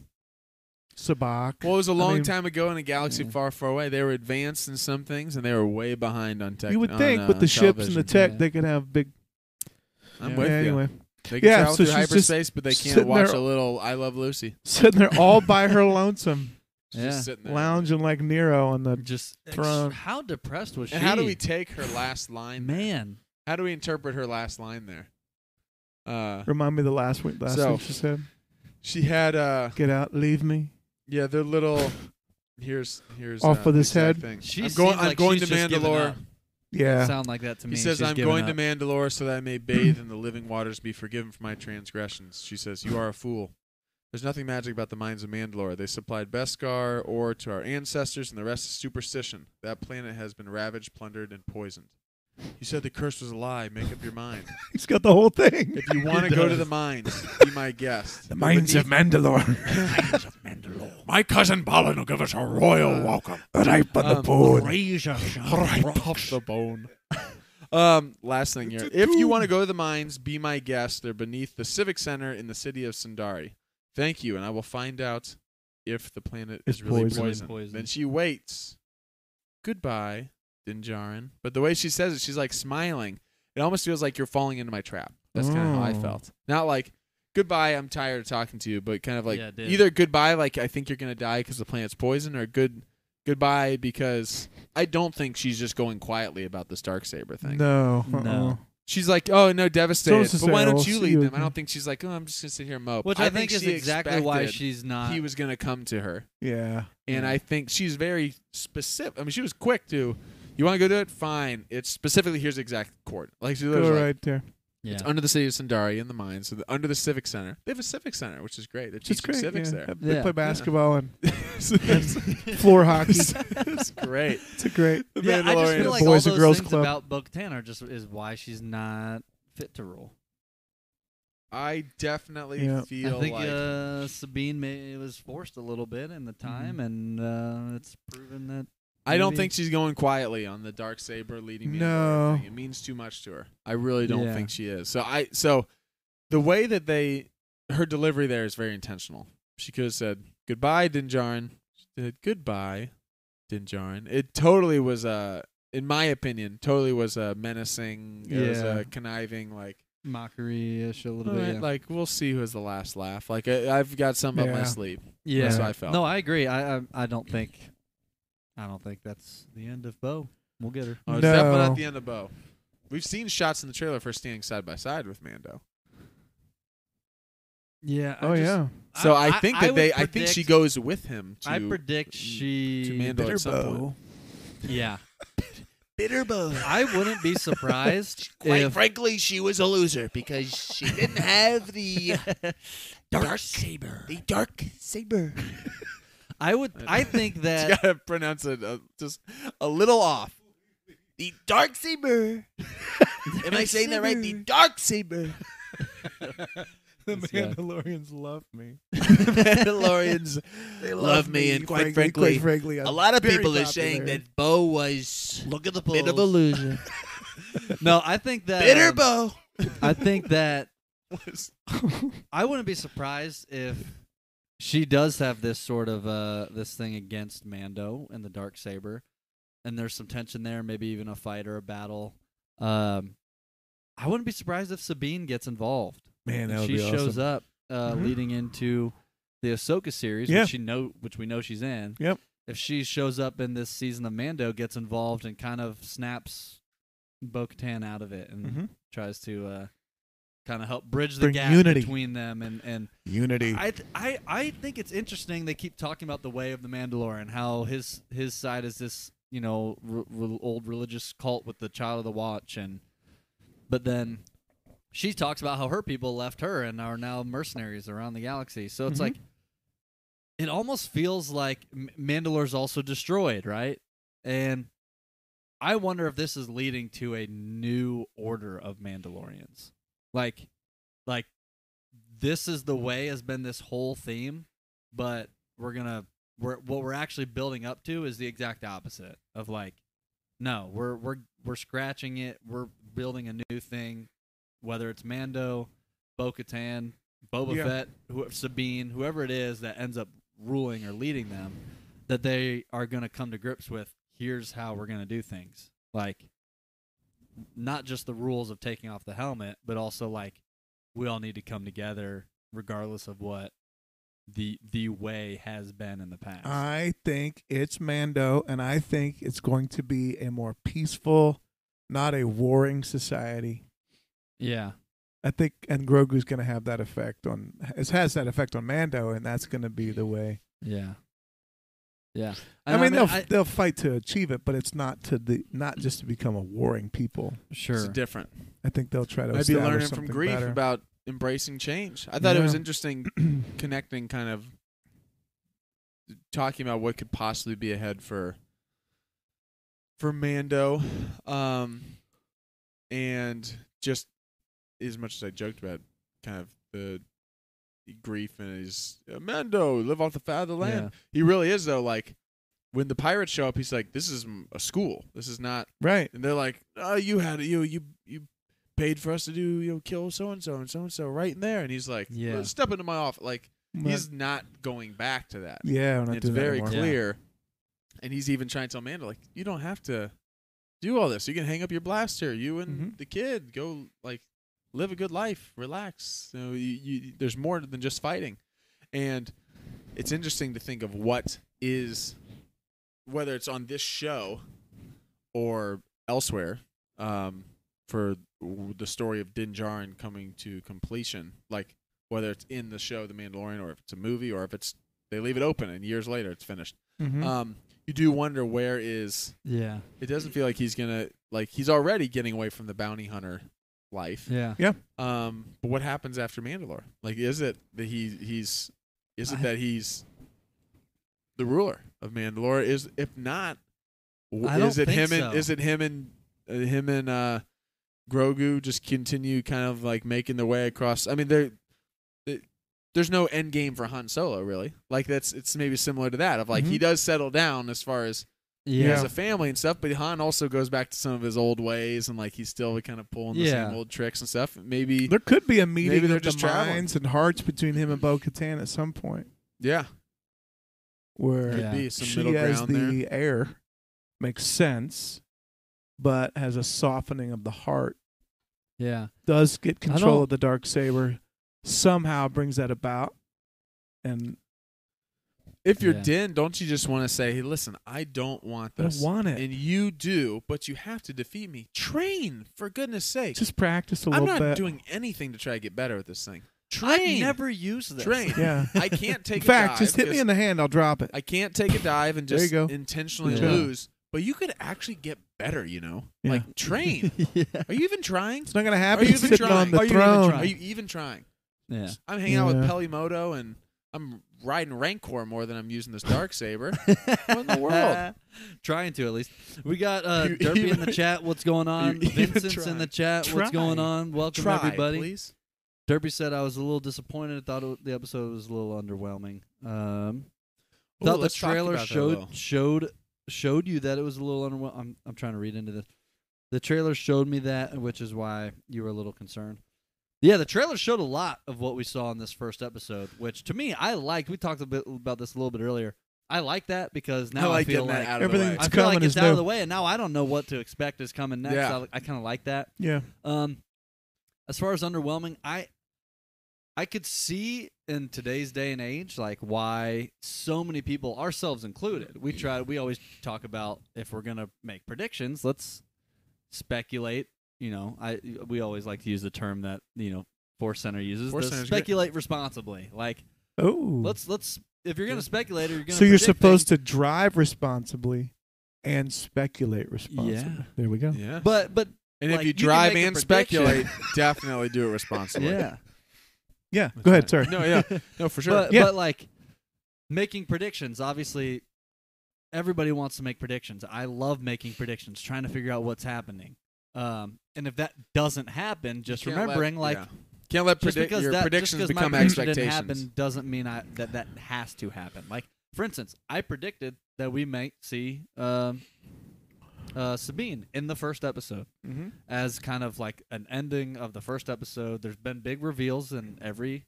[SPEAKER 2] Sabak.
[SPEAKER 1] well, it was a long
[SPEAKER 2] mean-
[SPEAKER 1] time ago in a galaxy
[SPEAKER 3] Yeah.
[SPEAKER 1] far, far away. They were advanced in some things, and they were way behind on tech.
[SPEAKER 2] you would
[SPEAKER 1] on,
[SPEAKER 2] think
[SPEAKER 1] uh,
[SPEAKER 2] with the ships and the
[SPEAKER 1] television.
[SPEAKER 2] tech
[SPEAKER 3] yeah.
[SPEAKER 2] they could have big.
[SPEAKER 1] I'm
[SPEAKER 3] Yeah.
[SPEAKER 1] with
[SPEAKER 2] yeah,
[SPEAKER 1] you.
[SPEAKER 2] anyway, [laughs]
[SPEAKER 1] They can
[SPEAKER 2] Yeah,
[SPEAKER 1] travel
[SPEAKER 2] so
[SPEAKER 1] through
[SPEAKER 2] she's just
[SPEAKER 1] hyperspace, but they can't
[SPEAKER 2] sitting
[SPEAKER 1] watch
[SPEAKER 2] there-
[SPEAKER 1] a little "I Love Lucy."
[SPEAKER 2] sitting there all
[SPEAKER 1] [laughs]
[SPEAKER 2] by her lonesome,
[SPEAKER 1] She's
[SPEAKER 3] Yeah.
[SPEAKER 1] just sitting there.
[SPEAKER 2] lounging like Nero on the.
[SPEAKER 3] just ex-
[SPEAKER 2] Throne.
[SPEAKER 3] How depressed was she?
[SPEAKER 1] And how do we take her last line?
[SPEAKER 3] Man,
[SPEAKER 1] How do we interpret her last line there? Uh,
[SPEAKER 2] Remind me the last week. Last
[SPEAKER 1] So-
[SPEAKER 2] thing she said.
[SPEAKER 1] she had uh,
[SPEAKER 2] Get out. Leave me.
[SPEAKER 1] yeah, their little. Here's here's
[SPEAKER 2] Off
[SPEAKER 1] uh,
[SPEAKER 2] with
[SPEAKER 1] the
[SPEAKER 2] his
[SPEAKER 1] exact
[SPEAKER 2] head.
[SPEAKER 1] Thing.
[SPEAKER 3] She
[SPEAKER 1] I'm
[SPEAKER 3] seems
[SPEAKER 1] going. I'm
[SPEAKER 3] like
[SPEAKER 1] going
[SPEAKER 3] she's
[SPEAKER 1] to
[SPEAKER 3] just giving
[SPEAKER 1] Mandalore.
[SPEAKER 3] up.
[SPEAKER 2] Yeah.
[SPEAKER 3] Sound like that to me.
[SPEAKER 1] He says,
[SPEAKER 3] She's
[SPEAKER 1] "I'm
[SPEAKER 3] giving
[SPEAKER 1] going to
[SPEAKER 3] up.
[SPEAKER 1] Mandalore so that I may bathe in the living waters, be forgiven for my transgressions." She says, "You are a fool. There's nothing magic about the mines of Mandalore. They supplied Beskar ore to our ancestors, and the rest is superstition. That planet has been ravaged, plundered, and poisoned." You said the curse was a lie. Make up your mind.
[SPEAKER 2] [laughs] He's got the whole thing.
[SPEAKER 1] If you want to go to the mines, be my guest.
[SPEAKER 2] The minds of
[SPEAKER 5] [laughs]
[SPEAKER 2] Mandalore.
[SPEAKER 4] My cousin Balin will give us a
[SPEAKER 5] Uh,
[SPEAKER 4] royal welcome.
[SPEAKER 2] ripe on the
[SPEAKER 1] Um,
[SPEAKER 2] board.
[SPEAKER 5] Razor sharp.
[SPEAKER 1] off the bone. um, last thing here. If you want to go to the mines, be my guest. They're beneath the Civic Center in the city of Sundari. Thank you, and I will find out if the planet
[SPEAKER 2] It's
[SPEAKER 1] is really
[SPEAKER 2] poisoned.
[SPEAKER 1] poisoned.
[SPEAKER 3] Poisoned.
[SPEAKER 1] Then she waits. Goodbye, Dinjarin. But the way she says it, she's like smiling. It almost feels like you're falling into my trap. That's kind of how I
[SPEAKER 2] Oh.
[SPEAKER 1] felt. Not like goodbye, I'm tired of talking to you, but kind of like
[SPEAKER 3] Yeah, it did.
[SPEAKER 1] either goodbye, like I think you're gonna die because the planet's poison, or good goodbye because I don't think she's just going quietly about this dark saber thing.
[SPEAKER 2] No.
[SPEAKER 3] No.
[SPEAKER 2] uh-uh.
[SPEAKER 1] She's like, oh no, devastated.
[SPEAKER 2] So it's
[SPEAKER 1] but why
[SPEAKER 2] just
[SPEAKER 1] don't
[SPEAKER 2] say,
[SPEAKER 1] you
[SPEAKER 2] "I'll "Oh, see
[SPEAKER 1] leave
[SPEAKER 2] you
[SPEAKER 1] them? I
[SPEAKER 2] again."
[SPEAKER 1] don't think she's like, oh, I'm just gonna sit here and mope.
[SPEAKER 3] Which I, think, is
[SPEAKER 1] she
[SPEAKER 3] exactly why
[SPEAKER 1] expected
[SPEAKER 3] she's not.
[SPEAKER 1] he was gonna come to her,
[SPEAKER 2] Yeah.
[SPEAKER 1] and
[SPEAKER 3] Yeah.
[SPEAKER 1] I think she's very specific. I mean, she was quick to, you want to go do it? Fine. It's specifically here's the exact court. Like she
[SPEAKER 2] Go
[SPEAKER 1] literally like,
[SPEAKER 2] right there.
[SPEAKER 3] yeah.
[SPEAKER 1] it's under the city of Sundari in the mines, so the, under the civic center. They have a civic center, which is great. They're
[SPEAKER 2] It's
[SPEAKER 1] teaching
[SPEAKER 2] great.
[SPEAKER 1] civics
[SPEAKER 2] yeah.
[SPEAKER 1] there.
[SPEAKER 2] They
[SPEAKER 3] Yeah.
[SPEAKER 2] play basketball
[SPEAKER 1] So it's-
[SPEAKER 2] and
[SPEAKER 5] [laughs]
[SPEAKER 2] floor hockey.
[SPEAKER 3] [laughs]
[SPEAKER 1] it's great.
[SPEAKER 2] It's a great.
[SPEAKER 1] [laughs] The
[SPEAKER 3] yeah, I just
[SPEAKER 1] Mandalorian.
[SPEAKER 3] feel like
[SPEAKER 2] Boys
[SPEAKER 3] all
[SPEAKER 2] and
[SPEAKER 3] those
[SPEAKER 2] Girls
[SPEAKER 3] things
[SPEAKER 2] Club.
[SPEAKER 3] about Bo-Katan are just is why she's not fit to rule.
[SPEAKER 1] I definitely
[SPEAKER 2] Yeah. I
[SPEAKER 1] feel
[SPEAKER 3] I think
[SPEAKER 1] like Mm-hmm.
[SPEAKER 3] uh, Sabine may, was forced a little bit in the time, and uh, it's proven that
[SPEAKER 1] I don't
[SPEAKER 3] maybe-
[SPEAKER 1] think she's going quietly on the dark saber leading me.
[SPEAKER 2] No.
[SPEAKER 1] thing. it means too much to her. I really don't
[SPEAKER 3] Yeah.
[SPEAKER 1] think she is. So I so the way that they her delivery there is very intentional. She could have said goodbye, Dinjarin. She said goodbye, Dinjarin. It totally was a, in my opinion, totally was a menacing, it was
[SPEAKER 3] Yeah.
[SPEAKER 1] a conniving, like
[SPEAKER 3] mockery ish a little
[SPEAKER 1] "All
[SPEAKER 3] bit.
[SPEAKER 1] right,
[SPEAKER 3] yeah.
[SPEAKER 1] like we'll see who has the last laugh. Like I, I've got some up my
[SPEAKER 2] Yeah.
[SPEAKER 1] sleeve.
[SPEAKER 3] yeah,
[SPEAKER 1] That's how I felt.
[SPEAKER 3] No, I agree. I, I I don't think I don't think that's the end of Bo. We'll get her.
[SPEAKER 1] Oh, it's definitely
[SPEAKER 2] No.
[SPEAKER 1] not the end of Bo. We've seen shots in the trailer for standing side by side with Mando.
[SPEAKER 3] Yeah.
[SPEAKER 2] Oh yeah.
[SPEAKER 1] So I, think that they, I think she
[SPEAKER 3] goes.
[SPEAKER 1] goes with him to,
[SPEAKER 3] I predict she.
[SPEAKER 1] to Mando at
[SPEAKER 4] [laughs]
[SPEAKER 1] some point.
[SPEAKER 3] [laughs] Yeah.
[SPEAKER 5] Bitter bone.
[SPEAKER 3] I wouldn't
[SPEAKER 1] [laughs]
[SPEAKER 3] be surprised
[SPEAKER 5] Quite
[SPEAKER 3] if
[SPEAKER 5] frankly, she was a loser because she didn't have the [laughs] dark, saber. The dark saber.
[SPEAKER 3] I would. I
[SPEAKER 1] [laughs]
[SPEAKER 3] think
[SPEAKER 1] You
[SPEAKER 3] that
[SPEAKER 1] gotta pronounce it uh, just a little
[SPEAKER 5] [laughs]
[SPEAKER 1] off. [laughs]
[SPEAKER 5] The dark [laughs] saber. Am I saying that right? The dark saber.
[SPEAKER 2] The
[SPEAKER 3] This guy.
[SPEAKER 2] Mandalorians love me.
[SPEAKER 3] [laughs]
[SPEAKER 5] Mandalorians they love, me, and quite frankly,
[SPEAKER 2] quite frankly,
[SPEAKER 5] a lot of
[SPEAKER 2] very
[SPEAKER 5] people are saying
[SPEAKER 2] popular.
[SPEAKER 5] that Bo was
[SPEAKER 3] look at the
[SPEAKER 5] bit of a loser.
[SPEAKER 3] No, I think that
[SPEAKER 5] Bitter
[SPEAKER 3] um,
[SPEAKER 5] Bo.
[SPEAKER 3] I think that
[SPEAKER 2] [laughs]
[SPEAKER 3] I wouldn't be surprised if she does have this sort of uh this thing against Mando and the dark saber, and there's some tension there, maybe even a fight or a battle. Um, I wouldn't be surprised if Sabine gets involved.
[SPEAKER 2] man,
[SPEAKER 3] And she shows up uh,
[SPEAKER 2] Mhm.
[SPEAKER 3] leading into the Ahsoka series,
[SPEAKER 2] Yeah.
[SPEAKER 3] which she know, which we know she's in.
[SPEAKER 2] Yep.
[SPEAKER 3] If she shows up in this season of Mando, gets involved and kind of snaps Bo-Katan out of it and
[SPEAKER 2] Mhm.
[SPEAKER 3] tries to uh, kind of help bridge the
[SPEAKER 2] Bring
[SPEAKER 3] gap
[SPEAKER 2] unity.
[SPEAKER 3] between them. And and
[SPEAKER 2] Unity.
[SPEAKER 3] I, th- I I think it's interesting they keep talking about the way of the Mandalorian, how his his side is this you know r- r- old religious cult with the Child of the Watch, and but then she talks about how her people left her and are now mercenaries around the galaxy. So it's
[SPEAKER 2] Mhm.
[SPEAKER 3] like it almost feels like M- Mandalore's also destroyed, right? And I wonder if this is leading to a new order of Mandalorians. Like like this is the way has been this whole theme, but we're gonna we're what we're actually building up to is the exact opposite of like no, we're we're we're scratching it, we're building a new thing, whether it's Mando, Bo Katan, Boba
[SPEAKER 2] Yeah.
[SPEAKER 3] Fett, who, Sabine, whoever it is that ends up ruling or leading them, that they are gonna come to grips with here's how we're gonna do things. Like not just the rules of taking off the helmet, but also like we all need to come together regardless of what the the way has been in the past.
[SPEAKER 1] Uh,
[SPEAKER 2] I think it's Mando, and I think it's going to be a more peaceful, not a warring society.
[SPEAKER 3] yeah.
[SPEAKER 2] I think, and Grogu's going to have that effect on. It has that effect on Mando, and that's going to be the way.
[SPEAKER 3] Yeah. Yeah.
[SPEAKER 2] I,
[SPEAKER 3] And
[SPEAKER 2] mean, they'll
[SPEAKER 3] I-
[SPEAKER 2] they'll fight to achieve it, but it's not to the not just to become a warring people.
[SPEAKER 1] It's
[SPEAKER 3] sure.
[SPEAKER 1] different.
[SPEAKER 2] I think they'll try to
[SPEAKER 1] Maybe
[SPEAKER 2] establish
[SPEAKER 1] learning from
[SPEAKER 2] something
[SPEAKER 1] grief
[SPEAKER 2] better.
[SPEAKER 1] about embracing change. I thought it was
[SPEAKER 2] Yeah.
[SPEAKER 1] interesting
[SPEAKER 2] [clears throat]
[SPEAKER 1] connecting, kind of talking about what could possibly be ahead for for Mando, um, and just as much as I joked about, kind of the grief and his Mando live off the fat of the land.
[SPEAKER 3] Yeah.
[SPEAKER 1] He really is though. Like when the pirates show up, he's like, "This is m- a school. This is not
[SPEAKER 2] [laughs] right.
[SPEAKER 1] and they're like, "Oh, you had you you you paid for us to do you know kill so and so and so and so right in there," and he's like,
[SPEAKER 3] Yeah.
[SPEAKER 1] "Well, "Step into my office." Like
[SPEAKER 2] But-
[SPEAKER 1] he's not going back to that.
[SPEAKER 2] yeah, we're
[SPEAKER 1] And
[SPEAKER 2] not
[SPEAKER 1] it's
[SPEAKER 2] doing that
[SPEAKER 1] very
[SPEAKER 2] anymore.
[SPEAKER 3] Yeah.
[SPEAKER 1] clear, and he's even trying to tell Amanda like, "You don't have to do all this. You can hang up your blaster. You and
[SPEAKER 2] Mhm.
[SPEAKER 1] the kid go like live a good life, relax. You know, you, you, there's more than just fighting, and it's interesting to think of what is whether it's on this show or elsewhere um, for w- the story of Din Djarin coming to completion, like whether it's in the show The Mandalorian or if it's a movie or if it's they leave it open and years later it's finished.
[SPEAKER 2] Mhm.
[SPEAKER 1] Um, you do wonder where is
[SPEAKER 3] Yeah.
[SPEAKER 1] it doesn't feel like he's gonna like he's already getting away from the bounty hunter life.
[SPEAKER 3] Yeah.
[SPEAKER 1] Um, but what happens after Mandalore? Like, is it that he he's is it
[SPEAKER 3] I-
[SPEAKER 1] that he's the ruler of Mandalore? Is if not, w-
[SPEAKER 3] I don't
[SPEAKER 1] is it
[SPEAKER 3] think
[SPEAKER 1] him
[SPEAKER 3] so.
[SPEAKER 1] and is it him and uh, him and uh, Grogu just continue kind of like making their way across? I mean, there it- there's no end game for Han Solo really. Like that's it's maybe similar to that of like
[SPEAKER 3] Mm-hmm.
[SPEAKER 1] he does settle down as far as he has
[SPEAKER 3] Yeah.
[SPEAKER 1] a family and stuff, but Han also goes back to some of his old ways and like he's still kind of pulling the
[SPEAKER 3] Yeah.
[SPEAKER 1] same old tricks and stuff. Maybe
[SPEAKER 2] there could be a meeting
[SPEAKER 1] they're
[SPEAKER 2] of
[SPEAKER 1] just
[SPEAKER 2] the
[SPEAKER 1] traveling.
[SPEAKER 2] minds and hearts between him and Bo Katan at some point,
[SPEAKER 1] yeah,
[SPEAKER 2] where
[SPEAKER 1] could
[SPEAKER 3] Yeah.
[SPEAKER 1] be some
[SPEAKER 2] she
[SPEAKER 1] middle
[SPEAKER 2] as
[SPEAKER 1] ground there.
[SPEAKER 2] the heir makes sense, but has a softening of the heart.
[SPEAKER 1] [laughs]
[SPEAKER 3] Yeah.
[SPEAKER 2] Does get control
[SPEAKER 3] don't-
[SPEAKER 2] of the dark saber, somehow brings that about, and
[SPEAKER 1] If you're
[SPEAKER 3] Yeah.
[SPEAKER 1] Din, don't you just want to say, "Hey, listen, I don't want
[SPEAKER 2] I
[SPEAKER 1] this."
[SPEAKER 2] want it.
[SPEAKER 1] and you do, but you have to defeat me. Train, for goodness sake.
[SPEAKER 2] Just practice a
[SPEAKER 1] I'm
[SPEAKER 2] little
[SPEAKER 1] not
[SPEAKER 2] bit.
[SPEAKER 1] doing [laughs] anything to try to get better at this thing.
[SPEAKER 3] I've
[SPEAKER 1] Train.
[SPEAKER 3] never used this.
[SPEAKER 1] Train.
[SPEAKER 2] yeah.
[SPEAKER 1] I can't take
[SPEAKER 2] In
[SPEAKER 1] a dive
[SPEAKER 2] fact, just hit me
[SPEAKER 1] because
[SPEAKER 2] in the hand. I'll drop it.
[SPEAKER 1] I can't take a dive and
[SPEAKER 2] There you
[SPEAKER 1] just
[SPEAKER 2] go.
[SPEAKER 1] intentionally
[SPEAKER 3] Yeah.
[SPEAKER 1] lose. But you could actually get better, you know?
[SPEAKER 2] Yeah.
[SPEAKER 1] Like
[SPEAKER 2] [laughs]
[SPEAKER 1] train.
[SPEAKER 3] yeah.
[SPEAKER 1] Are you even trying?
[SPEAKER 2] It's not gonna
[SPEAKER 1] Are
[SPEAKER 2] happen. [laughs]
[SPEAKER 1] you
[SPEAKER 2] He's
[SPEAKER 1] even
[SPEAKER 2] sitting on
[SPEAKER 1] trying?
[SPEAKER 2] the
[SPEAKER 3] Are you even
[SPEAKER 2] throne.
[SPEAKER 1] Are
[SPEAKER 3] trying?
[SPEAKER 1] you even trying?
[SPEAKER 3] Yeah.
[SPEAKER 1] I'm hanging out with
[SPEAKER 2] Yeah.
[SPEAKER 1] Pelimoto and I'm riding Rancor more than I'm
[SPEAKER 3] [laughs]
[SPEAKER 1] using this dark saber. what [laughs] in the world?
[SPEAKER 3] trying to at least. We got uh,
[SPEAKER 1] You
[SPEAKER 3] Derpy in the
[SPEAKER 1] even-
[SPEAKER 3] chat. What's going on?
[SPEAKER 1] [laughs] You even
[SPEAKER 3] Vincent's in the chat.
[SPEAKER 2] Try.
[SPEAKER 3] What's going on? Welcome
[SPEAKER 1] Try,
[SPEAKER 3] everybody.
[SPEAKER 1] please.
[SPEAKER 3] Derpy said I was a little disappointed. Thought it, the episode was a little underwhelming. Um,
[SPEAKER 1] Ooh,
[SPEAKER 3] thought the
[SPEAKER 1] let's talk
[SPEAKER 3] trailer
[SPEAKER 1] about that a
[SPEAKER 3] showed
[SPEAKER 1] little.
[SPEAKER 3] showed showed you that it was a little underwhelming. I'm I'm trying to read into this. The trailer showed me that, which is why you were a little concerned. Yeah, the trailer showed a lot of what we saw in this first episode, which to me I liked. We talked a bit about this a little bit earlier. I like that because now I,
[SPEAKER 1] like
[SPEAKER 3] feel
[SPEAKER 1] getting
[SPEAKER 3] like
[SPEAKER 1] that out of
[SPEAKER 2] everything-
[SPEAKER 1] the way.
[SPEAKER 3] I
[SPEAKER 2] It's
[SPEAKER 3] feel like
[SPEAKER 2] coming,
[SPEAKER 3] it's
[SPEAKER 2] it's
[SPEAKER 3] out
[SPEAKER 2] new.
[SPEAKER 3] of the way, and now I don't know what to expect is coming next.
[SPEAKER 1] Yeah.
[SPEAKER 3] I, I kind of like that.
[SPEAKER 2] Yeah.
[SPEAKER 3] Um, as far as underwhelming, I I could see in today's day and age like why so many people, ourselves included, we try we always talk about if we're gonna make predictions, let's speculate. You know, I we always like to use the term that you know Force Center uses.
[SPEAKER 1] Force
[SPEAKER 3] the
[SPEAKER 1] Center's good.
[SPEAKER 3] speculate responsibly. Like
[SPEAKER 2] Oh.
[SPEAKER 3] let's let's if you're gonna speculate or you're gonna
[SPEAKER 2] so you're
[SPEAKER 3] predict
[SPEAKER 2] supposed
[SPEAKER 3] things-
[SPEAKER 2] to drive responsibly and speculate responsibly.
[SPEAKER 3] Yeah.
[SPEAKER 2] There we
[SPEAKER 1] [laughs]
[SPEAKER 2] go.
[SPEAKER 1] Yeah.
[SPEAKER 3] but but
[SPEAKER 1] and
[SPEAKER 3] like,
[SPEAKER 1] if you
[SPEAKER 3] you can
[SPEAKER 1] drive
[SPEAKER 3] make a
[SPEAKER 1] and
[SPEAKER 3] prediction. [laughs]
[SPEAKER 1] speculate, definitely do it responsibly.
[SPEAKER 3] yeah.
[SPEAKER 2] Yeah.
[SPEAKER 1] That's
[SPEAKER 2] Go ahead.
[SPEAKER 1] right.
[SPEAKER 2] Sorry.
[SPEAKER 1] [laughs] No, yeah. No, for sure.
[SPEAKER 3] But
[SPEAKER 2] Yeah.
[SPEAKER 3] but like making predictions, obviously everybody wants to make predictions. I love making predictions, trying to figure out what's happening. Um, and if that doesn't happen, just
[SPEAKER 1] Can't let-
[SPEAKER 3] remembering like
[SPEAKER 1] yeah. can't let
[SPEAKER 3] just
[SPEAKER 1] predict
[SPEAKER 3] because
[SPEAKER 1] your
[SPEAKER 3] that
[SPEAKER 1] predictions
[SPEAKER 3] just 'cause my
[SPEAKER 1] become
[SPEAKER 3] prediction
[SPEAKER 1] expectations.
[SPEAKER 3] Didn't happen doesn't mean I, that that has to happen. Like for instance, I predicted that we might see um, uh, Sabine in the first episode
[SPEAKER 1] Mm-hmm.
[SPEAKER 2] Mhm.
[SPEAKER 3] as kind of like an ending of the first episode. There's been big reveals in every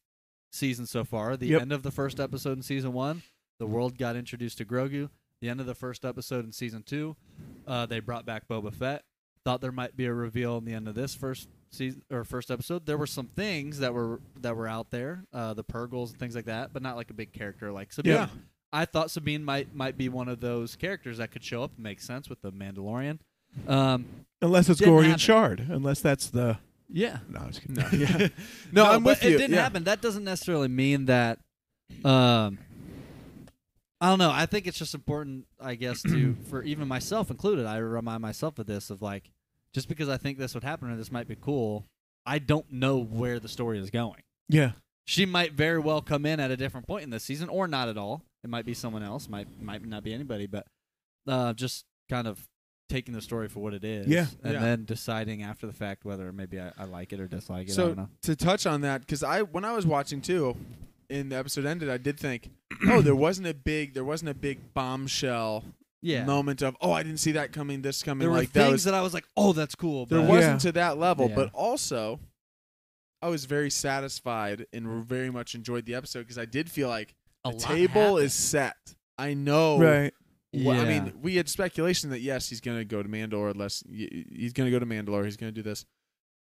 [SPEAKER 3] season so far. The
[SPEAKER 2] Yep.
[SPEAKER 3] end of the first episode in season one, the world got introduced to Grogu. The end of the first episode in season two, uh, they brought back Boba Fett. Thought there might be a reveal in the end of this first season or first episode. There were some things that were that were out there, uh, the Purgles and things like that, but not like a big character like Sabine.
[SPEAKER 2] Yeah.
[SPEAKER 3] I thought Sabine might might be one of those characters that could show up and make sense with the Mandalorian. Um,
[SPEAKER 2] Unless it's
[SPEAKER 3] Didn't
[SPEAKER 2] Gorian
[SPEAKER 3] happen.
[SPEAKER 2] Shard. Unless that's the
[SPEAKER 3] Yeah.
[SPEAKER 2] No, I was kidding. [laughs]
[SPEAKER 1] No, yeah. no, I'm
[SPEAKER 3] but
[SPEAKER 1] with you.
[SPEAKER 3] It didn't
[SPEAKER 1] yeah.
[SPEAKER 3] happen. That doesn't necessarily mean that. Um, I don't know. I think it's just important, I
[SPEAKER 1] [clears throat]
[SPEAKER 3] guess, to for even myself included. I remind myself of this of like, just because I think this would happen or this might be cool, I don't know where the story is going.
[SPEAKER 2] Yeah.
[SPEAKER 3] She might very well come in at a different point in this season, or not at all. It might be someone else. Might might not be anybody. But uh, just kind of taking the story for what it is,
[SPEAKER 2] Yeah.
[SPEAKER 3] and
[SPEAKER 1] Yeah.
[SPEAKER 3] then deciding after the fact whether maybe I, I like it or dislike it. I
[SPEAKER 1] So
[SPEAKER 3] don't know.
[SPEAKER 1] to touch on that, because I when I was watching too, and the episode ended, I did think, oh, there wasn't a big, there wasn't a big bombshell
[SPEAKER 3] Yeah.
[SPEAKER 1] moment of, oh, I didn't see that coming, this coming,
[SPEAKER 3] there were
[SPEAKER 1] like
[SPEAKER 3] things
[SPEAKER 1] that was
[SPEAKER 3] that I was like, "Oh, that's cool."
[SPEAKER 1] there
[SPEAKER 3] but-
[SPEAKER 1] wasn't to that level.
[SPEAKER 3] Yeah.
[SPEAKER 1] But also, I was very satisfied and very much enjoyed the episode because I did feel like
[SPEAKER 3] A
[SPEAKER 1] the
[SPEAKER 3] lot
[SPEAKER 1] table
[SPEAKER 3] happened.
[SPEAKER 1] is set. I know.
[SPEAKER 2] Right.
[SPEAKER 1] Well, I
[SPEAKER 3] Yeah.
[SPEAKER 1] mean, we had speculation that yes, he's going to go to Mandalore. Unless y- he's going to go to Mandalore, he's going to do this.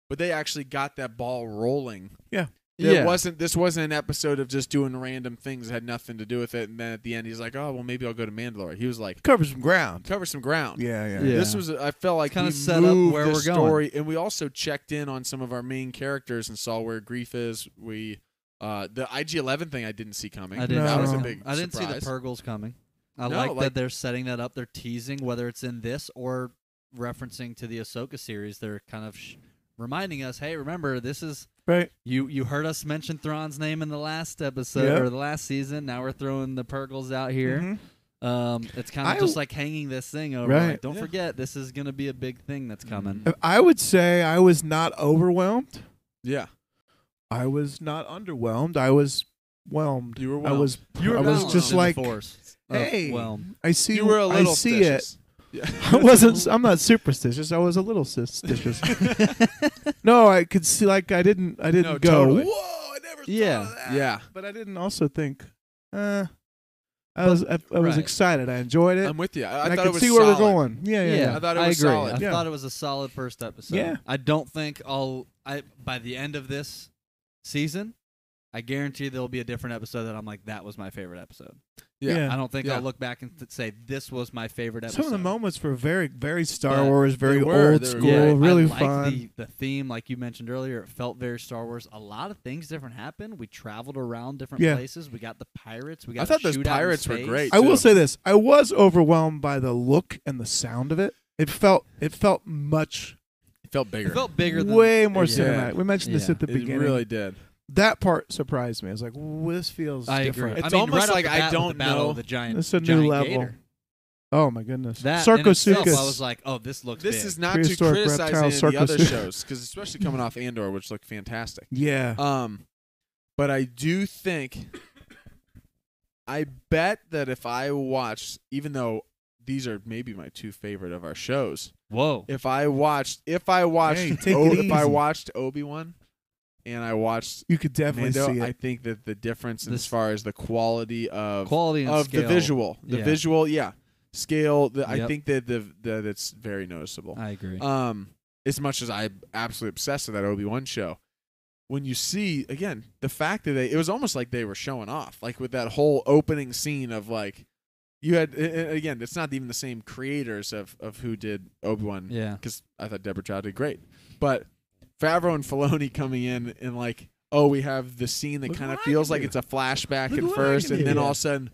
[SPEAKER 1] But they actually got that ball rolling.
[SPEAKER 2] Yeah.
[SPEAKER 1] It
[SPEAKER 3] Yeah.
[SPEAKER 1] wasn't. This wasn't an episode of just doing random things that had nothing to do with it. And then at the end, he's like, "Oh, well, maybe I'll go to Mandalore." He was like,
[SPEAKER 2] Cover some ground.
[SPEAKER 1] "Cover some ground."
[SPEAKER 2] Yeah, yeah.
[SPEAKER 3] Yeah.
[SPEAKER 1] This was. I felt like
[SPEAKER 3] Kinda
[SPEAKER 1] we
[SPEAKER 3] set up
[SPEAKER 1] moved
[SPEAKER 3] where
[SPEAKER 1] the
[SPEAKER 3] we're going.
[SPEAKER 1] story, and we also checked in on some of our main characters and saw where grief is. We, uh, the IG Eleven thing, I didn't see coming.
[SPEAKER 3] I didn't.
[SPEAKER 1] That
[SPEAKER 2] No.
[SPEAKER 1] was a
[SPEAKER 2] No.
[SPEAKER 1] big.
[SPEAKER 3] I didn't see
[SPEAKER 1] surprise.
[SPEAKER 3] the purgles coming. I
[SPEAKER 1] No,
[SPEAKER 3] like,
[SPEAKER 1] like-
[SPEAKER 3] that they're setting that up. They're teasing whether it's in this or referencing to the Ahsoka series. They're kind of sh- reminding us, "Hey, remember this is
[SPEAKER 2] Right.
[SPEAKER 3] you. You heard us mention Thrawn's name in the last episode
[SPEAKER 2] Yeah.
[SPEAKER 3] or the last season. Now we're throwing the purgles out here.
[SPEAKER 2] Mhm.
[SPEAKER 3] Um, it's kind of
[SPEAKER 2] I-
[SPEAKER 3] just like hanging this thing over.
[SPEAKER 2] Right.
[SPEAKER 3] Like, don't
[SPEAKER 1] Yeah.
[SPEAKER 3] forget, this is going to be a big thing that's coming.
[SPEAKER 2] I would say I was not overwhelmed.
[SPEAKER 1] Yeah,
[SPEAKER 2] I was not underwhelmed. I was whelmed.
[SPEAKER 1] you were.
[SPEAKER 2] I
[SPEAKER 1] Well.
[SPEAKER 2] was.
[SPEAKER 3] You were
[SPEAKER 2] I was
[SPEAKER 3] balanced
[SPEAKER 2] just
[SPEAKER 3] in the
[SPEAKER 2] like,
[SPEAKER 3] force. of
[SPEAKER 2] hey,
[SPEAKER 3] [laughs] whelm.
[SPEAKER 2] I see.
[SPEAKER 1] Oh, You were a little.
[SPEAKER 2] I see
[SPEAKER 1] stitious.
[SPEAKER 2] it. [laughs] I wasn't. I'm not superstitious. I was a
[SPEAKER 1] [laughs]
[SPEAKER 2] little suspicious. no, I could see. Like I didn't. I didn't
[SPEAKER 1] No,
[SPEAKER 2] go.
[SPEAKER 1] totally.
[SPEAKER 2] Whoa! I never
[SPEAKER 3] Yeah,
[SPEAKER 2] thought of that.
[SPEAKER 1] yeah.
[SPEAKER 2] But I didn't also think. Uh, I was. I, I was
[SPEAKER 3] right.
[SPEAKER 2] excited. I enjoyed it.
[SPEAKER 1] I'm with you. I, I
[SPEAKER 2] and I,
[SPEAKER 1] thought
[SPEAKER 2] could
[SPEAKER 1] it was
[SPEAKER 2] see
[SPEAKER 1] solid.
[SPEAKER 2] where we're going. Yeah, yeah.
[SPEAKER 1] I thought it
[SPEAKER 3] I
[SPEAKER 1] was
[SPEAKER 3] agree.
[SPEAKER 1] solid.
[SPEAKER 3] I
[SPEAKER 2] Yeah.
[SPEAKER 3] thought it was a solid first episode.
[SPEAKER 2] Yeah.
[SPEAKER 3] I don't think I'll I by the end of this season, I guarantee there'll be a different episode that I'm like that was my favorite episode.
[SPEAKER 1] Yeah.
[SPEAKER 3] I don't think
[SPEAKER 1] Yeah.
[SPEAKER 3] I'll look back and th- say this was my favorite episode.
[SPEAKER 2] Some of the moments were very, very Star
[SPEAKER 3] But
[SPEAKER 2] Wars, very
[SPEAKER 1] were,
[SPEAKER 2] old
[SPEAKER 1] they were
[SPEAKER 2] school,
[SPEAKER 1] cool,
[SPEAKER 3] Yeah,
[SPEAKER 2] really
[SPEAKER 3] I liked
[SPEAKER 2] fun.
[SPEAKER 3] The, the theme, like you mentioned earlier, it felt very Star Wars. A lot of things different happened. We traveled around different
[SPEAKER 2] Yeah.
[SPEAKER 3] places. We got the pirates. We got.
[SPEAKER 1] I
[SPEAKER 3] a
[SPEAKER 1] thought those
[SPEAKER 3] shootout in
[SPEAKER 1] pirates were
[SPEAKER 3] space.
[SPEAKER 1] great.
[SPEAKER 2] I will
[SPEAKER 1] too.
[SPEAKER 2] say this: I was overwhelmed by the look and the sound of it. It felt, it felt much,
[SPEAKER 1] It felt bigger.
[SPEAKER 3] It felt bigger than
[SPEAKER 2] way more
[SPEAKER 1] Yeah.
[SPEAKER 2] cinematic. We mentioned this
[SPEAKER 3] Yeah.
[SPEAKER 2] at the
[SPEAKER 1] it
[SPEAKER 2] beginning.
[SPEAKER 1] really did.
[SPEAKER 2] that part surprised me. I was like, "Whoa, "This feels
[SPEAKER 3] I agree.
[SPEAKER 2] different."
[SPEAKER 1] It's
[SPEAKER 3] I mean,
[SPEAKER 1] almost
[SPEAKER 3] right off
[SPEAKER 1] like
[SPEAKER 3] the
[SPEAKER 1] I
[SPEAKER 3] bat with
[SPEAKER 1] don't
[SPEAKER 3] the battle
[SPEAKER 1] know-
[SPEAKER 3] Of the giant.
[SPEAKER 2] It's a new
[SPEAKER 3] giant
[SPEAKER 2] level.
[SPEAKER 3] gator.
[SPEAKER 2] Oh my goodness!
[SPEAKER 3] That in itself,
[SPEAKER 2] Sarcosuchus.
[SPEAKER 3] I was like, oh, this looks.
[SPEAKER 1] This
[SPEAKER 3] big.
[SPEAKER 1] is not to
[SPEAKER 2] Prehistoric
[SPEAKER 1] criticize any
[SPEAKER 2] reptile
[SPEAKER 1] of the other
[SPEAKER 2] circus.
[SPEAKER 1] shows because especially coming off Andor, which looked fantastic.
[SPEAKER 2] yeah,
[SPEAKER 1] Um, but I do think, I bet that if I watched, even though these are maybe my two favorite of our shows,
[SPEAKER 3] whoa.
[SPEAKER 1] if I watched, if I watched,
[SPEAKER 2] Hey, take
[SPEAKER 1] O-
[SPEAKER 2] it
[SPEAKER 1] if I
[SPEAKER 2] easy.
[SPEAKER 1] watched Obi Wan, and I watched
[SPEAKER 2] you could definitely
[SPEAKER 1] Mando,
[SPEAKER 2] see it.
[SPEAKER 1] I think that the difference as
[SPEAKER 3] This-
[SPEAKER 1] far as the quality of
[SPEAKER 3] Quality and
[SPEAKER 1] of
[SPEAKER 3] scale.
[SPEAKER 1] the visual, the
[SPEAKER 3] Yeah.
[SPEAKER 1] visual, yeah, scale. The, I
[SPEAKER 3] Yep.
[SPEAKER 1] think that the that it's very noticeable.
[SPEAKER 3] I agree.
[SPEAKER 1] Um, as much as I'm absolutely obsessed with that Obi Wan show, when you see again the fact that they, it was almost like they were showing off, like with that whole opening scene of like, you had a- a- again, it's not even the same creators of of who did Obi Wan
[SPEAKER 3] yeah.
[SPEAKER 1] because I thought Deborah Chow did great, but Favreau and Filoni coming in and like, oh, we have the scene that
[SPEAKER 2] Look
[SPEAKER 1] kind of
[SPEAKER 2] what I
[SPEAKER 1] feels
[SPEAKER 2] can
[SPEAKER 1] like
[SPEAKER 2] do.
[SPEAKER 1] it's a flashback
[SPEAKER 2] Look
[SPEAKER 1] at
[SPEAKER 2] what I
[SPEAKER 1] first,
[SPEAKER 2] can
[SPEAKER 1] and
[SPEAKER 2] do.
[SPEAKER 1] then all
[SPEAKER 2] Yeah.
[SPEAKER 1] of a sudden,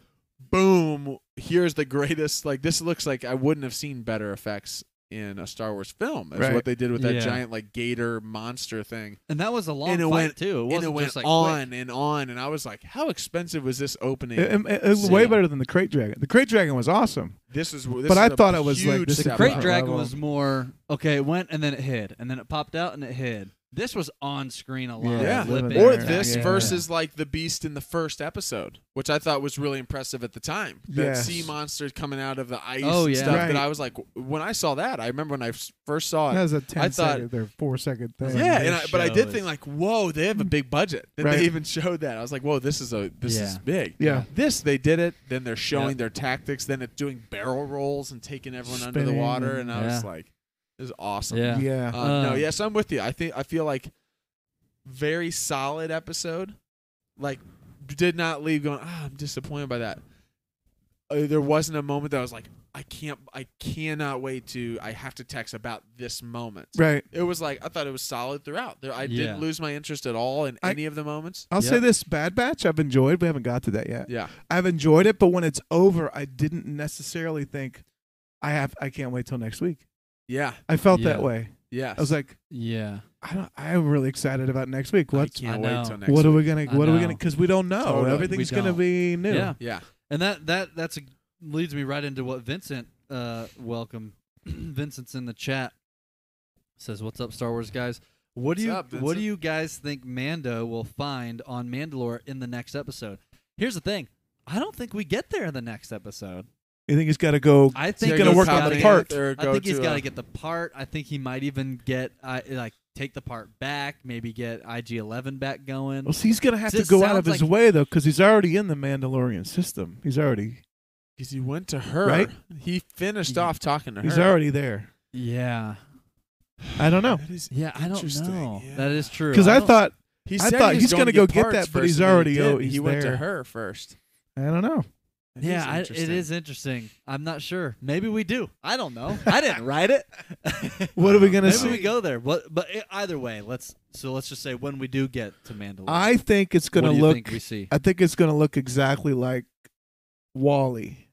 [SPEAKER 1] boom! Here's the greatest. Like this looks like I wouldn't have seen better effects in a Star Wars film. Is
[SPEAKER 2] Right.
[SPEAKER 1] what they did with that
[SPEAKER 3] Yeah.
[SPEAKER 1] giant like gator monster thing,
[SPEAKER 3] And that was a long
[SPEAKER 1] And it
[SPEAKER 3] fight
[SPEAKER 1] went-
[SPEAKER 3] too. It
[SPEAKER 1] and
[SPEAKER 3] wasn't
[SPEAKER 1] it went
[SPEAKER 3] just like
[SPEAKER 1] on and on, and I was like, how expensive was this opening?
[SPEAKER 2] It, it- it was
[SPEAKER 1] See.
[SPEAKER 2] way better than the Crate Dragon. The Crate Dragon was awesome.
[SPEAKER 1] this is. This
[SPEAKER 2] But
[SPEAKER 1] is
[SPEAKER 2] I
[SPEAKER 1] a
[SPEAKER 2] thought it was, like,
[SPEAKER 1] huge
[SPEAKER 2] this
[SPEAKER 3] quick. The
[SPEAKER 1] step
[SPEAKER 2] great
[SPEAKER 1] up.
[SPEAKER 3] Great
[SPEAKER 2] Yeah.
[SPEAKER 3] Dragon
[SPEAKER 2] Level.
[SPEAKER 3] was more okay. It went and then it hid, and then it popped out and it hid. This was on screen a lot.
[SPEAKER 1] Yeah.
[SPEAKER 3] flipping
[SPEAKER 1] Or
[SPEAKER 3] back
[SPEAKER 1] this
[SPEAKER 3] and
[SPEAKER 1] versus like the beast in the first episode, which I thought was really impressive at the time. That
[SPEAKER 2] Yes.
[SPEAKER 1] sea monster coming out of the ice
[SPEAKER 3] Oh,
[SPEAKER 1] and
[SPEAKER 3] yeah.
[SPEAKER 1] stuff.
[SPEAKER 2] Right.
[SPEAKER 1] That I was like, when I saw that, I remember when I s- first saw
[SPEAKER 2] That
[SPEAKER 1] it.
[SPEAKER 2] was a 10
[SPEAKER 1] Uh, I thought-
[SPEAKER 2] second or four second thing.
[SPEAKER 1] yeah, and I,
[SPEAKER 3] this
[SPEAKER 1] but I
[SPEAKER 3] show
[SPEAKER 1] did
[SPEAKER 3] is-
[SPEAKER 1] think like, whoa, they have a big budget. That
[SPEAKER 2] Right.
[SPEAKER 1] they even showed that. I was like, whoa, this is a this is
[SPEAKER 3] Yeah.
[SPEAKER 1] big.
[SPEAKER 2] Yeah.
[SPEAKER 1] This they did it. Then they're showing
[SPEAKER 3] Yep.
[SPEAKER 1] their tactics. Then it's doing barrel rolls and taking everyone under the
[SPEAKER 2] Spinning
[SPEAKER 1] water. And
[SPEAKER 2] and-
[SPEAKER 1] I was
[SPEAKER 3] Yeah.
[SPEAKER 1] like, this is awesome.
[SPEAKER 3] Yeah.
[SPEAKER 2] yeah.
[SPEAKER 1] Uh, no,
[SPEAKER 3] Um,
[SPEAKER 1] yes, I'm with you. I think I feel like very solid episode. Like, did not leave going. Ah, I'm disappointed by that. Uh, there wasn't a moment that I was like, I can't I cannot wait to I have to text about this moment.
[SPEAKER 2] Right.
[SPEAKER 1] It was like I thought it was solid throughout. There I
[SPEAKER 3] Yeah.
[SPEAKER 1] didn't lose my interest at all in
[SPEAKER 2] I-
[SPEAKER 1] any of the moments.
[SPEAKER 2] I'll say
[SPEAKER 3] Yep.
[SPEAKER 2] this Bad Batch, I've enjoyed. We haven't got to that yet.
[SPEAKER 1] Yeah.
[SPEAKER 2] I've enjoyed it, but when it's over, I didn't necessarily think I have. I can't wait till next week.
[SPEAKER 1] Yeah.
[SPEAKER 2] I felt
[SPEAKER 3] Yeah.
[SPEAKER 2] that way.
[SPEAKER 1] Yeah.
[SPEAKER 2] I was like,
[SPEAKER 3] Yeah.
[SPEAKER 2] I don't, I'm really excited about next week. What?
[SPEAKER 1] I can't
[SPEAKER 3] I know.
[SPEAKER 1] wait till next
[SPEAKER 2] What are
[SPEAKER 1] week.
[SPEAKER 2] we gonna?
[SPEAKER 3] I
[SPEAKER 2] What are we
[SPEAKER 3] know.
[SPEAKER 2] gonna? Because we don't know.
[SPEAKER 1] Totally.
[SPEAKER 2] Everything's
[SPEAKER 3] We
[SPEAKER 2] gonna
[SPEAKER 3] don't.
[SPEAKER 2] be new.
[SPEAKER 3] Yeah.
[SPEAKER 1] Yeah.
[SPEAKER 3] And that that that's a leads me right into what Vincent uh welcome [clears throat] Vincent's in the chat says what's up Star Wars guys what
[SPEAKER 1] What's
[SPEAKER 3] do you
[SPEAKER 1] up,
[SPEAKER 3] what do
[SPEAKER 1] Vincent?
[SPEAKER 3] you guys think Mando will find on Mandalore in the next episode Here's the thing I don't think we get there in the next episode
[SPEAKER 2] You think it's got to go?
[SPEAKER 3] I
[SPEAKER 1] So
[SPEAKER 3] think
[SPEAKER 1] you
[SPEAKER 2] gonna
[SPEAKER 1] go
[SPEAKER 2] work on the
[SPEAKER 1] copy
[SPEAKER 3] gotta
[SPEAKER 2] part.
[SPEAKER 1] it or
[SPEAKER 3] get- I
[SPEAKER 1] go
[SPEAKER 3] think he's
[SPEAKER 1] to
[SPEAKER 3] got to
[SPEAKER 1] a-
[SPEAKER 3] get the part I think he might even get I like take the part back maybe get IG11 back going
[SPEAKER 2] Well, see, he's gonna have
[SPEAKER 3] This
[SPEAKER 2] to go out
[SPEAKER 3] sounds
[SPEAKER 2] of his
[SPEAKER 3] like-
[SPEAKER 2] way though, because he's already in the Mandalorian system. He's already.
[SPEAKER 1] Because he went to her.
[SPEAKER 2] Right?
[SPEAKER 1] He finished off talking to
[SPEAKER 2] He's
[SPEAKER 1] her.
[SPEAKER 2] already there.
[SPEAKER 3] Yeah
[SPEAKER 2] I don't know.
[SPEAKER 1] That is-
[SPEAKER 3] yeah I don't
[SPEAKER 1] Interesting,
[SPEAKER 3] know
[SPEAKER 1] yeah.
[SPEAKER 3] that is true
[SPEAKER 2] Because I,
[SPEAKER 3] don't-
[SPEAKER 2] thought
[SPEAKER 1] he
[SPEAKER 2] I
[SPEAKER 1] said
[SPEAKER 2] thought
[SPEAKER 1] he was
[SPEAKER 2] he's
[SPEAKER 1] going
[SPEAKER 2] gonna
[SPEAKER 1] to
[SPEAKER 2] go get
[SPEAKER 1] parts
[SPEAKER 2] that, but
[SPEAKER 1] first,
[SPEAKER 2] he's
[SPEAKER 1] and then
[SPEAKER 2] already-
[SPEAKER 1] He,
[SPEAKER 2] oh,
[SPEAKER 1] didn't.
[SPEAKER 2] he's
[SPEAKER 1] he went
[SPEAKER 2] there.
[SPEAKER 1] to her first.
[SPEAKER 2] I don't know.
[SPEAKER 1] That
[SPEAKER 3] Yeah, I, it
[SPEAKER 1] interesting.
[SPEAKER 3] is interesting. I'm not sure. Maybe we do. I don't know. I didn't write it.
[SPEAKER 2] What are we gonna
[SPEAKER 3] [laughs] Maybe
[SPEAKER 2] see?
[SPEAKER 3] we go there. What? But i- either way, let's. So let's just say when we do get to Mandalore,
[SPEAKER 2] I think it's
[SPEAKER 3] what
[SPEAKER 2] gonna
[SPEAKER 3] do you
[SPEAKER 2] look.
[SPEAKER 3] think we see.
[SPEAKER 2] I think it's gonna look exactly like Wally.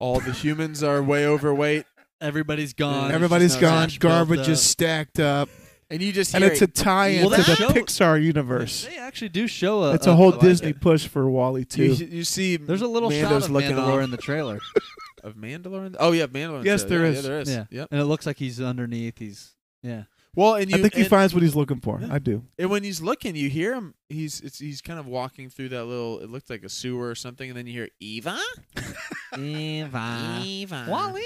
[SPEAKER 1] All the humans are [laughs] way overweight,
[SPEAKER 3] Everybody's gone.
[SPEAKER 1] There's
[SPEAKER 2] Everybody's
[SPEAKER 1] just no
[SPEAKER 2] gone.
[SPEAKER 3] trash built
[SPEAKER 2] Garbage
[SPEAKER 3] up.
[SPEAKER 2] is stacked up,
[SPEAKER 1] and you just
[SPEAKER 2] and
[SPEAKER 1] hear
[SPEAKER 2] it's
[SPEAKER 1] it.
[SPEAKER 2] a tie-in
[SPEAKER 3] Well,
[SPEAKER 2] to
[SPEAKER 3] that
[SPEAKER 2] the
[SPEAKER 3] show-
[SPEAKER 2] Pixar universe.
[SPEAKER 3] They actually do show a.
[SPEAKER 2] It's a whole
[SPEAKER 3] like
[SPEAKER 2] Disney
[SPEAKER 3] it.
[SPEAKER 2] push for Wally
[SPEAKER 1] You,
[SPEAKER 2] too.
[SPEAKER 1] you see,
[SPEAKER 3] There's a little
[SPEAKER 1] Mando's
[SPEAKER 3] shot of
[SPEAKER 1] looking
[SPEAKER 3] Mandalore
[SPEAKER 1] off.
[SPEAKER 3] in the trailer,
[SPEAKER 1] of Mandalorian. Oh yeah, Mandalorian.
[SPEAKER 2] Yes,
[SPEAKER 1] too.
[SPEAKER 2] there
[SPEAKER 1] yeah,
[SPEAKER 2] is.
[SPEAKER 1] Yeah, there is. Yep.
[SPEAKER 3] and it looks like he's underneath. He's yeah.
[SPEAKER 1] Well, and you
[SPEAKER 2] I think he
[SPEAKER 1] and,
[SPEAKER 2] finds what he's looking for.
[SPEAKER 1] Yeah.
[SPEAKER 2] I do.
[SPEAKER 1] and when he's looking, you hear him. He's it's he's kind of walking through that little. It looked like a sewer or something, and then you hear Eva.
[SPEAKER 3] Eva.
[SPEAKER 1] Eva.
[SPEAKER 3] Wally.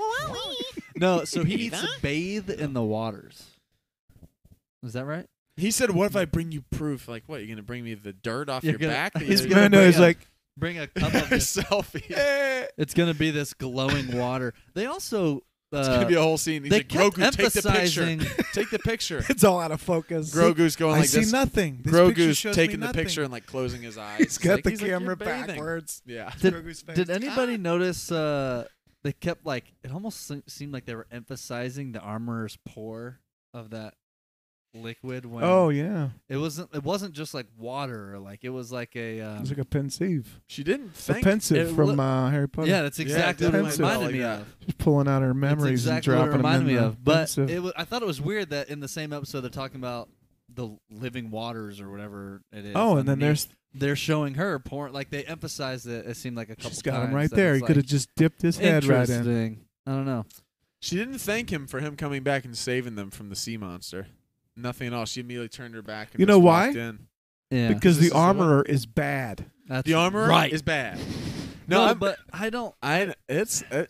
[SPEAKER 3] Wally. No, so he needs to
[SPEAKER 1] Eva?
[SPEAKER 3] bathe in the waters. Is that right?
[SPEAKER 1] He said, "What if I bring you proof? Like, what? You're gonna bring me the dirt off
[SPEAKER 3] You're
[SPEAKER 1] your
[SPEAKER 3] gonna-
[SPEAKER 1] back?
[SPEAKER 2] [laughs]
[SPEAKER 3] he's
[SPEAKER 1] You're
[SPEAKER 3] gonna
[SPEAKER 2] Mando
[SPEAKER 3] bring
[SPEAKER 2] is
[SPEAKER 3] up-
[SPEAKER 2] like,
[SPEAKER 3] Bring
[SPEAKER 2] [laughs]
[SPEAKER 3] a [laughs] cup
[SPEAKER 1] [laughs]
[SPEAKER 3] of this
[SPEAKER 1] selfie.
[SPEAKER 3] It's gonna be this glowing water. They also uh,
[SPEAKER 1] It's gonna be a whole scene. He's
[SPEAKER 3] they
[SPEAKER 1] like,
[SPEAKER 3] kept
[SPEAKER 1] Grogu, take the picture. [laughs]
[SPEAKER 3] emphasizing.
[SPEAKER 1] Take the picture.
[SPEAKER 2] it's all out of focus.
[SPEAKER 1] Grogu's going
[SPEAKER 2] I
[SPEAKER 1] like
[SPEAKER 2] see
[SPEAKER 1] this.
[SPEAKER 2] nothing. This picture
[SPEAKER 1] Grogu's
[SPEAKER 2] shows
[SPEAKER 1] taking the
[SPEAKER 2] me nothing.
[SPEAKER 1] picture and like closing
[SPEAKER 2] [laughs]
[SPEAKER 1] his eyes.
[SPEAKER 2] He's got
[SPEAKER 1] like-
[SPEAKER 2] the
[SPEAKER 1] he's like, "You're
[SPEAKER 2] camera
[SPEAKER 1] bathing."
[SPEAKER 2] backwards.
[SPEAKER 1] Yeah.
[SPEAKER 3] Did-
[SPEAKER 2] Grogu's face.
[SPEAKER 3] Did anybody notice? Uh, they kept like it almost se- seemed like they were emphasizing the armorer's pour of that liquid. When
[SPEAKER 2] Oh yeah,
[SPEAKER 3] it wasn't. It wasn't just like water. Or like it was like a. Um,
[SPEAKER 2] it's like a pensieve.
[SPEAKER 1] She didn't
[SPEAKER 2] The
[SPEAKER 1] think.
[SPEAKER 2] pensive
[SPEAKER 3] it
[SPEAKER 2] from
[SPEAKER 3] look-
[SPEAKER 2] uh, Harry Potter.
[SPEAKER 3] yeah, that's
[SPEAKER 1] Yeah, it
[SPEAKER 3] exactly
[SPEAKER 1] did
[SPEAKER 3] what
[SPEAKER 2] remind
[SPEAKER 3] it
[SPEAKER 2] me
[SPEAKER 3] reminded me
[SPEAKER 1] of
[SPEAKER 3] of.
[SPEAKER 1] that.
[SPEAKER 2] She's pulling out her
[SPEAKER 3] That's
[SPEAKER 2] memories
[SPEAKER 3] exactly
[SPEAKER 2] and
[SPEAKER 3] what
[SPEAKER 2] dropping
[SPEAKER 3] it
[SPEAKER 2] them
[SPEAKER 3] reminded
[SPEAKER 2] in
[SPEAKER 3] me
[SPEAKER 2] the
[SPEAKER 3] of. But
[SPEAKER 2] pensieve.
[SPEAKER 3] it was, I thought it was weird that in the same episode they're talking about the living waters or whatever it is.
[SPEAKER 2] oh, and then
[SPEAKER 3] underneath.
[SPEAKER 2] there's
[SPEAKER 3] they're showing her porn. Like they emphasized it. It seemed like a couple.
[SPEAKER 2] she's got
[SPEAKER 3] times
[SPEAKER 2] him right
[SPEAKER 3] that
[SPEAKER 2] there. He
[SPEAKER 3] it's
[SPEAKER 2] could have
[SPEAKER 3] like,
[SPEAKER 2] just dipped his head right in.
[SPEAKER 3] interesting. I don't know.
[SPEAKER 1] She didn't thank him for him coming back and saving them from the sea monster. Nothing at all. She immediately turned her back. And
[SPEAKER 2] You know
[SPEAKER 1] just
[SPEAKER 2] why?
[SPEAKER 1] walked in.
[SPEAKER 3] Yeah,
[SPEAKER 2] Because
[SPEAKER 1] This
[SPEAKER 2] the
[SPEAKER 1] is the
[SPEAKER 2] armorer is bad.
[SPEAKER 3] that's
[SPEAKER 1] The armor
[SPEAKER 3] right.
[SPEAKER 1] is
[SPEAKER 3] [laughs]
[SPEAKER 1] bad. No,
[SPEAKER 3] no,
[SPEAKER 1] I'm-
[SPEAKER 3] but I don't.
[SPEAKER 1] I it's. Uh,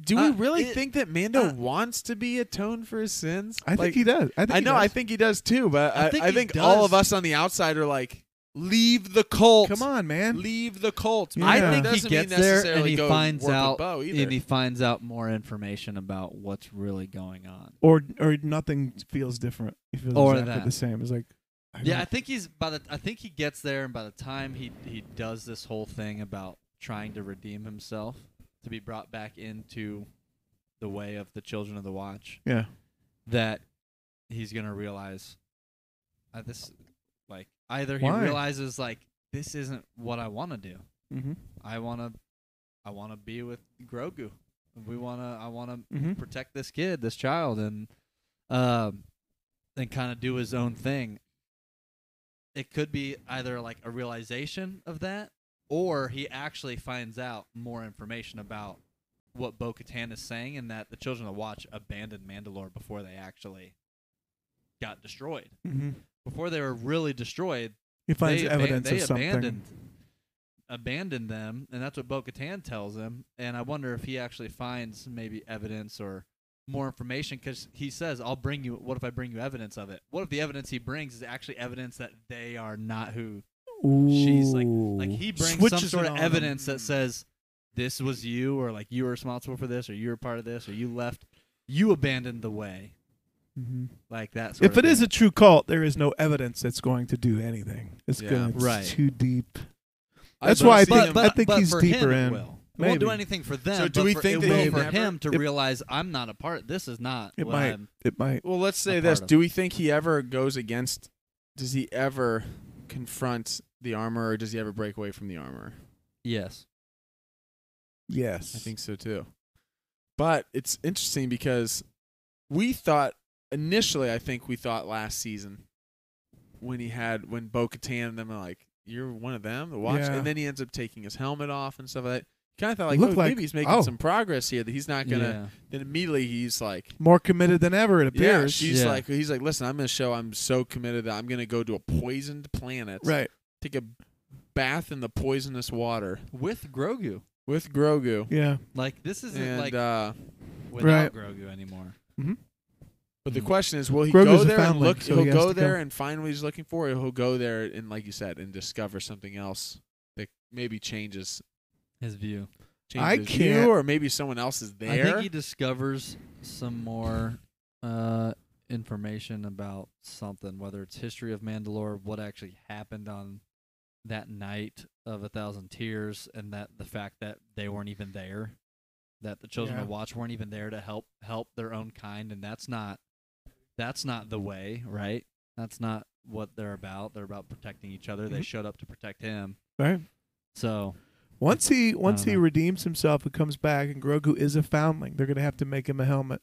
[SPEAKER 1] do we
[SPEAKER 3] Uh,
[SPEAKER 1] really
[SPEAKER 3] it-
[SPEAKER 1] think that Mando
[SPEAKER 3] uh,
[SPEAKER 1] wants to be atoned for his sins?
[SPEAKER 2] I think
[SPEAKER 1] Like,
[SPEAKER 2] he does. I, think
[SPEAKER 1] I
[SPEAKER 2] he
[SPEAKER 1] know. I
[SPEAKER 2] does.
[SPEAKER 1] think he does too. But
[SPEAKER 3] I
[SPEAKER 1] I,
[SPEAKER 3] think
[SPEAKER 1] I
[SPEAKER 3] he
[SPEAKER 1] think all of
[SPEAKER 3] does.
[SPEAKER 1] us on the outside are like, leave the cult.
[SPEAKER 2] Come on, man.
[SPEAKER 1] leave the cult.
[SPEAKER 2] Yeah.
[SPEAKER 1] But
[SPEAKER 3] I
[SPEAKER 1] that
[SPEAKER 3] think he
[SPEAKER 1] doesn't mean
[SPEAKER 3] gets there and
[SPEAKER 1] necessarily
[SPEAKER 3] he
[SPEAKER 1] go
[SPEAKER 3] finds
[SPEAKER 1] warp and
[SPEAKER 3] out
[SPEAKER 1] bow either.
[SPEAKER 3] and he finds out more information about what's really going on.
[SPEAKER 2] Or or nothing feels different. He feels
[SPEAKER 3] Or
[SPEAKER 2] exactly
[SPEAKER 3] that.
[SPEAKER 2] the same. It's like I
[SPEAKER 3] Yeah, I
[SPEAKER 2] don't-
[SPEAKER 3] think he's by the. I think he gets there, and by the time he he does this whole thing about trying to redeem himself to be brought back into the way of the children of the Watch,
[SPEAKER 2] yeah.
[SPEAKER 3] that he's gonna realize uh, this, like either he
[SPEAKER 2] Why?
[SPEAKER 3] realizes like this isn't what I want to do.
[SPEAKER 2] Mm-hmm.
[SPEAKER 3] I wanna, I wanna be with Grogu. We wanna, I wanna
[SPEAKER 2] Mm-hmm.
[SPEAKER 3] protect this kid, this child, and um, and kind of do his own thing. It could be either like a realization of that, or he actually finds out more information about what Bo Katan is saying, and that the Children of the Watch abandoned Mandalore before they actually got destroyed.
[SPEAKER 2] Mm-hmm.
[SPEAKER 3] Before they were really destroyed,
[SPEAKER 2] He finds
[SPEAKER 3] they, aban-
[SPEAKER 2] evidence
[SPEAKER 3] they
[SPEAKER 2] of something.
[SPEAKER 3] Abandoned, abandoned them, and that's what Bo Katan tells him. And I wonder if he actually finds maybe evidence or more information because he says, I'll bring you, what if I bring you evidence of it? What if the evidence he brings is actually evidence that they are not who? She's Like he brings some
[SPEAKER 2] Switches
[SPEAKER 3] sort
[SPEAKER 2] it
[SPEAKER 3] of
[SPEAKER 2] on 'em.
[SPEAKER 3] evidence that says, this was you, or like you were responsible for this, or you were part of this, or you left, you abandoned the way.
[SPEAKER 2] Mhm.
[SPEAKER 3] Like that sort
[SPEAKER 2] If it is a true cult, there is no evidence that's going to do anything. It's
[SPEAKER 1] Yeah.
[SPEAKER 2] going to
[SPEAKER 3] Right.
[SPEAKER 2] too deep.
[SPEAKER 1] I
[SPEAKER 2] That's
[SPEAKER 1] don't
[SPEAKER 2] why I
[SPEAKER 1] see
[SPEAKER 2] think-
[SPEAKER 1] him-
[SPEAKER 2] I think he's
[SPEAKER 3] for
[SPEAKER 2] deeper
[SPEAKER 3] him, it
[SPEAKER 2] in.
[SPEAKER 3] will. won't do
[SPEAKER 2] Maybe.
[SPEAKER 3] anything for them.
[SPEAKER 1] So do
[SPEAKER 3] but
[SPEAKER 1] we
[SPEAKER 3] for,
[SPEAKER 1] think
[SPEAKER 3] it
[SPEAKER 1] that
[SPEAKER 3] will
[SPEAKER 1] he
[SPEAKER 3] for
[SPEAKER 1] never-
[SPEAKER 3] him to
[SPEAKER 2] It-
[SPEAKER 3] realize I'm not a part? This is not.
[SPEAKER 2] It
[SPEAKER 3] what
[SPEAKER 2] might.
[SPEAKER 3] I'm-
[SPEAKER 2] It might.
[SPEAKER 1] Well, let's say
[SPEAKER 3] a
[SPEAKER 1] this:
[SPEAKER 3] part of
[SPEAKER 1] Do we think he ever goes against? Does he ever confront the armor, or does he ever break away from the armor?
[SPEAKER 3] Yes.
[SPEAKER 2] Yes.
[SPEAKER 1] I think so too. But it's interesting because we thought initially, I think we thought last season when he had when Bo Katan and them are like, "You're one of them." The watch,
[SPEAKER 2] Yeah.
[SPEAKER 1] and then he ends up taking his helmet off and stuff like that. Kind of thought like,
[SPEAKER 2] Looked
[SPEAKER 1] oh,
[SPEAKER 2] like-
[SPEAKER 1] maybe he's making
[SPEAKER 2] oh.
[SPEAKER 1] some progress here that he's not gonna. Then immediately he's like,
[SPEAKER 2] more committed than ever. It
[SPEAKER 1] Yeah,
[SPEAKER 2] appears.
[SPEAKER 1] she's
[SPEAKER 3] Yeah.
[SPEAKER 1] like, he's like, listen, I'm gonna show I'm so committed that I'm gonna go to a poisoned planet,
[SPEAKER 2] right.
[SPEAKER 1] Take a bath in the poisonous water
[SPEAKER 3] yeah. With Grogu.
[SPEAKER 1] with Grogu,
[SPEAKER 2] Yeah.
[SPEAKER 3] Like this isn't
[SPEAKER 1] and
[SPEAKER 3] like
[SPEAKER 1] uh,
[SPEAKER 3] without Grogu anymore.
[SPEAKER 1] but the
[SPEAKER 3] Mhm.
[SPEAKER 1] question is, will he
[SPEAKER 2] Hmm. Grogu's
[SPEAKER 1] go
[SPEAKER 2] a
[SPEAKER 1] there and
[SPEAKER 2] foundling,
[SPEAKER 1] look?
[SPEAKER 2] so
[SPEAKER 1] he'll
[SPEAKER 2] he has
[SPEAKER 1] go
[SPEAKER 2] to go.
[SPEAKER 1] there and find what he's looking for, or he'll go there and, like you said, and discover something else that maybe changes.
[SPEAKER 3] His view.
[SPEAKER 1] changes
[SPEAKER 2] I
[SPEAKER 1] his
[SPEAKER 2] can't-
[SPEAKER 1] view, or maybe someone else is there.
[SPEAKER 3] I think he discovers some more uh, information about something, whether it's history of Mandalore, what actually happened on that night of a thousand tears, and that the fact that they weren't even there, that the children
[SPEAKER 2] Yeah.
[SPEAKER 3] of Watch weren't even there to help help their own kind, and that's not that's not the way, right? That's not what they're about. They're about protecting each other. They
[SPEAKER 2] Mhm.
[SPEAKER 3] showed up to protect him.
[SPEAKER 2] Right.
[SPEAKER 3] So
[SPEAKER 2] Once he once he
[SPEAKER 3] know.
[SPEAKER 2] redeems himself and comes back, and Grogu is a foundling, they're gonna have to make him a helmet.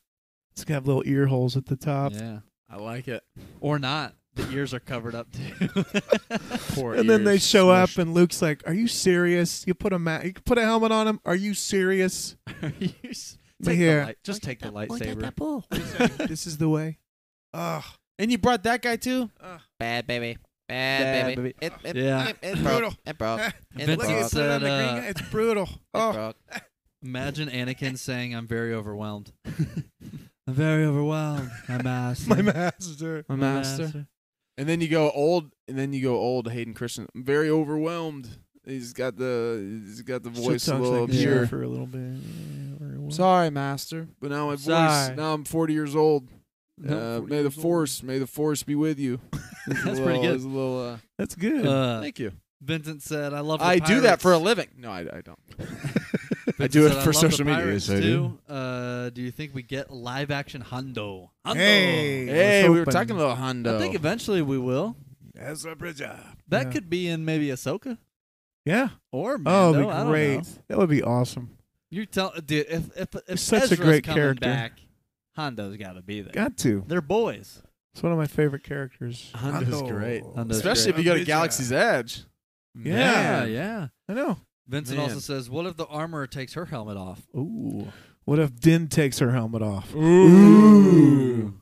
[SPEAKER 2] It's gonna have little ear holes at the top,
[SPEAKER 3] yeah,
[SPEAKER 1] I like it.
[SPEAKER 3] or not. The ears are covered up too. [laughs]
[SPEAKER 1] Poor
[SPEAKER 2] and then they
[SPEAKER 1] ears
[SPEAKER 2] show
[SPEAKER 1] smushed.
[SPEAKER 2] up, and Luke's like, "Are you serious? You put a ma- you put a helmet on him? Are
[SPEAKER 1] [laughs]
[SPEAKER 2] you serious?
[SPEAKER 3] You s- take
[SPEAKER 2] Here.
[SPEAKER 3] the light, just take the lightsaber. [laughs]
[SPEAKER 2] this is the way." Ugh.
[SPEAKER 1] and you brought that guy too.
[SPEAKER 5] Bad baby. Bad, baby. It, it,
[SPEAKER 3] Yeah.
[SPEAKER 5] it, it broke. It broke. It
[SPEAKER 3] Vince
[SPEAKER 5] broke.
[SPEAKER 3] Look, he
[SPEAKER 5] It
[SPEAKER 3] put on the green guy.
[SPEAKER 2] It's
[SPEAKER 1] [laughs]
[SPEAKER 2] brutal. Oh,
[SPEAKER 5] broke.
[SPEAKER 3] Imagine Anakin saying, "I'm very overwhelmed. [laughs] I'm very overwhelmed. My master.
[SPEAKER 2] my master.
[SPEAKER 1] My And then you go old, and then you go old Hayden Christensen. I'm very overwhelmed. He's got the he's got the voice a
[SPEAKER 2] Sometimes
[SPEAKER 1] little
[SPEAKER 2] I can
[SPEAKER 1] pure.
[SPEAKER 2] hear for a little bit. Yeah, very well.
[SPEAKER 1] Sorry, master, but now my voice.
[SPEAKER 2] Sorry.
[SPEAKER 1] Now I'm 40 years old.
[SPEAKER 2] No,
[SPEAKER 1] uh,
[SPEAKER 2] 40
[SPEAKER 1] may the
[SPEAKER 2] years old.
[SPEAKER 1] force, may the force be with
[SPEAKER 3] [laughs]
[SPEAKER 1] you. It's a
[SPEAKER 3] That's
[SPEAKER 1] little-
[SPEAKER 3] pretty good.
[SPEAKER 1] it's a little, uh,
[SPEAKER 2] That's good.
[SPEAKER 3] Uh,
[SPEAKER 1] thank you.
[SPEAKER 3] Vincent said, "I love. The
[SPEAKER 1] I do that for a
[SPEAKER 3] pirates."
[SPEAKER 1] living. No, I, I don't.
[SPEAKER 3] Vincent
[SPEAKER 1] I do it
[SPEAKER 3] said,
[SPEAKER 1] for
[SPEAKER 3] love the
[SPEAKER 1] social media,
[SPEAKER 3] pirates
[SPEAKER 1] yes, I
[SPEAKER 3] too. Uh, do you think we get live action Hondo? Hondo.
[SPEAKER 2] Hey. Let's
[SPEAKER 1] Hey, we were
[SPEAKER 2] open.
[SPEAKER 1] talking a little
[SPEAKER 3] I
[SPEAKER 1] Hondo.
[SPEAKER 3] think eventually we will.
[SPEAKER 2] Ezra Bridger.
[SPEAKER 3] That
[SPEAKER 2] Yeah.
[SPEAKER 3] could be in maybe Ahsoka
[SPEAKER 2] Yeah.
[SPEAKER 3] or
[SPEAKER 2] Oh,
[SPEAKER 3] Mando.
[SPEAKER 2] it'd
[SPEAKER 3] I
[SPEAKER 2] be
[SPEAKER 3] don't
[SPEAKER 2] great.
[SPEAKER 3] know.
[SPEAKER 2] That would be awesome.
[SPEAKER 3] You tell, dude. If if if
[SPEAKER 2] He's such a
[SPEAKER 3] Ezra's
[SPEAKER 2] great
[SPEAKER 3] coming
[SPEAKER 2] character.
[SPEAKER 3] back, Hondo's got to be there.
[SPEAKER 2] Got to.
[SPEAKER 3] They're boys.
[SPEAKER 2] It's one of my favorite characters.
[SPEAKER 1] Hondo's great,
[SPEAKER 3] Hondo's
[SPEAKER 1] especially if you go to Galaxy's Edge.
[SPEAKER 2] Yeah.
[SPEAKER 3] Yeah,
[SPEAKER 1] Man.
[SPEAKER 3] yeah.
[SPEAKER 2] I know.
[SPEAKER 3] Vincent
[SPEAKER 1] Man.
[SPEAKER 3] also says, "What if the armorer takes her helmet [laughs] off?"
[SPEAKER 2] Ooh. What if Din takes her helmet off?
[SPEAKER 1] Ooh.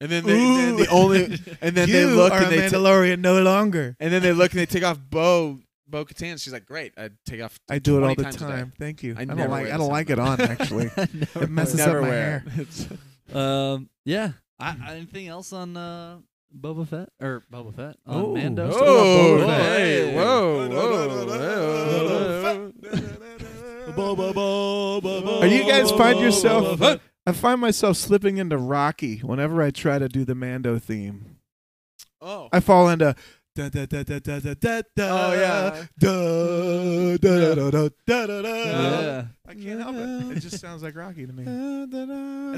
[SPEAKER 1] And then, they, then the
[SPEAKER 2] Ooh.
[SPEAKER 1] only, and then
[SPEAKER 2] you
[SPEAKER 1] they look
[SPEAKER 2] are
[SPEAKER 1] and they
[SPEAKER 2] a
[SPEAKER 1] ta-
[SPEAKER 2] Mandalorian no longer.
[SPEAKER 1] And then they look and they take off Bo Bo Katan. She's like, "Great, I take off."
[SPEAKER 2] I do it all
[SPEAKER 1] 20
[SPEAKER 2] the
[SPEAKER 1] times a day.
[SPEAKER 2] time. Thank you.
[SPEAKER 1] I
[SPEAKER 2] I,
[SPEAKER 1] never
[SPEAKER 2] don't
[SPEAKER 1] wear
[SPEAKER 2] like. I
[SPEAKER 1] this
[SPEAKER 2] don't like
[SPEAKER 1] [laughs]
[SPEAKER 2] it on actually. it messes
[SPEAKER 1] Never
[SPEAKER 2] up my
[SPEAKER 1] wear [laughs]
[SPEAKER 2] hair.
[SPEAKER 1] it. It's-
[SPEAKER 3] um, yeah. I, I- anything else on uh, Boba Fett or Boba Fett on
[SPEAKER 2] Ooh.
[SPEAKER 3] Mando?
[SPEAKER 2] Still Oh. on Boba
[SPEAKER 1] whoa,
[SPEAKER 2] Fett.
[SPEAKER 1] hey, whoa, whoa, whoa.
[SPEAKER 2] Are you guys
[SPEAKER 1] Oh.
[SPEAKER 2] find yourself? [laughs] I find myself slipping into Rocky whenever I try to do the Mando theme.
[SPEAKER 1] Oh,
[SPEAKER 2] I fall into. Da, da, da, da, da, da, da,
[SPEAKER 1] oh yeah.
[SPEAKER 2] Da, da, da, da, da, da, da.
[SPEAKER 3] Yeah.
[SPEAKER 2] I can't help it. It just sounds like Rocky to me. And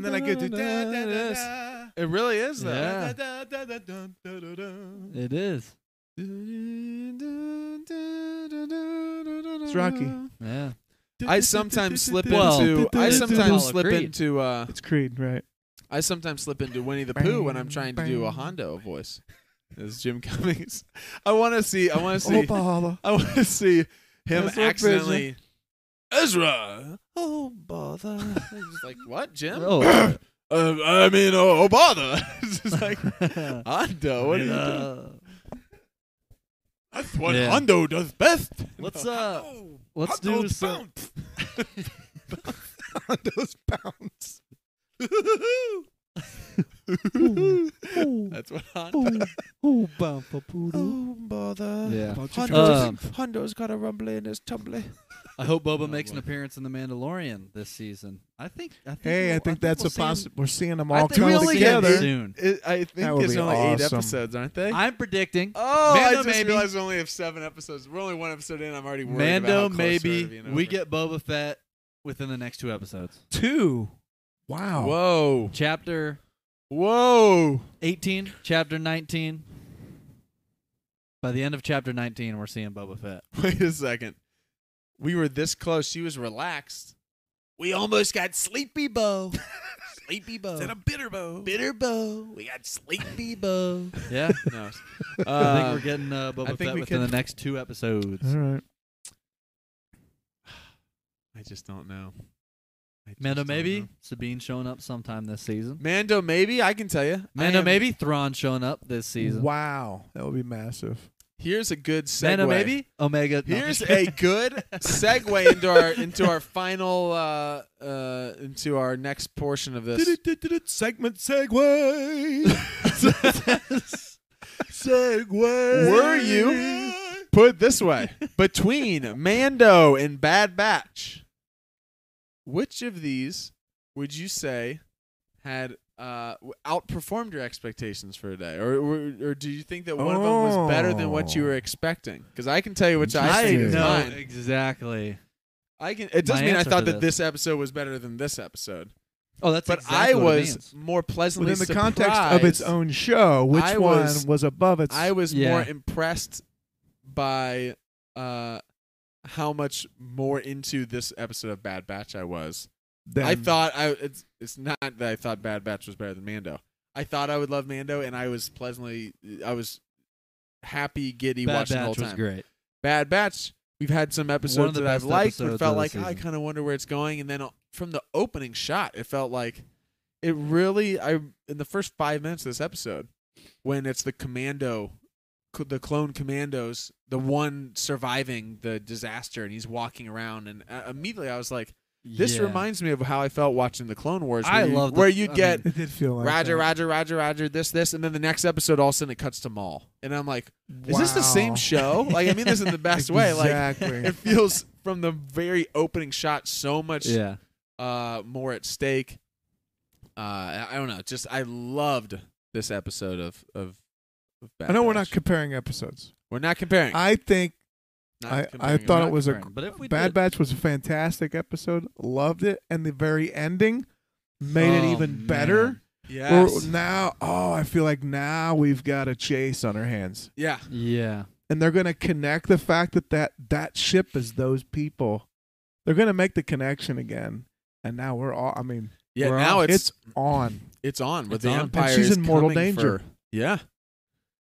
[SPEAKER 2] then I go to. Da, da, da, da.
[SPEAKER 1] It really is though.
[SPEAKER 3] Yeah.
[SPEAKER 2] Da, da, da, da, da, da, da.
[SPEAKER 3] It is.
[SPEAKER 1] It's
[SPEAKER 2] Rocky.
[SPEAKER 3] [laughs] Yeah.
[SPEAKER 1] I sometimes slip
[SPEAKER 3] Well,
[SPEAKER 1] into. I
[SPEAKER 3] it's
[SPEAKER 1] sometimes
[SPEAKER 3] Apollo
[SPEAKER 1] slip
[SPEAKER 3] Creed.
[SPEAKER 1] into. uh
[SPEAKER 2] It's Creed, right?
[SPEAKER 1] I sometimes slip into Winnie the Pooh when I'm trying to do a Hondo voice. It's Jim [laughs] Cummings. I want to see. I want to see.
[SPEAKER 2] Opala.
[SPEAKER 1] I want to see him
[SPEAKER 2] That's what
[SPEAKER 1] accidentally. Ezra. Oh bother. It's just like what, Jim?
[SPEAKER 3] [laughs]
[SPEAKER 1] Uh,
[SPEAKER 3] Oh.
[SPEAKER 1] I mean, oh, oh bother. [laughs] it's just
[SPEAKER 3] [laughs]
[SPEAKER 1] like Hondo. What are you doing?
[SPEAKER 3] Uh,
[SPEAKER 1] That's what
[SPEAKER 3] Yeah.
[SPEAKER 1] Hondo does best.
[SPEAKER 3] let's uh, let's do some. [laughs]
[SPEAKER 1] [laughs]
[SPEAKER 2] Those pounds.
[SPEAKER 1] That's what Honda.
[SPEAKER 2] Oh, bother.
[SPEAKER 3] Yeah.
[SPEAKER 2] About your
[SPEAKER 3] Um,
[SPEAKER 2] troubles. Hondo's got a rumbly in his tumbly.
[SPEAKER 3] I hope Boba
[SPEAKER 1] Oh,
[SPEAKER 3] makes an
[SPEAKER 1] boy.
[SPEAKER 3] appearance in The Mandalorian this season. I think. I think
[SPEAKER 2] Hey,
[SPEAKER 3] we'll-
[SPEAKER 2] I think that's a possibility. We're seeing them
[SPEAKER 3] I
[SPEAKER 2] all
[SPEAKER 3] think
[SPEAKER 2] come
[SPEAKER 3] we'll see him
[SPEAKER 2] together.
[SPEAKER 3] soon.
[SPEAKER 1] It, I
[SPEAKER 2] That
[SPEAKER 1] think
[SPEAKER 2] would
[SPEAKER 1] it's
[SPEAKER 2] be
[SPEAKER 1] only eight
[SPEAKER 2] awesome.
[SPEAKER 1] episodes, aren't they?
[SPEAKER 3] I'm predicting
[SPEAKER 1] oh, I
[SPEAKER 3] Mando
[SPEAKER 1] just
[SPEAKER 3] maybe.
[SPEAKER 1] realized we only have seven episodes. We're only one episode in. I'm already worried about
[SPEAKER 3] Mando
[SPEAKER 1] how close they're
[SPEAKER 3] maybe
[SPEAKER 1] to being over.
[SPEAKER 3] we get Boba Fett within the next two episodes.
[SPEAKER 2] Two. Wow.
[SPEAKER 1] Whoa,
[SPEAKER 3] Chapter
[SPEAKER 1] Oh. whoa!
[SPEAKER 3] 18, chapter 19. By the end of chapter 19, we're seeing Boba Fett.
[SPEAKER 1] [laughs] Wait a second. We were this close. She was relaxed.
[SPEAKER 5] We almost got Sleepy Bo. Sleepy Bo.
[SPEAKER 4] Then a bitter bow.
[SPEAKER 5] Bitter Bo. We got Sleepy Bo.
[SPEAKER 3] Yeah,
[SPEAKER 1] No,
[SPEAKER 3] [laughs] I think
[SPEAKER 1] Um,
[SPEAKER 3] we're getting uh, Boba
[SPEAKER 1] think
[SPEAKER 3] Fett
[SPEAKER 1] we
[SPEAKER 3] within
[SPEAKER 1] could-
[SPEAKER 3] the next two episodes.
[SPEAKER 2] All right.
[SPEAKER 1] I just don't know. I just
[SPEAKER 3] Mando
[SPEAKER 1] don't
[SPEAKER 3] maybe
[SPEAKER 1] know.
[SPEAKER 3] Sabine showing up sometime this season.
[SPEAKER 1] Mando maybe. I can tell you. I
[SPEAKER 3] Mando
[SPEAKER 1] am-
[SPEAKER 3] maybe Thrawn showing up this season.
[SPEAKER 2] Wow. That would be massive.
[SPEAKER 1] Here's a good segue.
[SPEAKER 3] Mando maybe Omega. no, I'm
[SPEAKER 1] Here's
[SPEAKER 3] just
[SPEAKER 1] a
[SPEAKER 3] kidding.
[SPEAKER 1] good segue into our into our final uh, uh, into our next portion of this.
[SPEAKER 4] Segment segue. segue.
[SPEAKER 1] Were you put it this way between Mando and Bad Batch? Which of these would you say had uh, w- outperformed your expectations for a day, or or, or do you think that one of them was better than what you were
[SPEAKER 2] Oh.
[SPEAKER 1] expecting? Because I can tell you which I
[SPEAKER 3] I
[SPEAKER 1] think is
[SPEAKER 2] Interesting.
[SPEAKER 3] know
[SPEAKER 1] mine.
[SPEAKER 3] exactly.
[SPEAKER 1] I can. It doesn't
[SPEAKER 3] My
[SPEAKER 1] mean I
[SPEAKER 3] answer
[SPEAKER 1] thought
[SPEAKER 3] to
[SPEAKER 1] that
[SPEAKER 3] this-
[SPEAKER 1] this episode was better than this episode.
[SPEAKER 3] Oh, that's
[SPEAKER 1] but
[SPEAKER 3] exactly
[SPEAKER 1] I
[SPEAKER 3] what it
[SPEAKER 1] was
[SPEAKER 3] means.
[SPEAKER 1] more pleasantly
[SPEAKER 2] Within the
[SPEAKER 1] surprised.
[SPEAKER 2] context of its own show, which
[SPEAKER 1] I
[SPEAKER 2] one
[SPEAKER 1] was-
[SPEAKER 2] was, above its?
[SPEAKER 1] I was
[SPEAKER 3] Yeah.
[SPEAKER 1] more impressed by uh, how much more into this episode of Bad Batch I was.
[SPEAKER 2] than-
[SPEAKER 1] I thought I it's it's not that I thought Bad Batch was better than Mando. I thought I would love Mando, and I was pleasantly I was happy, giddy
[SPEAKER 3] Bad
[SPEAKER 1] watching
[SPEAKER 3] Batch
[SPEAKER 1] the whole
[SPEAKER 3] was
[SPEAKER 1] time.
[SPEAKER 3] great.
[SPEAKER 1] Bad Batch. We've had some episodes
[SPEAKER 3] the
[SPEAKER 1] that I've
[SPEAKER 3] best
[SPEAKER 1] liked,
[SPEAKER 3] episodes
[SPEAKER 1] but
[SPEAKER 3] of
[SPEAKER 1] felt
[SPEAKER 3] the
[SPEAKER 1] like I
[SPEAKER 3] season.
[SPEAKER 1] kind of wonder where it's going. And then uh, from the opening shot, it felt like it really. I in the first five minutes of this episode, when it's the commando, co- the clone commandos, the one surviving the disaster, and he's walking around, and uh, immediately I was like, "This
[SPEAKER 3] Yeah.
[SPEAKER 1] reminds me of how I felt watching the Clone Wars." Where
[SPEAKER 3] I
[SPEAKER 1] you,
[SPEAKER 3] love the-
[SPEAKER 1] where you'd
[SPEAKER 3] I
[SPEAKER 1] get
[SPEAKER 2] it did feel like
[SPEAKER 1] Roger,
[SPEAKER 2] that.
[SPEAKER 1] Roger, Roger, Roger, this, this, and then the next episode, all of a sudden, it cuts to Maul, and I'm like, "Is this the same
[SPEAKER 2] Wow.
[SPEAKER 1] show?" Like, I mean this in the best way. Like,
[SPEAKER 2] exactly.
[SPEAKER 1] [laughs] it feels from the very opening shot so much
[SPEAKER 3] Yeah,
[SPEAKER 1] uh, more at stake. Uh, I I don't know. Just I loved this episode of of. of Bad
[SPEAKER 2] I know we're not
[SPEAKER 1] Batch.
[SPEAKER 2] comparing episodes.
[SPEAKER 1] we're not comparing.
[SPEAKER 2] I think
[SPEAKER 1] Not
[SPEAKER 2] I- I
[SPEAKER 1] comparing.
[SPEAKER 2] thought
[SPEAKER 1] We're
[SPEAKER 2] it
[SPEAKER 1] not
[SPEAKER 2] was a
[SPEAKER 1] comparing.
[SPEAKER 3] but if we
[SPEAKER 2] Bad
[SPEAKER 3] did,
[SPEAKER 2] Batch was a fantastic episode. Loved it, and the very ending made it
[SPEAKER 3] Oh,
[SPEAKER 2] even
[SPEAKER 3] man.
[SPEAKER 2] better. We're-
[SPEAKER 1] Yes.
[SPEAKER 2] now, oh, I feel like now we've got a chase on our hands,
[SPEAKER 1] yeah.
[SPEAKER 3] yeah,
[SPEAKER 2] and they're going to connect the fact that that that ship is those people. They're going to make the connection again, and now we're all. I mean,
[SPEAKER 1] Yeah.
[SPEAKER 2] we're
[SPEAKER 1] Now
[SPEAKER 2] on-
[SPEAKER 1] it's it's,
[SPEAKER 2] on.
[SPEAKER 1] on with
[SPEAKER 3] It's
[SPEAKER 1] the
[SPEAKER 3] on. And
[SPEAKER 1] empire.
[SPEAKER 2] she's
[SPEAKER 1] is
[SPEAKER 2] in mortal
[SPEAKER 1] coming
[SPEAKER 2] danger.
[SPEAKER 1] for- yeah.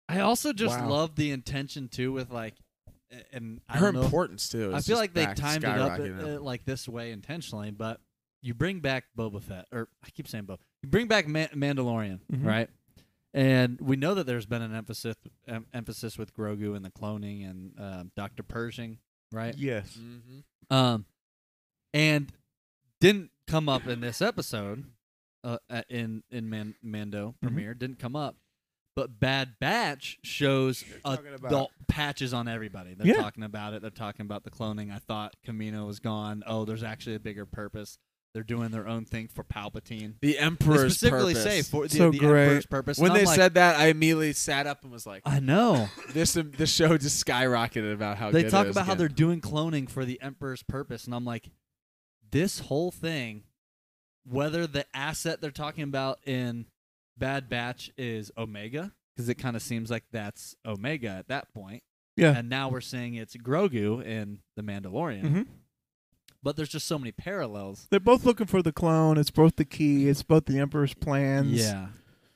[SPEAKER 3] I also just
[SPEAKER 2] Wow.
[SPEAKER 3] love the intention too with like, a- and I
[SPEAKER 1] Her
[SPEAKER 3] don't know if-
[SPEAKER 1] importance too.
[SPEAKER 3] I
[SPEAKER 1] is
[SPEAKER 3] feel
[SPEAKER 1] just
[SPEAKER 3] like they
[SPEAKER 1] back
[SPEAKER 3] timed it up
[SPEAKER 1] skyrocketing
[SPEAKER 3] uh, like this way intentionally, but you bring back Boba Fett, or I keep saying Boba. You bring back Ma- Mandalorian,
[SPEAKER 2] Mhm.
[SPEAKER 3] right? And we know that there's been an emphasis em- emphasis with Grogu and the cloning and um, Doctor Pershing, right?
[SPEAKER 2] Yes.
[SPEAKER 1] Mhm.
[SPEAKER 3] Um, and didn't come up in this episode, uh, uh, in in Man- Mando premiere didn't come up, but Bad Batch shows a
[SPEAKER 2] talking about-
[SPEAKER 3] adult patches on everybody. They're
[SPEAKER 2] Yeah.
[SPEAKER 3] talking about it. They're talking about the cloning. I thought Camino was gone. Oh, there's actually a bigger purpose. They're doing their own thing for Palpatine.
[SPEAKER 1] The
[SPEAKER 3] They
[SPEAKER 1] emperor's
[SPEAKER 3] specifically
[SPEAKER 1] purpose.
[SPEAKER 3] say for the,
[SPEAKER 2] So
[SPEAKER 3] the
[SPEAKER 2] great.
[SPEAKER 3] Emperor's purpose.
[SPEAKER 1] when
[SPEAKER 3] and I'm
[SPEAKER 1] they
[SPEAKER 3] like,
[SPEAKER 1] said that, I immediately sat up and was like,
[SPEAKER 3] I know.
[SPEAKER 1] "This the show just skyrocketed about how
[SPEAKER 3] they
[SPEAKER 1] good it
[SPEAKER 3] talk
[SPEAKER 1] is
[SPEAKER 3] about how
[SPEAKER 1] again.
[SPEAKER 3] they're doing cloning for the emperor's purpose and i'm like this whole thing whether the asset they're talking about in bad batch is omega because it kind of seems like that's omega at that point
[SPEAKER 2] Yeah.
[SPEAKER 3] and now we're saying it's grogu in the mandalorian
[SPEAKER 2] Mhm.
[SPEAKER 3] but there's just so many parallels
[SPEAKER 2] They're both looking for the clone. It's both the key. It's both the Emperor's plans.
[SPEAKER 3] yeah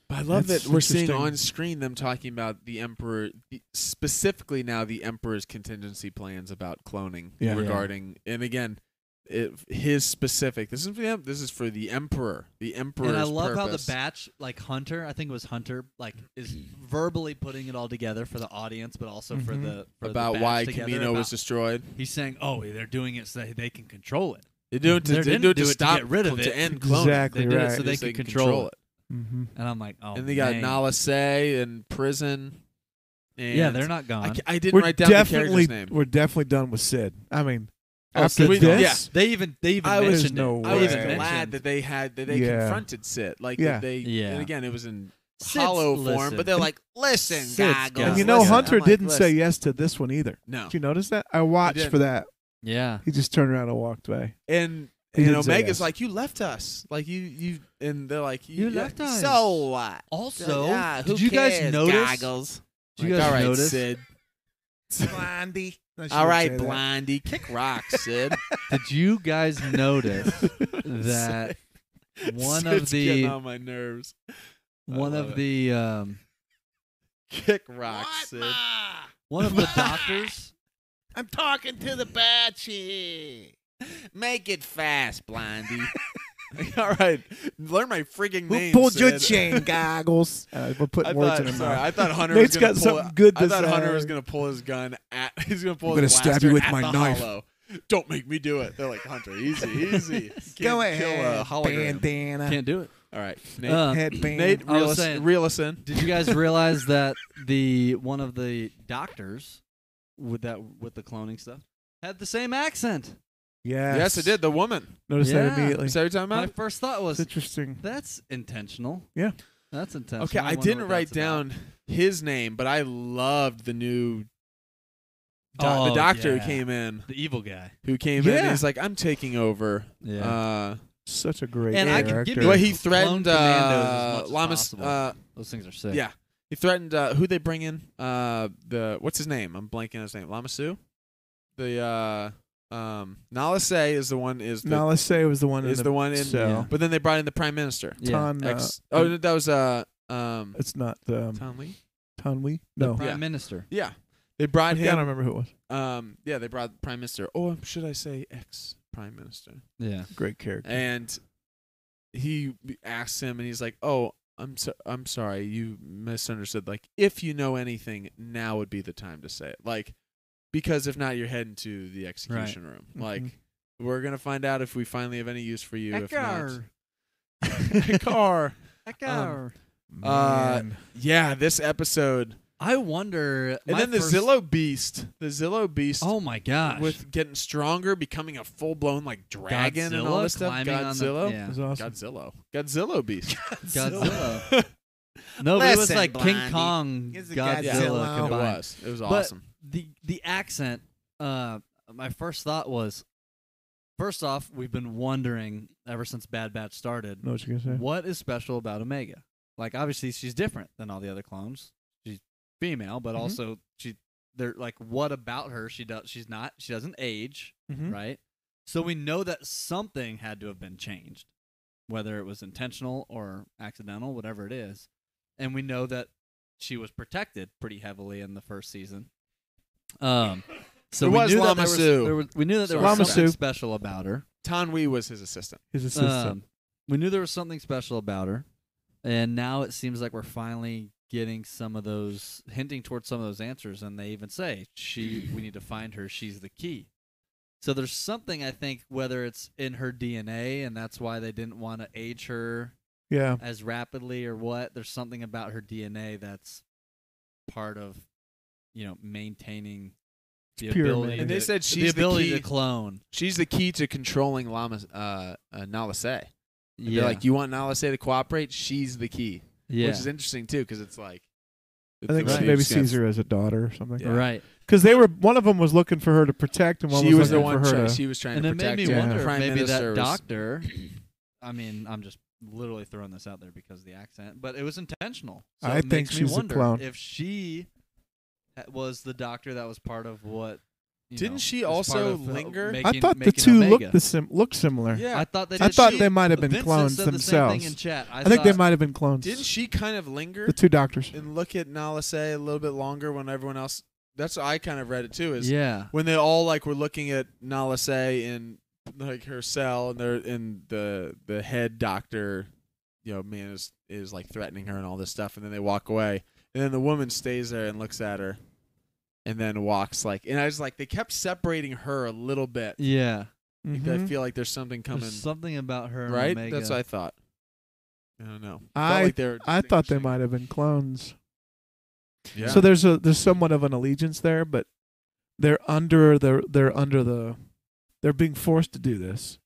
[SPEAKER 1] But I love
[SPEAKER 2] That's
[SPEAKER 1] that we're seeing
[SPEAKER 2] interesting.
[SPEAKER 1] on screen them talking about the emperor, specifically now the emperor's contingency plans about cloning
[SPEAKER 2] Yeah.
[SPEAKER 1] regarding, and again, it, his specific. This is for the, em- this is for the emperor, the emperor's
[SPEAKER 3] and i love how the
[SPEAKER 1] purpose.
[SPEAKER 3] batch like hunter i think it was hunter like
[SPEAKER 1] [clears throat]
[SPEAKER 3] is verbally putting it all together for the audience but also for
[SPEAKER 2] Mhm.
[SPEAKER 3] the for the
[SPEAKER 1] Mm-hmm. about
[SPEAKER 3] Batch
[SPEAKER 1] why
[SPEAKER 3] together,
[SPEAKER 1] Camino
[SPEAKER 3] about-
[SPEAKER 1] was destroyed.
[SPEAKER 3] He's saying, "Oh, they're doing it so they- they can control it.
[SPEAKER 1] They do it to,
[SPEAKER 3] They
[SPEAKER 1] they
[SPEAKER 3] didn't
[SPEAKER 1] do it
[SPEAKER 3] do
[SPEAKER 1] to
[SPEAKER 3] it to
[SPEAKER 1] stop
[SPEAKER 3] get rid of
[SPEAKER 1] cl-
[SPEAKER 3] it.
[SPEAKER 1] to end cloning.
[SPEAKER 2] Exactly
[SPEAKER 3] they did
[SPEAKER 2] right.
[SPEAKER 3] it so
[SPEAKER 1] Just
[SPEAKER 3] they can control, it."
[SPEAKER 2] Mm-hmm.
[SPEAKER 3] and I'm like, oh,
[SPEAKER 1] and they got
[SPEAKER 3] dang.
[SPEAKER 1] Nala Say in prison. And
[SPEAKER 3] Yeah, they're not
[SPEAKER 1] I,
[SPEAKER 3] gone.
[SPEAKER 1] I didn't
[SPEAKER 2] We're
[SPEAKER 1] write down the
[SPEAKER 2] definitely
[SPEAKER 1] character's name.
[SPEAKER 2] we're definitely done with Sid. I mean,
[SPEAKER 3] Oh,
[SPEAKER 2] after
[SPEAKER 1] Sid's gone.
[SPEAKER 2] this,
[SPEAKER 1] Yeah.
[SPEAKER 3] They even they even
[SPEAKER 1] I was-
[SPEAKER 2] There's
[SPEAKER 3] mentioned
[SPEAKER 2] no
[SPEAKER 3] it.
[SPEAKER 1] I
[SPEAKER 3] They
[SPEAKER 1] was
[SPEAKER 2] way.
[SPEAKER 3] even
[SPEAKER 1] glad
[SPEAKER 3] mentioned-
[SPEAKER 1] that they had that they
[SPEAKER 2] Yeah.
[SPEAKER 1] confronted Sid. Like
[SPEAKER 2] Yeah.
[SPEAKER 1] that they
[SPEAKER 3] Yeah.
[SPEAKER 1] and again it was in
[SPEAKER 3] Sid's-
[SPEAKER 1] hollow form,
[SPEAKER 3] listen.
[SPEAKER 1] but they're like, listen,
[SPEAKER 3] Sid's
[SPEAKER 1] goggles,
[SPEAKER 3] got
[SPEAKER 2] and you
[SPEAKER 3] Yeah.
[SPEAKER 2] know
[SPEAKER 1] listen."
[SPEAKER 2] Hunter
[SPEAKER 1] I'm like,
[SPEAKER 2] didn't say
[SPEAKER 1] "Listen."
[SPEAKER 2] yes to this one either.
[SPEAKER 1] no.
[SPEAKER 2] Did you notice that? I watched
[SPEAKER 1] didn't.
[SPEAKER 2] for that.
[SPEAKER 3] yeah.
[SPEAKER 2] He just turned around and walked away. [laughs]
[SPEAKER 1] And
[SPEAKER 2] He
[SPEAKER 1] and
[SPEAKER 2] didn't say
[SPEAKER 1] Omega's
[SPEAKER 2] yes.
[SPEAKER 1] like, you left us, like you you, and they're like,
[SPEAKER 3] You
[SPEAKER 1] yeah.
[SPEAKER 3] left us.
[SPEAKER 5] So Oh, what?
[SPEAKER 3] Also,
[SPEAKER 5] Yeah, who
[SPEAKER 3] Oh, did you guys
[SPEAKER 5] cares,
[SPEAKER 3] notice?
[SPEAKER 5] Goggles.
[SPEAKER 3] Did you
[SPEAKER 1] Like,
[SPEAKER 3] guys
[SPEAKER 1] all right,
[SPEAKER 3] notice?
[SPEAKER 1] Sid.
[SPEAKER 2] Blondie.
[SPEAKER 5] All right, Blondie, kick rocks, Sid.
[SPEAKER 3] Did you
[SPEAKER 1] [laughs]
[SPEAKER 3] guys notice [laughs] that one of
[SPEAKER 1] Sid's getting
[SPEAKER 3] the
[SPEAKER 1] on my nerves. I
[SPEAKER 3] one
[SPEAKER 1] love
[SPEAKER 3] of
[SPEAKER 1] it.
[SPEAKER 3] the um
[SPEAKER 1] Kick rocks, Sid.
[SPEAKER 3] [laughs]
[SPEAKER 1] [laughs]
[SPEAKER 3] one of the doctors?
[SPEAKER 5] I'm talking to the bachi. Make it fast, Blondie.
[SPEAKER 1] [laughs] All right, learn my freaking
[SPEAKER 2] Who
[SPEAKER 1] name.
[SPEAKER 2] pulled your
[SPEAKER 1] Sid.
[SPEAKER 2] chain goggles? Uh, we're
[SPEAKER 1] I
[SPEAKER 2] putting words
[SPEAKER 1] thought,
[SPEAKER 2] in her
[SPEAKER 1] sorry,
[SPEAKER 2] mouth.
[SPEAKER 1] I thought Hunter
[SPEAKER 2] Nate's
[SPEAKER 1] was gonna
[SPEAKER 2] got
[SPEAKER 1] pull
[SPEAKER 2] something good
[SPEAKER 1] I
[SPEAKER 2] to
[SPEAKER 1] thought Hunter
[SPEAKER 2] say.
[SPEAKER 1] was gonna pull his gun at. [laughs] He's gonna pull.
[SPEAKER 2] I'm
[SPEAKER 1] his
[SPEAKER 2] gonna stab
[SPEAKER 1] blaster
[SPEAKER 2] you with
[SPEAKER 1] at
[SPEAKER 2] my
[SPEAKER 1] the
[SPEAKER 2] knife.
[SPEAKER 1] hollow. Don't make me do it. They're like Hunter, easy,
[SPEAKER 2] [laughs]
[SPEAKER 1] easy. You Can't
[SPEAKER 2] Go
[SPEAKER 1] kill
[SPEAKER 2] ahead,
[SPEAKER 1] a hologram.
[SPEAKER 2] bandana,
[SPEAKER 3] Can't do it.
[SPEAKER 1] All right, Nate.
[SPEAKER 3] Um,
[SPEAKER 2] headband.
[SPEAKER 1] Nate,
[SPEAKER 3] I was
[SPEAKER 1] reel us,
[SPEAKER 3] saying-
[SPEAKER 1] reel us in.
[SPEAKER 3] Did
[SPEAKER 1] [laughs]
[SPEAKER 3] you guys realize that the one of the doctors with that with the cloning stuff had the same accent?
[SPEAKER 2] yes,
[SPEAKER 1] Yes, it did. The woman.
[SPEAKER 2] Notice that
[SPEAKER 3] Yeah.
[SPEAKER 2] immediately.
[SPEAKER 1] Is that what you're talking
[SPEAKER 3] My
[SPEAKER 1] about?
[SPEAKER 3] first thought
[SPEAKER 2] It's
[SPEAKER 3] was
[SPEAKER 2] interesting.
[SPEAKER 3] that's intentional.
[SPEAKER 2] Yeah.
[SPEAKER 3] That's intentional.
[SPEAKER 1] Okay, I
[SPEAKER 3] wonder
[SPEAKER 1] didn't
[SPEAKER 3] what
[SPEAKER 1] write
[SPEAKER 3] that's about.
[SPEAKER 1] down his name, but I loved the new. Do- the
[SPEAKER 3] Oh,
[SPEAKER 1] doctor
[SPEAKER 3] yeah.
[SPEAKER 1] who came in,
[SPEAKER 3] the evil guy.
[SPEAKER 1] who came in, and
[SPEAKER 2] Yeah.
[SPEAKER 1] he's like, "I'm taking over." Uh,
[SPEAKER 2] Such a great
[SPEAKER 3] And I
[SPEAKER 2] character.
[SPEAKER 3] could give
[SPEAKER 1] the way he
[SPEAKER 3] Clone
[SPEAKER 1] threatened
[SPEAKER 3] commandos
[SPEAKER 1] uh,
[SPEAKER 3] as much as
[SPEAKER 1] Lamas,
[SPEAKER 3] possible.
[SPEAKER 1] uh,
[SPEAKER 3] Those things are sick.
[SPEAKER 1] Yeah. He threatened uh, who they bring in? Uh, the what's his name? I'm blanking on his name. Lamassu. The uh, um, Nalase is the one is the
[SPEAKER 2] now let's say it was the one
[SPEAKER 1] is
[SPEAKER 2] in
[SPEAKER 1] the, one in.
[SPEAKER 2] so
[SPEAKER 3] yeah.
[SPEAKER 1] But then they brought in the prime minister.
[SPEAKER 3] Yeah.
[SPEAKER 2] Ton, uh,
[SPEAKER 1] Ex- oh, no, that was uh, um,
[SPEAKER 2] it's not um,
[SPEAKER 1] Tom Lee.
[SPEAKER 2] Tonwi.
[SPEAKER 3] The
[SPEAKER 2] No,
[SPEAKER 3] prime
[SPEAKER 1] Yeah.
[SPEAKER 3] minister.
[SPEAKER 1] Yeah, they brought
[SPEAKER 2] I don't
[SPEAKER 1] him.
[SPEAKER 2] remember who it was.
[SPEAKER 1] Um, yeah, they brought prime minister. Or should I say ex prime minister? [laughs]
[SPEAKER 3] Yeah.
[SPEAKER 2] Great character.
[SPEAKER 1] And he asks him, and he's like, "Oh." I'm so, I'm sorry you misunderstood like if you know anything now would be the time to say it like because if not you're heading to the execution room
[SPEAKER 3] Mm-hmm.
[SPEAKER 1] like
[SPEAKER 2] Mhm.
[SPEAKER 1] we're going to find out if we finally have any use for you if not [laughs]
[SPEAKER 3] Ekar.
[SPEAKER 1] car
[SPEAKER 3] Ekar.
[SPEAKER 1] uh,
[SPEAKER 2] Man.
[SPEAKER 1] yeah this episode
[SPEAKER 3] I wonder.
[SPEAKER 1] and
[SPEAKER 3] my
[SPEAKER 1] then the
[SPEAKER 3] first-
[SPEAKER 1] Zillow beast the Zillow beast
[SPEAKER 3] Oh my gosh.
[SPEAKER 1] with getting stronger becoming a full blown like dragon and all
[SPEAKER 3] Godzilla
[SPEAKER 1] this stuff
[SPEAKER 3] climbing on the-
[SPEAKER 1] Godzilla
[SPEAKER 2] It
[SPEAKER 3] yeah.
[SPEAKER 2] was awesome.
[SPEAKER 1] Godzilla Godzilla beast
[SPEAKER 3] Godzilla. no, but it was
[SPEAKER 5] Listen,
[SPEAKER 3] like King
[SPEAKER 5] Blondie.
[SPEAKER 3] Kong,
[SPEAKER 2] It's a
[SPEAKER 3] Godzilla,
[SPEAKER 2] Godzilla.
[SPEAKER 1] it
[SPEAKER 3] combined.
[SPEAKER 1] was it was
[SPEAKER 3] But-
[SPEAKER 1] awesome
[SPEAKER 3] The the accent. Uh, my first thought was, first off, we've been wondering ever since Bad Batch started,
[SPEAKER 2] Know what you're gonna say?
[SPEAKER 3] what is special about Omega? Like, obviously, she's different than all the other clones. She's female, but
[SPEAKER 2] Mhm.
[SPEAKER 3] also she. They're like, what about her? She does. She's not. She doesn't age.
[SPEAKER 2] Mhm.
[SPEAKER 3] right? So we know that something had to have been changed, whether it was intentional or accidental, whatever it is. And we know that she was protected pretty heavily in the first season. Um, so
[SPEAKER 1] It
[SPEAKER 3] we
[SPEAKER 1] was
[SPEAKER 3] knew that there was,
[SPEAKER 1] Lamassu.
[SPEAKER 3] there was we knew that there
[SPEAKER 2] Sorry.
[SPEAKER 3] was something
[SPEAKER 2] Lamassu.
[SPEAKER 3] special about her.
[SPEAKER 1] Tanwi was his assistant
[SPEAKER 2] His assistant.
[SPEAKER 3] Um, we knew there was something special about her, and now it seems like we're finally getting some of those hinting towards some of those answers. And they even say she, we need to find her. She's the key. So there's something I think, whether it's in her DNA, and that's why they didn't want to age her
[SPEAKER 2] yeah.
[SPEAKER 3] as rapidly or what. There's something about her DNA that's part of, you know, maintaining the
[SPEAKER 2] pure,
[SPEAKER 3] ability.
[SPEAKER 2] man.
[SPEAKER 1] and they
[SPEAKER 3] to-
[SPEAKER 1] said she's
[SPEAKER 3] the ability
[SPEAKER 1] key
[SPEAKER 3] to clone.
[SPEAKER 1] She's the key to controlling Lama uh, uh, Nalase.
[SPEAKER 3] Yeah,
[SPEAKER 1] They're like, you want Nalase to cooperate? She's the key,
[SPEAKER 3] yeah,
[SPEAKER 1] which is interesting too, because it's like,
[SPEAKER 2] I think
[SPEAKER 3] Right.
[SPEAKER 2] she maybe sees her as a daughter or something.
[SPEAKER 1] Yeah.
[SPEAKER 3] right.
[SPEAKER 2] Because they were one of them was looking for her to protect, and one
[SPEAKER 1] She was
[SPEAKER 2] was
[SPEAKER 1] the
[SPEAKER 2] looking
[SPEAKER 1] one.
[SPEAKER 2] for
[SPEAKER 1] try-
[SPEAKER 2] her to.
[SPEAKER 1] she was trying
[SPEAKER 3] and
[SPEAKER 1] to
[SPEAKER 3] it
[SPEAKER 1] protect.
[SPEAKER 3] made me
[SPEAKER 1] her.
[SPEAKER 2] yeah.
[SPEAKER 3] wonder if
[SPEAKER 1] Prime
[SPEAKER 3] maybe
[SPEAKER 1] Minister
[SPEAKER 3] that
[SPEAKER 1] was-
[SPEAKER 3] doctor i mean i'm just literally throwing this out there because of the accent but it was intentional so
[SPEAKER 2] I
[SPEAKER 3] it
[SPEAKER 2] think
[SPEAKER 3] makes me
[SPEAKER 2] she's a
[SPEAKER 3] wonder
[SPEAKER 2] clone.
[SPEAKER 3] if she ha- was the doctor that was part of what you
[SPEAKER 1] Didn't
[SPEAKER 3] know,
[SPEAKER 1] she
[SPEAKER 3] was part
[SPEAKER 1] also
[SPEAKER 3] of, uh,
[SPEAKER 1] linger? I
[SPEAKER 2] I
[SPEAKER 3] making-
[SPEAKER 2] thought the
[SPEAKER 3] making
[SPEAKER 2] two
[SPEAKER 3] Omega.
[SPEAKER 2] looked the sim- looked similar.
[SPEAKER 1] Yeah,
[SPEAKER 3] i thought they
[SPEAKER 2] I
[SPEAKER 3] did.
[SPEAKER 2] thought
[SPEAKER 3] She-
[SPEAKER 2] they might have been
[SPEAKER 3] Vincent
[SPEAKER 2] clones
[SPEAKER 3] said the same
[SPEAKER 2] themselves.
[SPEAKER 3] thing in chat i,
[SPEAKER 2] I think they
[SPEAKER 3] thought-
[SPEAKER 2] might have been clones.
[SPEAKER 1] didn't she kind of linger
[SPEAKER 2] the two doctors?
[SPEAKER 1] and look at Nalase a little bit longer when everyone else? That's how I kind of read it too. Is
[SPEAKER 3] yeah
[SPEAKER 1] when they all like were looking at Nalase and like her cell and they're and the the head doctor, you know, man is is like threatening her and all this stuff, and then they walk away, and then the woman stays there and looks at her, and then walks like, and I was like, they kept separating her a little bit.
[SPEAKER 3] yeah
[SPEAKER 1] Like,
[SPEAKER 2] Mhm.
[SPEAKER 1] I feel like there's something coming,
[SPEAKER 3] there's something about her and
[SPEAKER 1] right?
[SPEAKER 3] Omega.
[SPEAKER 1] That's what I thought. I don't know. Felt
[SPEAKER 2] I-
[SPEAKER 1] like they were
[SPEAKER 2] I thought they
[SPEAKER 1] distinguishing.
[SPEAKER 2] might have been clones.
[SPEAKER 1] Yeah.
[SPEAKER 2] So there's a there's somewhat of an allegiance there, but they're under they're they're under the they're being forced to do this.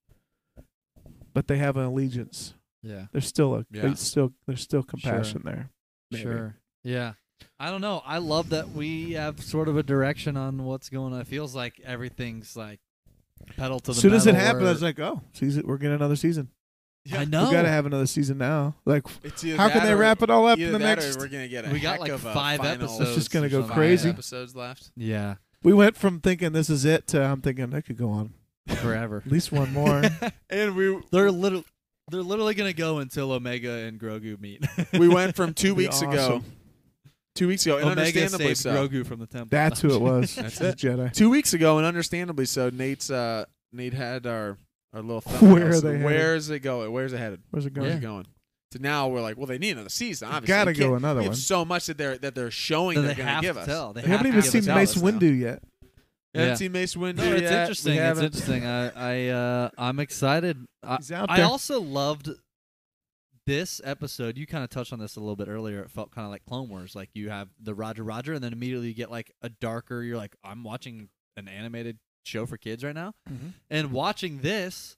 [SPEAKER 2] But they have an allegiance.
[SPEAKER 3] Yeah.
[SPEAKER 2] There's still a
[SPEAKER 1] Yeah.
[SPEAKER 2] there's still there's still compassion there. Maybe.
[SPEAKER 3] Sure. Yeah. I don't know. I love that we have sort of a direction on what's going on. It feels like everything's like pedal to the
[SPEAKER 2] As soon as it
[SPEAKER 3] metal
[SPEAKER 2] happened,
[SPEAKER 3] or-
[SPEAKER 2] I was like, "Oh, season, we're getting another season.
[SPEAKER 3] I
[SPEAKER 1] Yeah.
[SPEAKER 3] know.
[SPEAKER 2] We gotta have another season now." Like,
[SPEAKER 1] It's Oh. either
[SPEAKER 2] how can
[SPEAKER 1] that
[SPEAKER 2] they
[SPEAKER 1] or-
[SPEAKER 2] wrap it all up in
[SPEAKER 1] either
[SPEAKER 2] the
[SPEAKER 1] that or
[SPEAKER 2] next?
[SPEAKER 1] We're gonna get a
[SPEAKER 3] We got,
[SPEAKER 1] heck
[SPEAKER 3] like,
[SPEAKER 1] of a
[SPEAKER 3] five
[SPEAKER 1] final
[SPEAKER 3] episodes.
[SPEAKER 2] just gonna
[SPEAKER 3] or
[SPEAKER 2] go
[SPEAKER 3] something.
[SPEAKER 2] crazy.
[SPEAKER 1] Five episodes left.
[SPEAKER 3] Yeah.
[SPEAKER 2] We went from thinking this is it to I'm thinking that could go on [laughs]
[SPEAKER 3] Forever.
[SPEAKER 2] at least one
[SPEAKER 1] [laughs]
[SPEAKER 2] more.
[SPEAKER 1] And we
[SPEAKER 3] they're literally they're literally gonna go until Omega and Grogu meet.
[SPEAKER 1] we went
[SPEAKER 2] [laughs]
[SPEAKER 1] from two
[SPEAKER 2] Be
[SPEAKER 1] weeks ago, two weeks ago, and
[SPEAKER 3] Omega
[SPEAKER 1] understandably
[SPEAKER 3] saved
[SPEAKER 1] so.
[SPEAKER 3] Grogu from the temple.
[SPEAKER 2] That's who it was.
[SPEAKER 1] That's
[SPEAKER 2] The Jedi.
[SPEAKER 1] Two weeks ago, and understandably so. Nate's uh, Nate had our our little
[SPEAKER 2] [laughs]
[SPEAKER 1] thumbnail.
[SPEAKER 2] Where are they
[SPEAKER 1] Where's it going? Where's it headed?
[SPEAKER 2] Where's it going?
[SPEAKER 1] Where's it going? So now we're like, well, they need another season. Obviously,
[SPEAKER 2] Gotta
[SPEAKER 1] They can't-
[SPEAKER 2] go another
[SPEAKER 1] We
[SPEAKER 2] one.
[SPEAKER 1] have so much that they're that they're showing [laughs]
[SPEAKER 3] That
[SPEAKER 1] they're
[SPEAKER 3] they
[SPEAKER 1] gonna
[SPEAKER 3] have
[SPEAKER 1] give
[SPEAKER 3] to
[SPEAKER 1] us.
[SPEAKER 3] tell. They
[SPEAKER 2] We haven't even
[SPEAKER 1] to
[SPEAKER 2] seen
[SPEAKER 1] tell
[SPEAKER 2] Mace
[SPEAKER 1] us now.
[SPEAKER 2] Windu yet.
[SPEAKER 1] We haven't
[SPEAKER 3] Yeah.
[SPEAKER 1] seen Mace Windu.
[SPEAKER 3] No, it's
[SPEAKER 1] yet. We
[SPEAKER 3] interesting. It's
[SPEAKER 1] haven't-
[SPEAKER 3] interesting. I I uh, I'm excited. I,
[SPEAKER 2] He's out
[SPEAKER 3] I
[SPEAKER 2] there.
[SPEAKER 3] also loved this episode. You kind of touched on this a little bit earlier. It felt kind of like Clone Wars. Like you have the Roger Roger, and then immediately you get like a darker. You're like, I'm watching an animated show for kids right now,
[SPEAKER 2] Mhm.
[SPEAKER 3] and watching this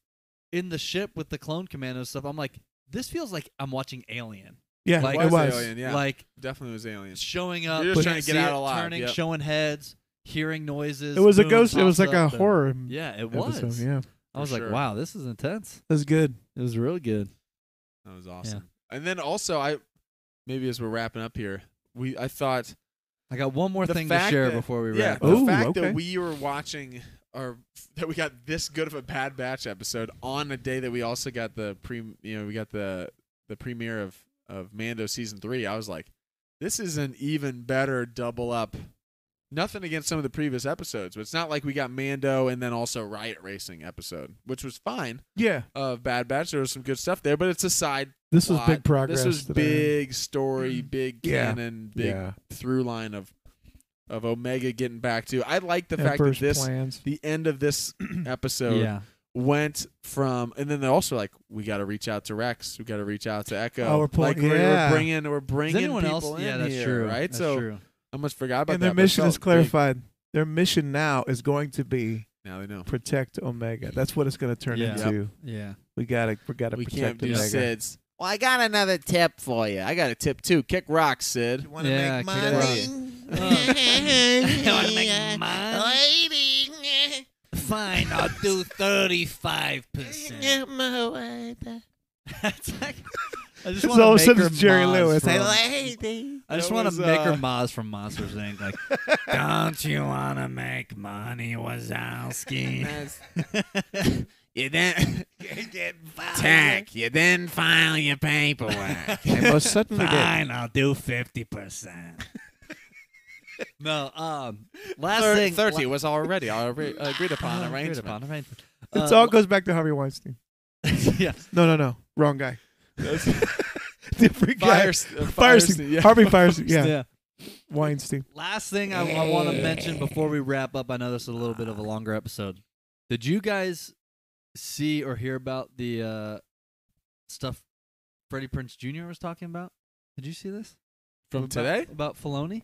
[SPEAKER 3] in the ship with the clone commando stuff. I'm like, this feels like I'm watching Alien.
[SPEAKER 2] yeah,
[SPEAKER 3] Like-
[SPEAKER 2] it
[SPEAKER 3] Was
[SPEAKER 2] was.
[SPEAKER 1] Alien, yeah.
[SPEAKER 3] Like
[SPEAKER 1] Definitely was alien.
[SPEAKER 3] showing up,
[SPEAKER 1] You're just trying to get
[SPEAKER 3] see
[SPEAKER 1] out
[SPEAKER 3] it
[SPEAKER 1] alive,
[SPEAKER 3] turning,
[SPEAKER 1] yep.
[SPEAKER 3] showing heads, hearing noises.
[SPEAKER 2] It was a
[SPEAKER 3] boom,
[SPEAKER 2] ghost. It was
[SPEAKER 3] pops
[SPEAKER 2] like a
[SPEAKER 3] up, and-
[SPEAKER 2] horror
[SPEAKER 3] Yeah, it was.
[SPEAKER 2] episode. Yeah,
[SPEAKER 3] I was
[SPEAKER 1] For
[SPEAKER 3] like,
[SPEAKER 1] sure.
[SPEAKER 3] wow, this is intense.
[SPEAKER 2] it was good.
[SPEAKER 3] It was really good.
[SPEAKER 1] That was awesome. And then also, I maybe as we're wrapping up here, we I thought
[SPEAKER 3] I got one more
[SPEAKER 1] The
[SPEAKER 3] thing to
[SPEAKER 1] fact
[SPEAKER 3] share
[SPEAKER 1] that-
[SPEAKER 3] before we
[SPEAKER 1] yeah
[SPEAKER 3] wrap.
[SPEAKER 1] the
[SPEAKER 3] up.
[SPEAKER 2] Ooh,
[SPEAKER 1] fact
[SPEAKER 2] okay.
[SPEAKER 1] that we were watching or that we got this good of a Bad Batch episode on a day that we also got the pre you know we got the the premiere of of Mando season three. I was like, this is an even better double up. Nothing against some of the previous episodes, but it's not like we got Mando and then also Riot Racing episode, which was fine
[SPEAKER 2] Yeah,
[SPEAKER 1] of Bad Batch. There was some good stuff there, but it's a side
[SPEAKER 2] this was
[SPEAKER 1] plot.
[SPEAKER 2] big progress.
[SPEAKER 1] This was
[SPEAKER 2] that I had.
[SPEAKER 1] big story, big
[SPEAKER 2] Yeah.
[SPEAKER 1] canon, big
[SPEAKER 2] yeah,
[SPEAKER 1] through line of of Omega getting back to. I like the
[SPEAKER 2] And
[SPEAKER 1] fact that
[SPEAKER 2] first
[SPEAKER 1] this
[SPEAKER 2] plans.
[SPEAKER 1] the end of
[SPEAKER 2] [clears throat]
[SPEAKER 1] this episode
[SPEAKER 3] yeah.
[SPEAKER 1] went from and then they're also like we got to reach out to Rex, we got to reach out to Echo.
[SPEAKER 2] Oh, we're pull-
[SPEAKER 1] like we're,
[SPEAKER 2] yeah.
[SPEAKER 1] we're bringing we're bringing
[SPEAKER 3] Is anyone
[SPEAKER 1] people
[SPEAKER 3] else?
[SPEAKER 1] in
[SPEAKER 3] yeah, that's
[SPEAKER 1] here,
[SPEAKER 3] true.
[SPEAKER 1] right?
[SPEAKER 3] That's
[SPEAKER 1] so
[SPEAKER 3] true.
[SPEAKER 1] I almost forgot about
[SPEAKER 2] And
[SPEAKER 1] that.
[SPEAKER 2] their
[SPEAKER 1] but it
[SPEAKER 2] mission
[SPEAKER 1] felt
[SPEAKER 2] is clarified. Their mission now is going to be
[SPEAKER 1] big. Now they know.
[SPEAKER 2] protect Omega. That's what it's going to turn
[SPEAKER 3] Yeah.
[SPEAKER 2] into.
[SPEAKER 3] Yeah.
[SPEAKER 2] We gotta, we gotta
[SPEAKER 1] We can't
[SPEAKER 2] protect
[SPEAKER 1] do
[SPEAKER 2] Omega.
[SPEAKER 1] Sid's. Well, I got another tip for you. I got a tip too. Kick rocks, Sid.
[SPEAKER 4] You wanna
[SPEAKER 3] Yeah,
[SPEAKER 4] make
[SPEAKER 3] I
[SPEAKER 1] can
[SPEAKER 4] money?
[SPEAKER 3] [laughs]
[SPEAKER 1] [laughs]
[SPEAKER 5] wanna make mine? Fine, I'll do thirty-five percent.
[SPEAKER 3] [laughs] That's like- I just
[SPEAKER 2] So
[SPEAKER 3] want
[SPEAKER 2] all of a
[SPEAKER 3] to make
[SPEAKER 2] sudden
[SPEAKER 3] her
[SPEAKER 2] it's Jerry
[SPEAKER 3] Maz
[SPEAKER 2] Lewis.
[SPEAKER 3] From,
[SPEAKER 2] I
[SPEAKER 3] I just
[SPEAKER 1] That
[SPEAKER 3] want to
[SPEAKER 1] was,
[SPEAKER 3] make her
[SPEAKER 1] uh,
[SPEAKER 3] Maz from Monsters Inc.
[SPEAKER 1] [laughs]
[SPEAKER 3] Like,
[SPEAKER 5] Don't you wanna make money, Wazowski? you then Tech, you then file your paperwork.
[SPEAKER 2] I [laughs] most suddenly did.
[SPEAKER 5] Fine, I'll do fifty percent.
[SPEAKER 3] [laughs] no. Um. Last
[SPEAKER 1] Thir-
[SPEAKER 3] thing.
[SPEAKER 1] Thirty was already already agreed
[SPEAKER 2] Ah,
[SPEAKER 1] upon
[SPEAKER 3] la- Uh,
[SPEAKER 1] arrangement.
[SPEAKER 3] Upon arrangement.
[SPEAKER 2] It
[SPEAKER 3] Uh,
[SPEAKER 2] all goes back to Harvey Weinstein.
[SPEAKER 3] [laughs] yeah.
[SPEAKER 2] No, no, no, wrong guy. [laughs] Different guy.
[SPEAKER 1] Fire, uh,
[SPEAKER 2] Firestein.
[SPEAKER 1] yeah.
[SPEAKER 2] Harvey Firestein. Yeah.
[SPEAKER 3] [laughs] yeah.
[SPEAKER 2] Weinstein.
[SPEAKER 3] Last thing I, want to mention before we wrap up, I know this is a little bit of a longer episode. Did you guys see or hear about the uh, stuff Freddie Prince Jr. was talking about? Did you see this
[SPEAKER 1] From
[SPEAKER 3] about,
[SPEAKER 1] Mm, today? Oh.
[SPEAKER 3] about Filoni?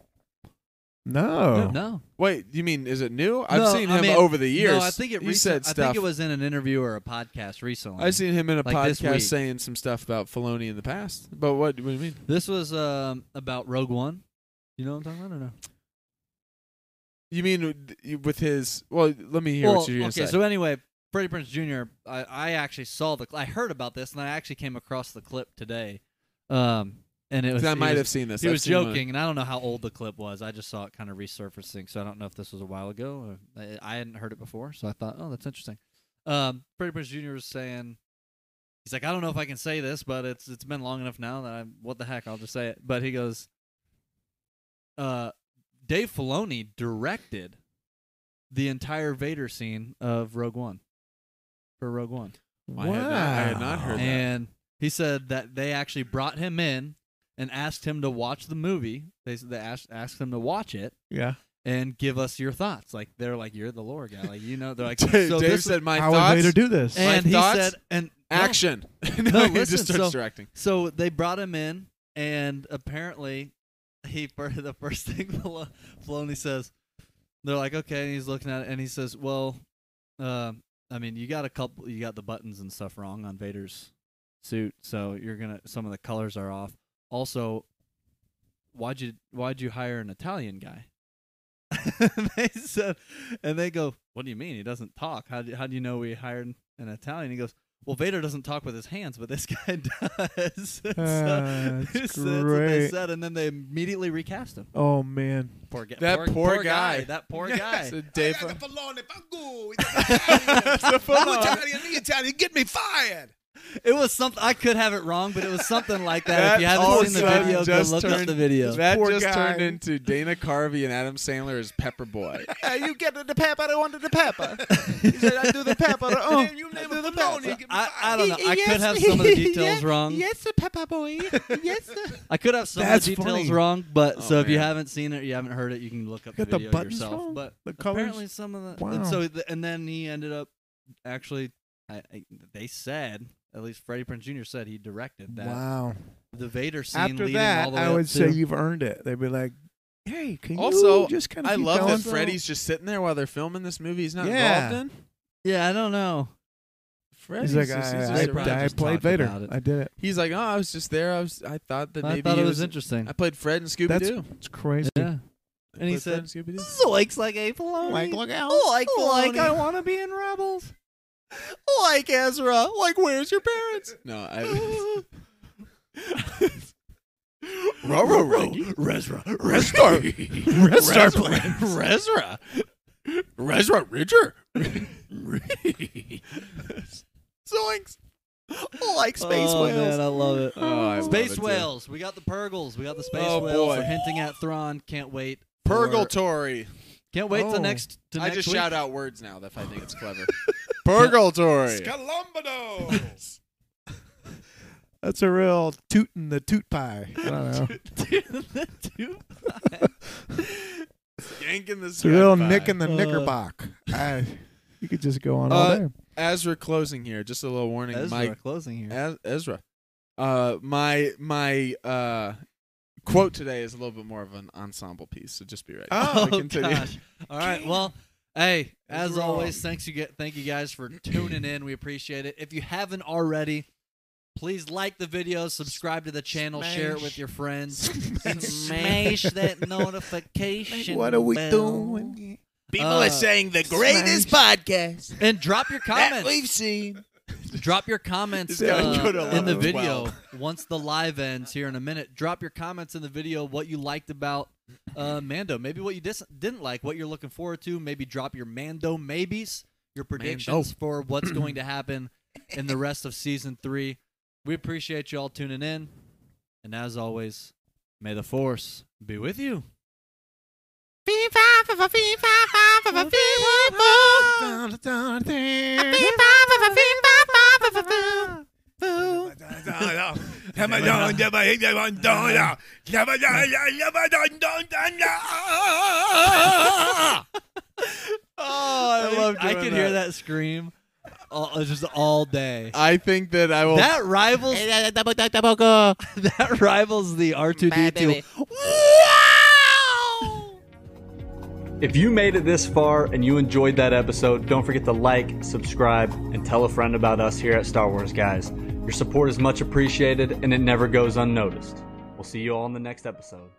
[SPEAKER 2] No.
[SPEAKER 3] No,
[SPEAKER 1] Wait, you mean is it new? I've
[SPEAKER 3] No,
[SPEAKER 1] seen
[SPEAKER 3] I
[SPEAKER 1] him
[SPEAKER 3] mean-
[SPEAKER 1] over the years.
[SPEAKER 3] no. I think it.
[SPEAKER 1] He
[SPEAKER 3] recent-
[SPEAKER 1] said
[SPEAKER 3] I
[SPEAKER 1] stuff.
[SPEAKER 3] think it was in an interview or a podcast recently.
[SPEAKER 1] I've seen him in a
[SPEAKER 3] like this
[SPEAKER 1] podcast
[SPEAKER 3] week.
[SPEAKER 1] saying some stuff about Filoni in the past. But what, what do you mean?
[SPEAKER 3] This was um, about Rogue One. You know what I'm talking about or no?
[SPEAKER 1] You mean with his? Well, let me hear what you're gonna
[SPEAKER 3] okay,
[SPEAKER 1] say.
[SPEAKER 3] so anyway, Freddie Prince Jr. I, I actually saw the. I heard about this, and I actually came across the clip today. Um, and it was.
[SPEAKER 1] 'Cause I
[SPEAKER 3] it
[SPEAKER 1] might
[SPEAKER 3] was-
[SPEAKER 1] have seen this.
[SPEAKER 3] He
[SPEAKER 1] I've
[SPEAKER 3] was
[SPEAKER 1] seen one.
[SPEAKER 3] joking, and I don't know how old the clip was. I just saw it kind of resurfacing, so I don't know if this was a while ago. Or I, I hadn't heard it before, so I thought, oh, that's interesting. Um, Freddie Prince Jr. was saying, he's like, I don't know if I can say this, but it's it's been long enough now that I'm what the heck, I'll just say it. But he goes, uh, Dave Filoni directed the entire Vader scene of Rogue One for Rogue One.
[SPEAKER 1] I had not- I had not heard that.
[SPEAKER 3] And he said that they actually brought him in and asked him to watch the movie. They, they asked, asked him to watch it.
[SPEAKER 2] Yeah.
[SPEAKER 3] and give us your thoughts. Like they're like you're the lore guy. Like you know they're like so
[SPEAKER 1] [laughs] Dave
[SPEAKER 3] this
[SPEAKER 1] said, "My
[SPEAKER 2] I
[SPEAKER 1] thoughts,
[SPEAKER 2] would later do this.
[SPEAKER 1] My
[SPEAKER 3] and he
[SPEAKER 1] thoughts?
[SPEAKER 3] said and no,
[SPEAKER 1] action." [laughs] no,
[SPEAKER 3] No,
[SPEAKER 1] he
[SPEAKER 3] listen,
[SPEAKER 1] just starts
[SPEAKER 3] so-
[SPEAKER 1] directing.
[SPEAKER 3] So they brought him in, and apparently, he [laughs] fir- the first thing [laughs] Flo- Filoni says, they're like, okay, and he's looking at it, and he says, well, uh, I mean, you got a couple, you got the buttons and stuff wrong on Vader's suit, so you're gonna some of the colors are off. Also, why'd you why'd you hire an Italian guy? [laughs] they said, and they go, what do you mean he doesn't talk? How do, how do you know we hired an Italian? He goes. Well, Vader doesn't talk with his hands, but this guy [laughs] does. [laughs] So
[SPEAKER 2] Ah, that's
[SPEAKER 3] that's what they
[SPEAKER 2] great.
[SPEAKER 3] said, and then they immediately recast him.
[SPEAKER 2] Oh man,
[SPEAKER 3] Poor guy.
[SPEAKER 1] That
[SPEAKER 3] poor,
[SPEAKER 1] poor guy.
[SPEAKER 2] [laughs]
[SPEAKER 3] That poor
[SPEAKER 1] Yeah,
[SPEAKER 3] guy.
[SPEAKER 1] so Dave,
[SPEAKER 4] I got the Filoni, Fangu,
[SPEAKER 1] [laughs]
[SPEAKER 4] Italian. I'm Italian, the Italian, get me fired.
[SPEAKER 3] It was something I could have it wrong, but it was something like that.
[SPEAKER 1] That
[SPEAKER 3] if you haven't
[SPEAKER 1] all
[SPEAKER 3] seen the
[SPEAKER 1] of a
[SPEAKER 3] video, go
[SPEAKER 1] sudden
[SPEAKER 3] look
[SPEAKER 1] just
[SPEAKER 3] up the
[SPEAKER 1] turned-
[SPEAKER 3] video.
[SPEAKER 1] that
[SPEAKER 2] Poor
[SPEAKER 1] just
[SPEAKER 2] guy.
[SPEAKER 1] turned into Dana Carvey and Adam Sandler as Pepper
[SPEAKER 3] [laughs]
[SPEAKER 1] Boy.
[SPEAKER 4] Hey, you get the pepper, I wanted the
[SPEAKER 2] [laughs]
[SPEAKER 4] pepper. He said, I do the pepper. Oh, you name it Filoni, get me
[SPEAKER 3] I, I
[SPEAKER 4] fired.
[SPEAKER 3] don't know. I could have some of the details wrong.
[SPEAKER 5] Yes, Peppa Boy. Yes.
[SPEAKER 3] I could have some
[SPEAKER 2] That's
[SPEAKER 3] of the details
[SPEAKER 2] funny.
[SPEAKER 3] wrong, but
[SPEAKER 1] Oh,
[SPEAKER 3] so if you
[SPEAKER 1] man.
[SPEAKER 3] haven't seen it, you haven't heard it, you can look up
[SPEAKER 2] Got
[SPEAKER 3] the
[SPEAKER 2] the
[SPEAKER 3] video
[SPEAKER 2] buttons
[SPEAKER 3] yourself.
[SPEAKER 2] wrong?
[SPEAKER 3] But
[SPEAKER 2] The colors?
[SPEAKER 3] apparently some of the
[SPEAKER 2] Wow.
[SPEAKER 3] and so the, and then he ended up actually I, I, they said at least Freddie Prinze Jr. said he directed that
[SPEAKER 2] wow.
[SPEAKER 3] the Vader scene
[SPEAKER 2] After
[SPEAKER 3] leading all
[SPEAKER 2] that,
[SPEAKER 3] the way
[SPEAKER 2] I
[SPEAKER 3] up
[SPEAKER 2] would
[SPEAKER 3] to-
[SPEAKER 2] say you've earned it. They'd be like, "Hey, can
[SPEAKER 1] Also,
[SPEAKER 2] you just kind of?"
[SPEAKER 1] I love
[SPEAKER 2] going?
[SPEAKER 1] that Freddy's just sitting there while they're filming this movie. He's not
[SPEAKER 2] Yeah.
[SPEAKER 1] involved in.
[SPEAKER 3] yeah I don't know
[SPEAKER 1] Freddy's
[SPEAKER 2] He's like,
[SPEAKER 1] just- he's
[SPEAKER 2] I,
[SPEAKER 1] just
[SPEAKER 2] I,
[SPEAKER 1] a
[SPEAKER 3] probably
[SPEAKER 1] random-
[SPEAKER 2] I,
[SPEAKER 3] just
[SPEAKER 2] played
[SPEAKER 3] talked about
[SPEAKER 2] Vader.
[SPEAKER 3] it.
[SPEAKER 2] I did it.
[SPEAKER 1] He's like, oh, I was just there. I was, I thought that
[SPEAKER 3] I
[SPEAKER 1] maybe
[SPEAKER 3] thought it
[SPEAKER 1] he
[SPEAKER 3] was interesting
[SPEAKER 1] I played Fred and Scooby
[SPEAKER 2] That's-
[SPEAKER 1] Doo.
[SPEAKER 2] It's crazy.
[SPEAKER 3] yeah and he
[SPEAKER 1] Played Fred
[SPEAKER 3] said
[SPEAKER 1] and Scooby-Doo.
[SPEAKER 3] Zoinks like a Filoni
[SPEAKER 2] Like, look out!
[SPEAKER 3] like, like I want to be in Rebels. Like Ezra. Like, where's your parents?
[SPEAKER 1] No, I,
[SPEAKER 3] [laughs]
[SPEAKER 1] [laughs]
[SPEAKER 4] Row, row, row. Rezra. Restar. Restar plan. Rezra. Rezra Ridger.
[SPEAKER 1] Zoinks.
[SPEAKER 3] Like
[SPEAKER 1] space whales.
[SPEAKER 3] Oh, Man, I love it.
[SPEAKER 1] Oh, I
[SPEAKER 3] Space
[SPEAKER 1] love it,
[SPEAKER 3] whales. We got the Purgles. We got the space
[SPEAKER 1] Oh,
[SPEAKER 3] whales.
[SPEAKER 1] boy.
[SPEAKER 3] We're hinting at Thrawn. Can't wait.
[SPEAKER 1] too.
[SPEAKER 3] for-
[SPEAKER 1] Purgatory.
[SPEAKER 3] Can't wait till
[SPEAKER 2] Oh.
[SPEAKER 3] next. To
[SPEAKER 1] I
[SPEAKER 3] next
[SPEAKER 1] just
[SPEAKER 3] week.
[SPEAKER 1] shout out words now if I think it's clever.
[SPEAKER 2] [laughs]
[SPEAKER 1] Purgatory.
[SPEAKER 4] Scalombodo.
[SPEAKER 2] That's a real toot in the toot pie. I don't know.
[SPEAKER 3] [laughs] Dude,
[SPEAKER 1] Yanking the
[SPEAKER 2] It's a real
[SPEAKER 1] sky
[SPEAKER 2] nick
[SPEAKER 1] pie.
[SPEAKER 2] in the
[SPEAKER 3] Uh.
[SPEAKER 2] knickerbock. I, you could just go on all
[SPEAKER 1] Uh,
[SPEAKER 2] day.
[SPEAKER 1] Ezra closing here. Just a little warning.
[SPEAKER 3] Ezra
[SPEAKER 1] My
[SPEAKER 3] closing here.
[SPEAKER 1] Ez- Ezra. Uh, my my uh, quote today is a little bit more of an ensemble piece, so just be ready.
[SPEAKER 3] Oh,
[SPEAKER 1] We continue.
[SPEAKER 3] gosh. All right. Well, hey, as
[SPEAKER 1] Ezra.
[SPEAKER 3] always, thanks you get thank you guys for tuning in. We appreciate it. If you haven't already, please like the video, subscribe to the channel, share it with your
[SPEAKER 5] [laughs]
[SPEAKER 3] friends, and smash that notification.
[SPEAKER 2] What are we
[SPEAKER 3] bell.
[SPEAKER 2] doing?
[SPEAKER 5] People
[SPEAKER 3] Uh,
[SPEAKER 5] are saying the greatest podcast
[SPEAKER 3] And drop your
[SPEAKER 5] that
[SPEAKER 3] comments.
[SPEAKER 5] we've seen.
[SPEAKER 3] drop your
[SPEAKER 1] [laughs]
[SPEAKER 3] comments
[SPEAKER 1] It's gotta
[SPEAKER 3] uh,
[SPEAKER 1] go to
[SPEAKER 3] in the
[SPEAKER 1] 11,
[SPEAKER 3] video once the live ends here in a minute. Drop your comments in the video what you liked about uh, Mando. Maybe what you dis- didn't like, what you're looking forward to. Maybe drop your Mando maybes, your predictions for what's going to happen in the rest of season three. We appreciate you all tuning in. And as always, may the force be with you.
[SPEAKER 2] [laughs]
[SPEAKER 1] Oh, I love.
[SPEAKER 3] I
[SPEAKER 1] doing
[SPEAKER 3] could hear that scream all, just all day.
[SPEAKER 1] I think that I will.
[SPEAKER 3] That rivals [laughs] that rivals the R2D2 If you made it this far and you enjoyed that episode, don't forget to like, subscribe, and tell a friend about us here at Star Wars Guys. Your support is much appreciated and it never goes unnoticed. We'll see you all in the next episode.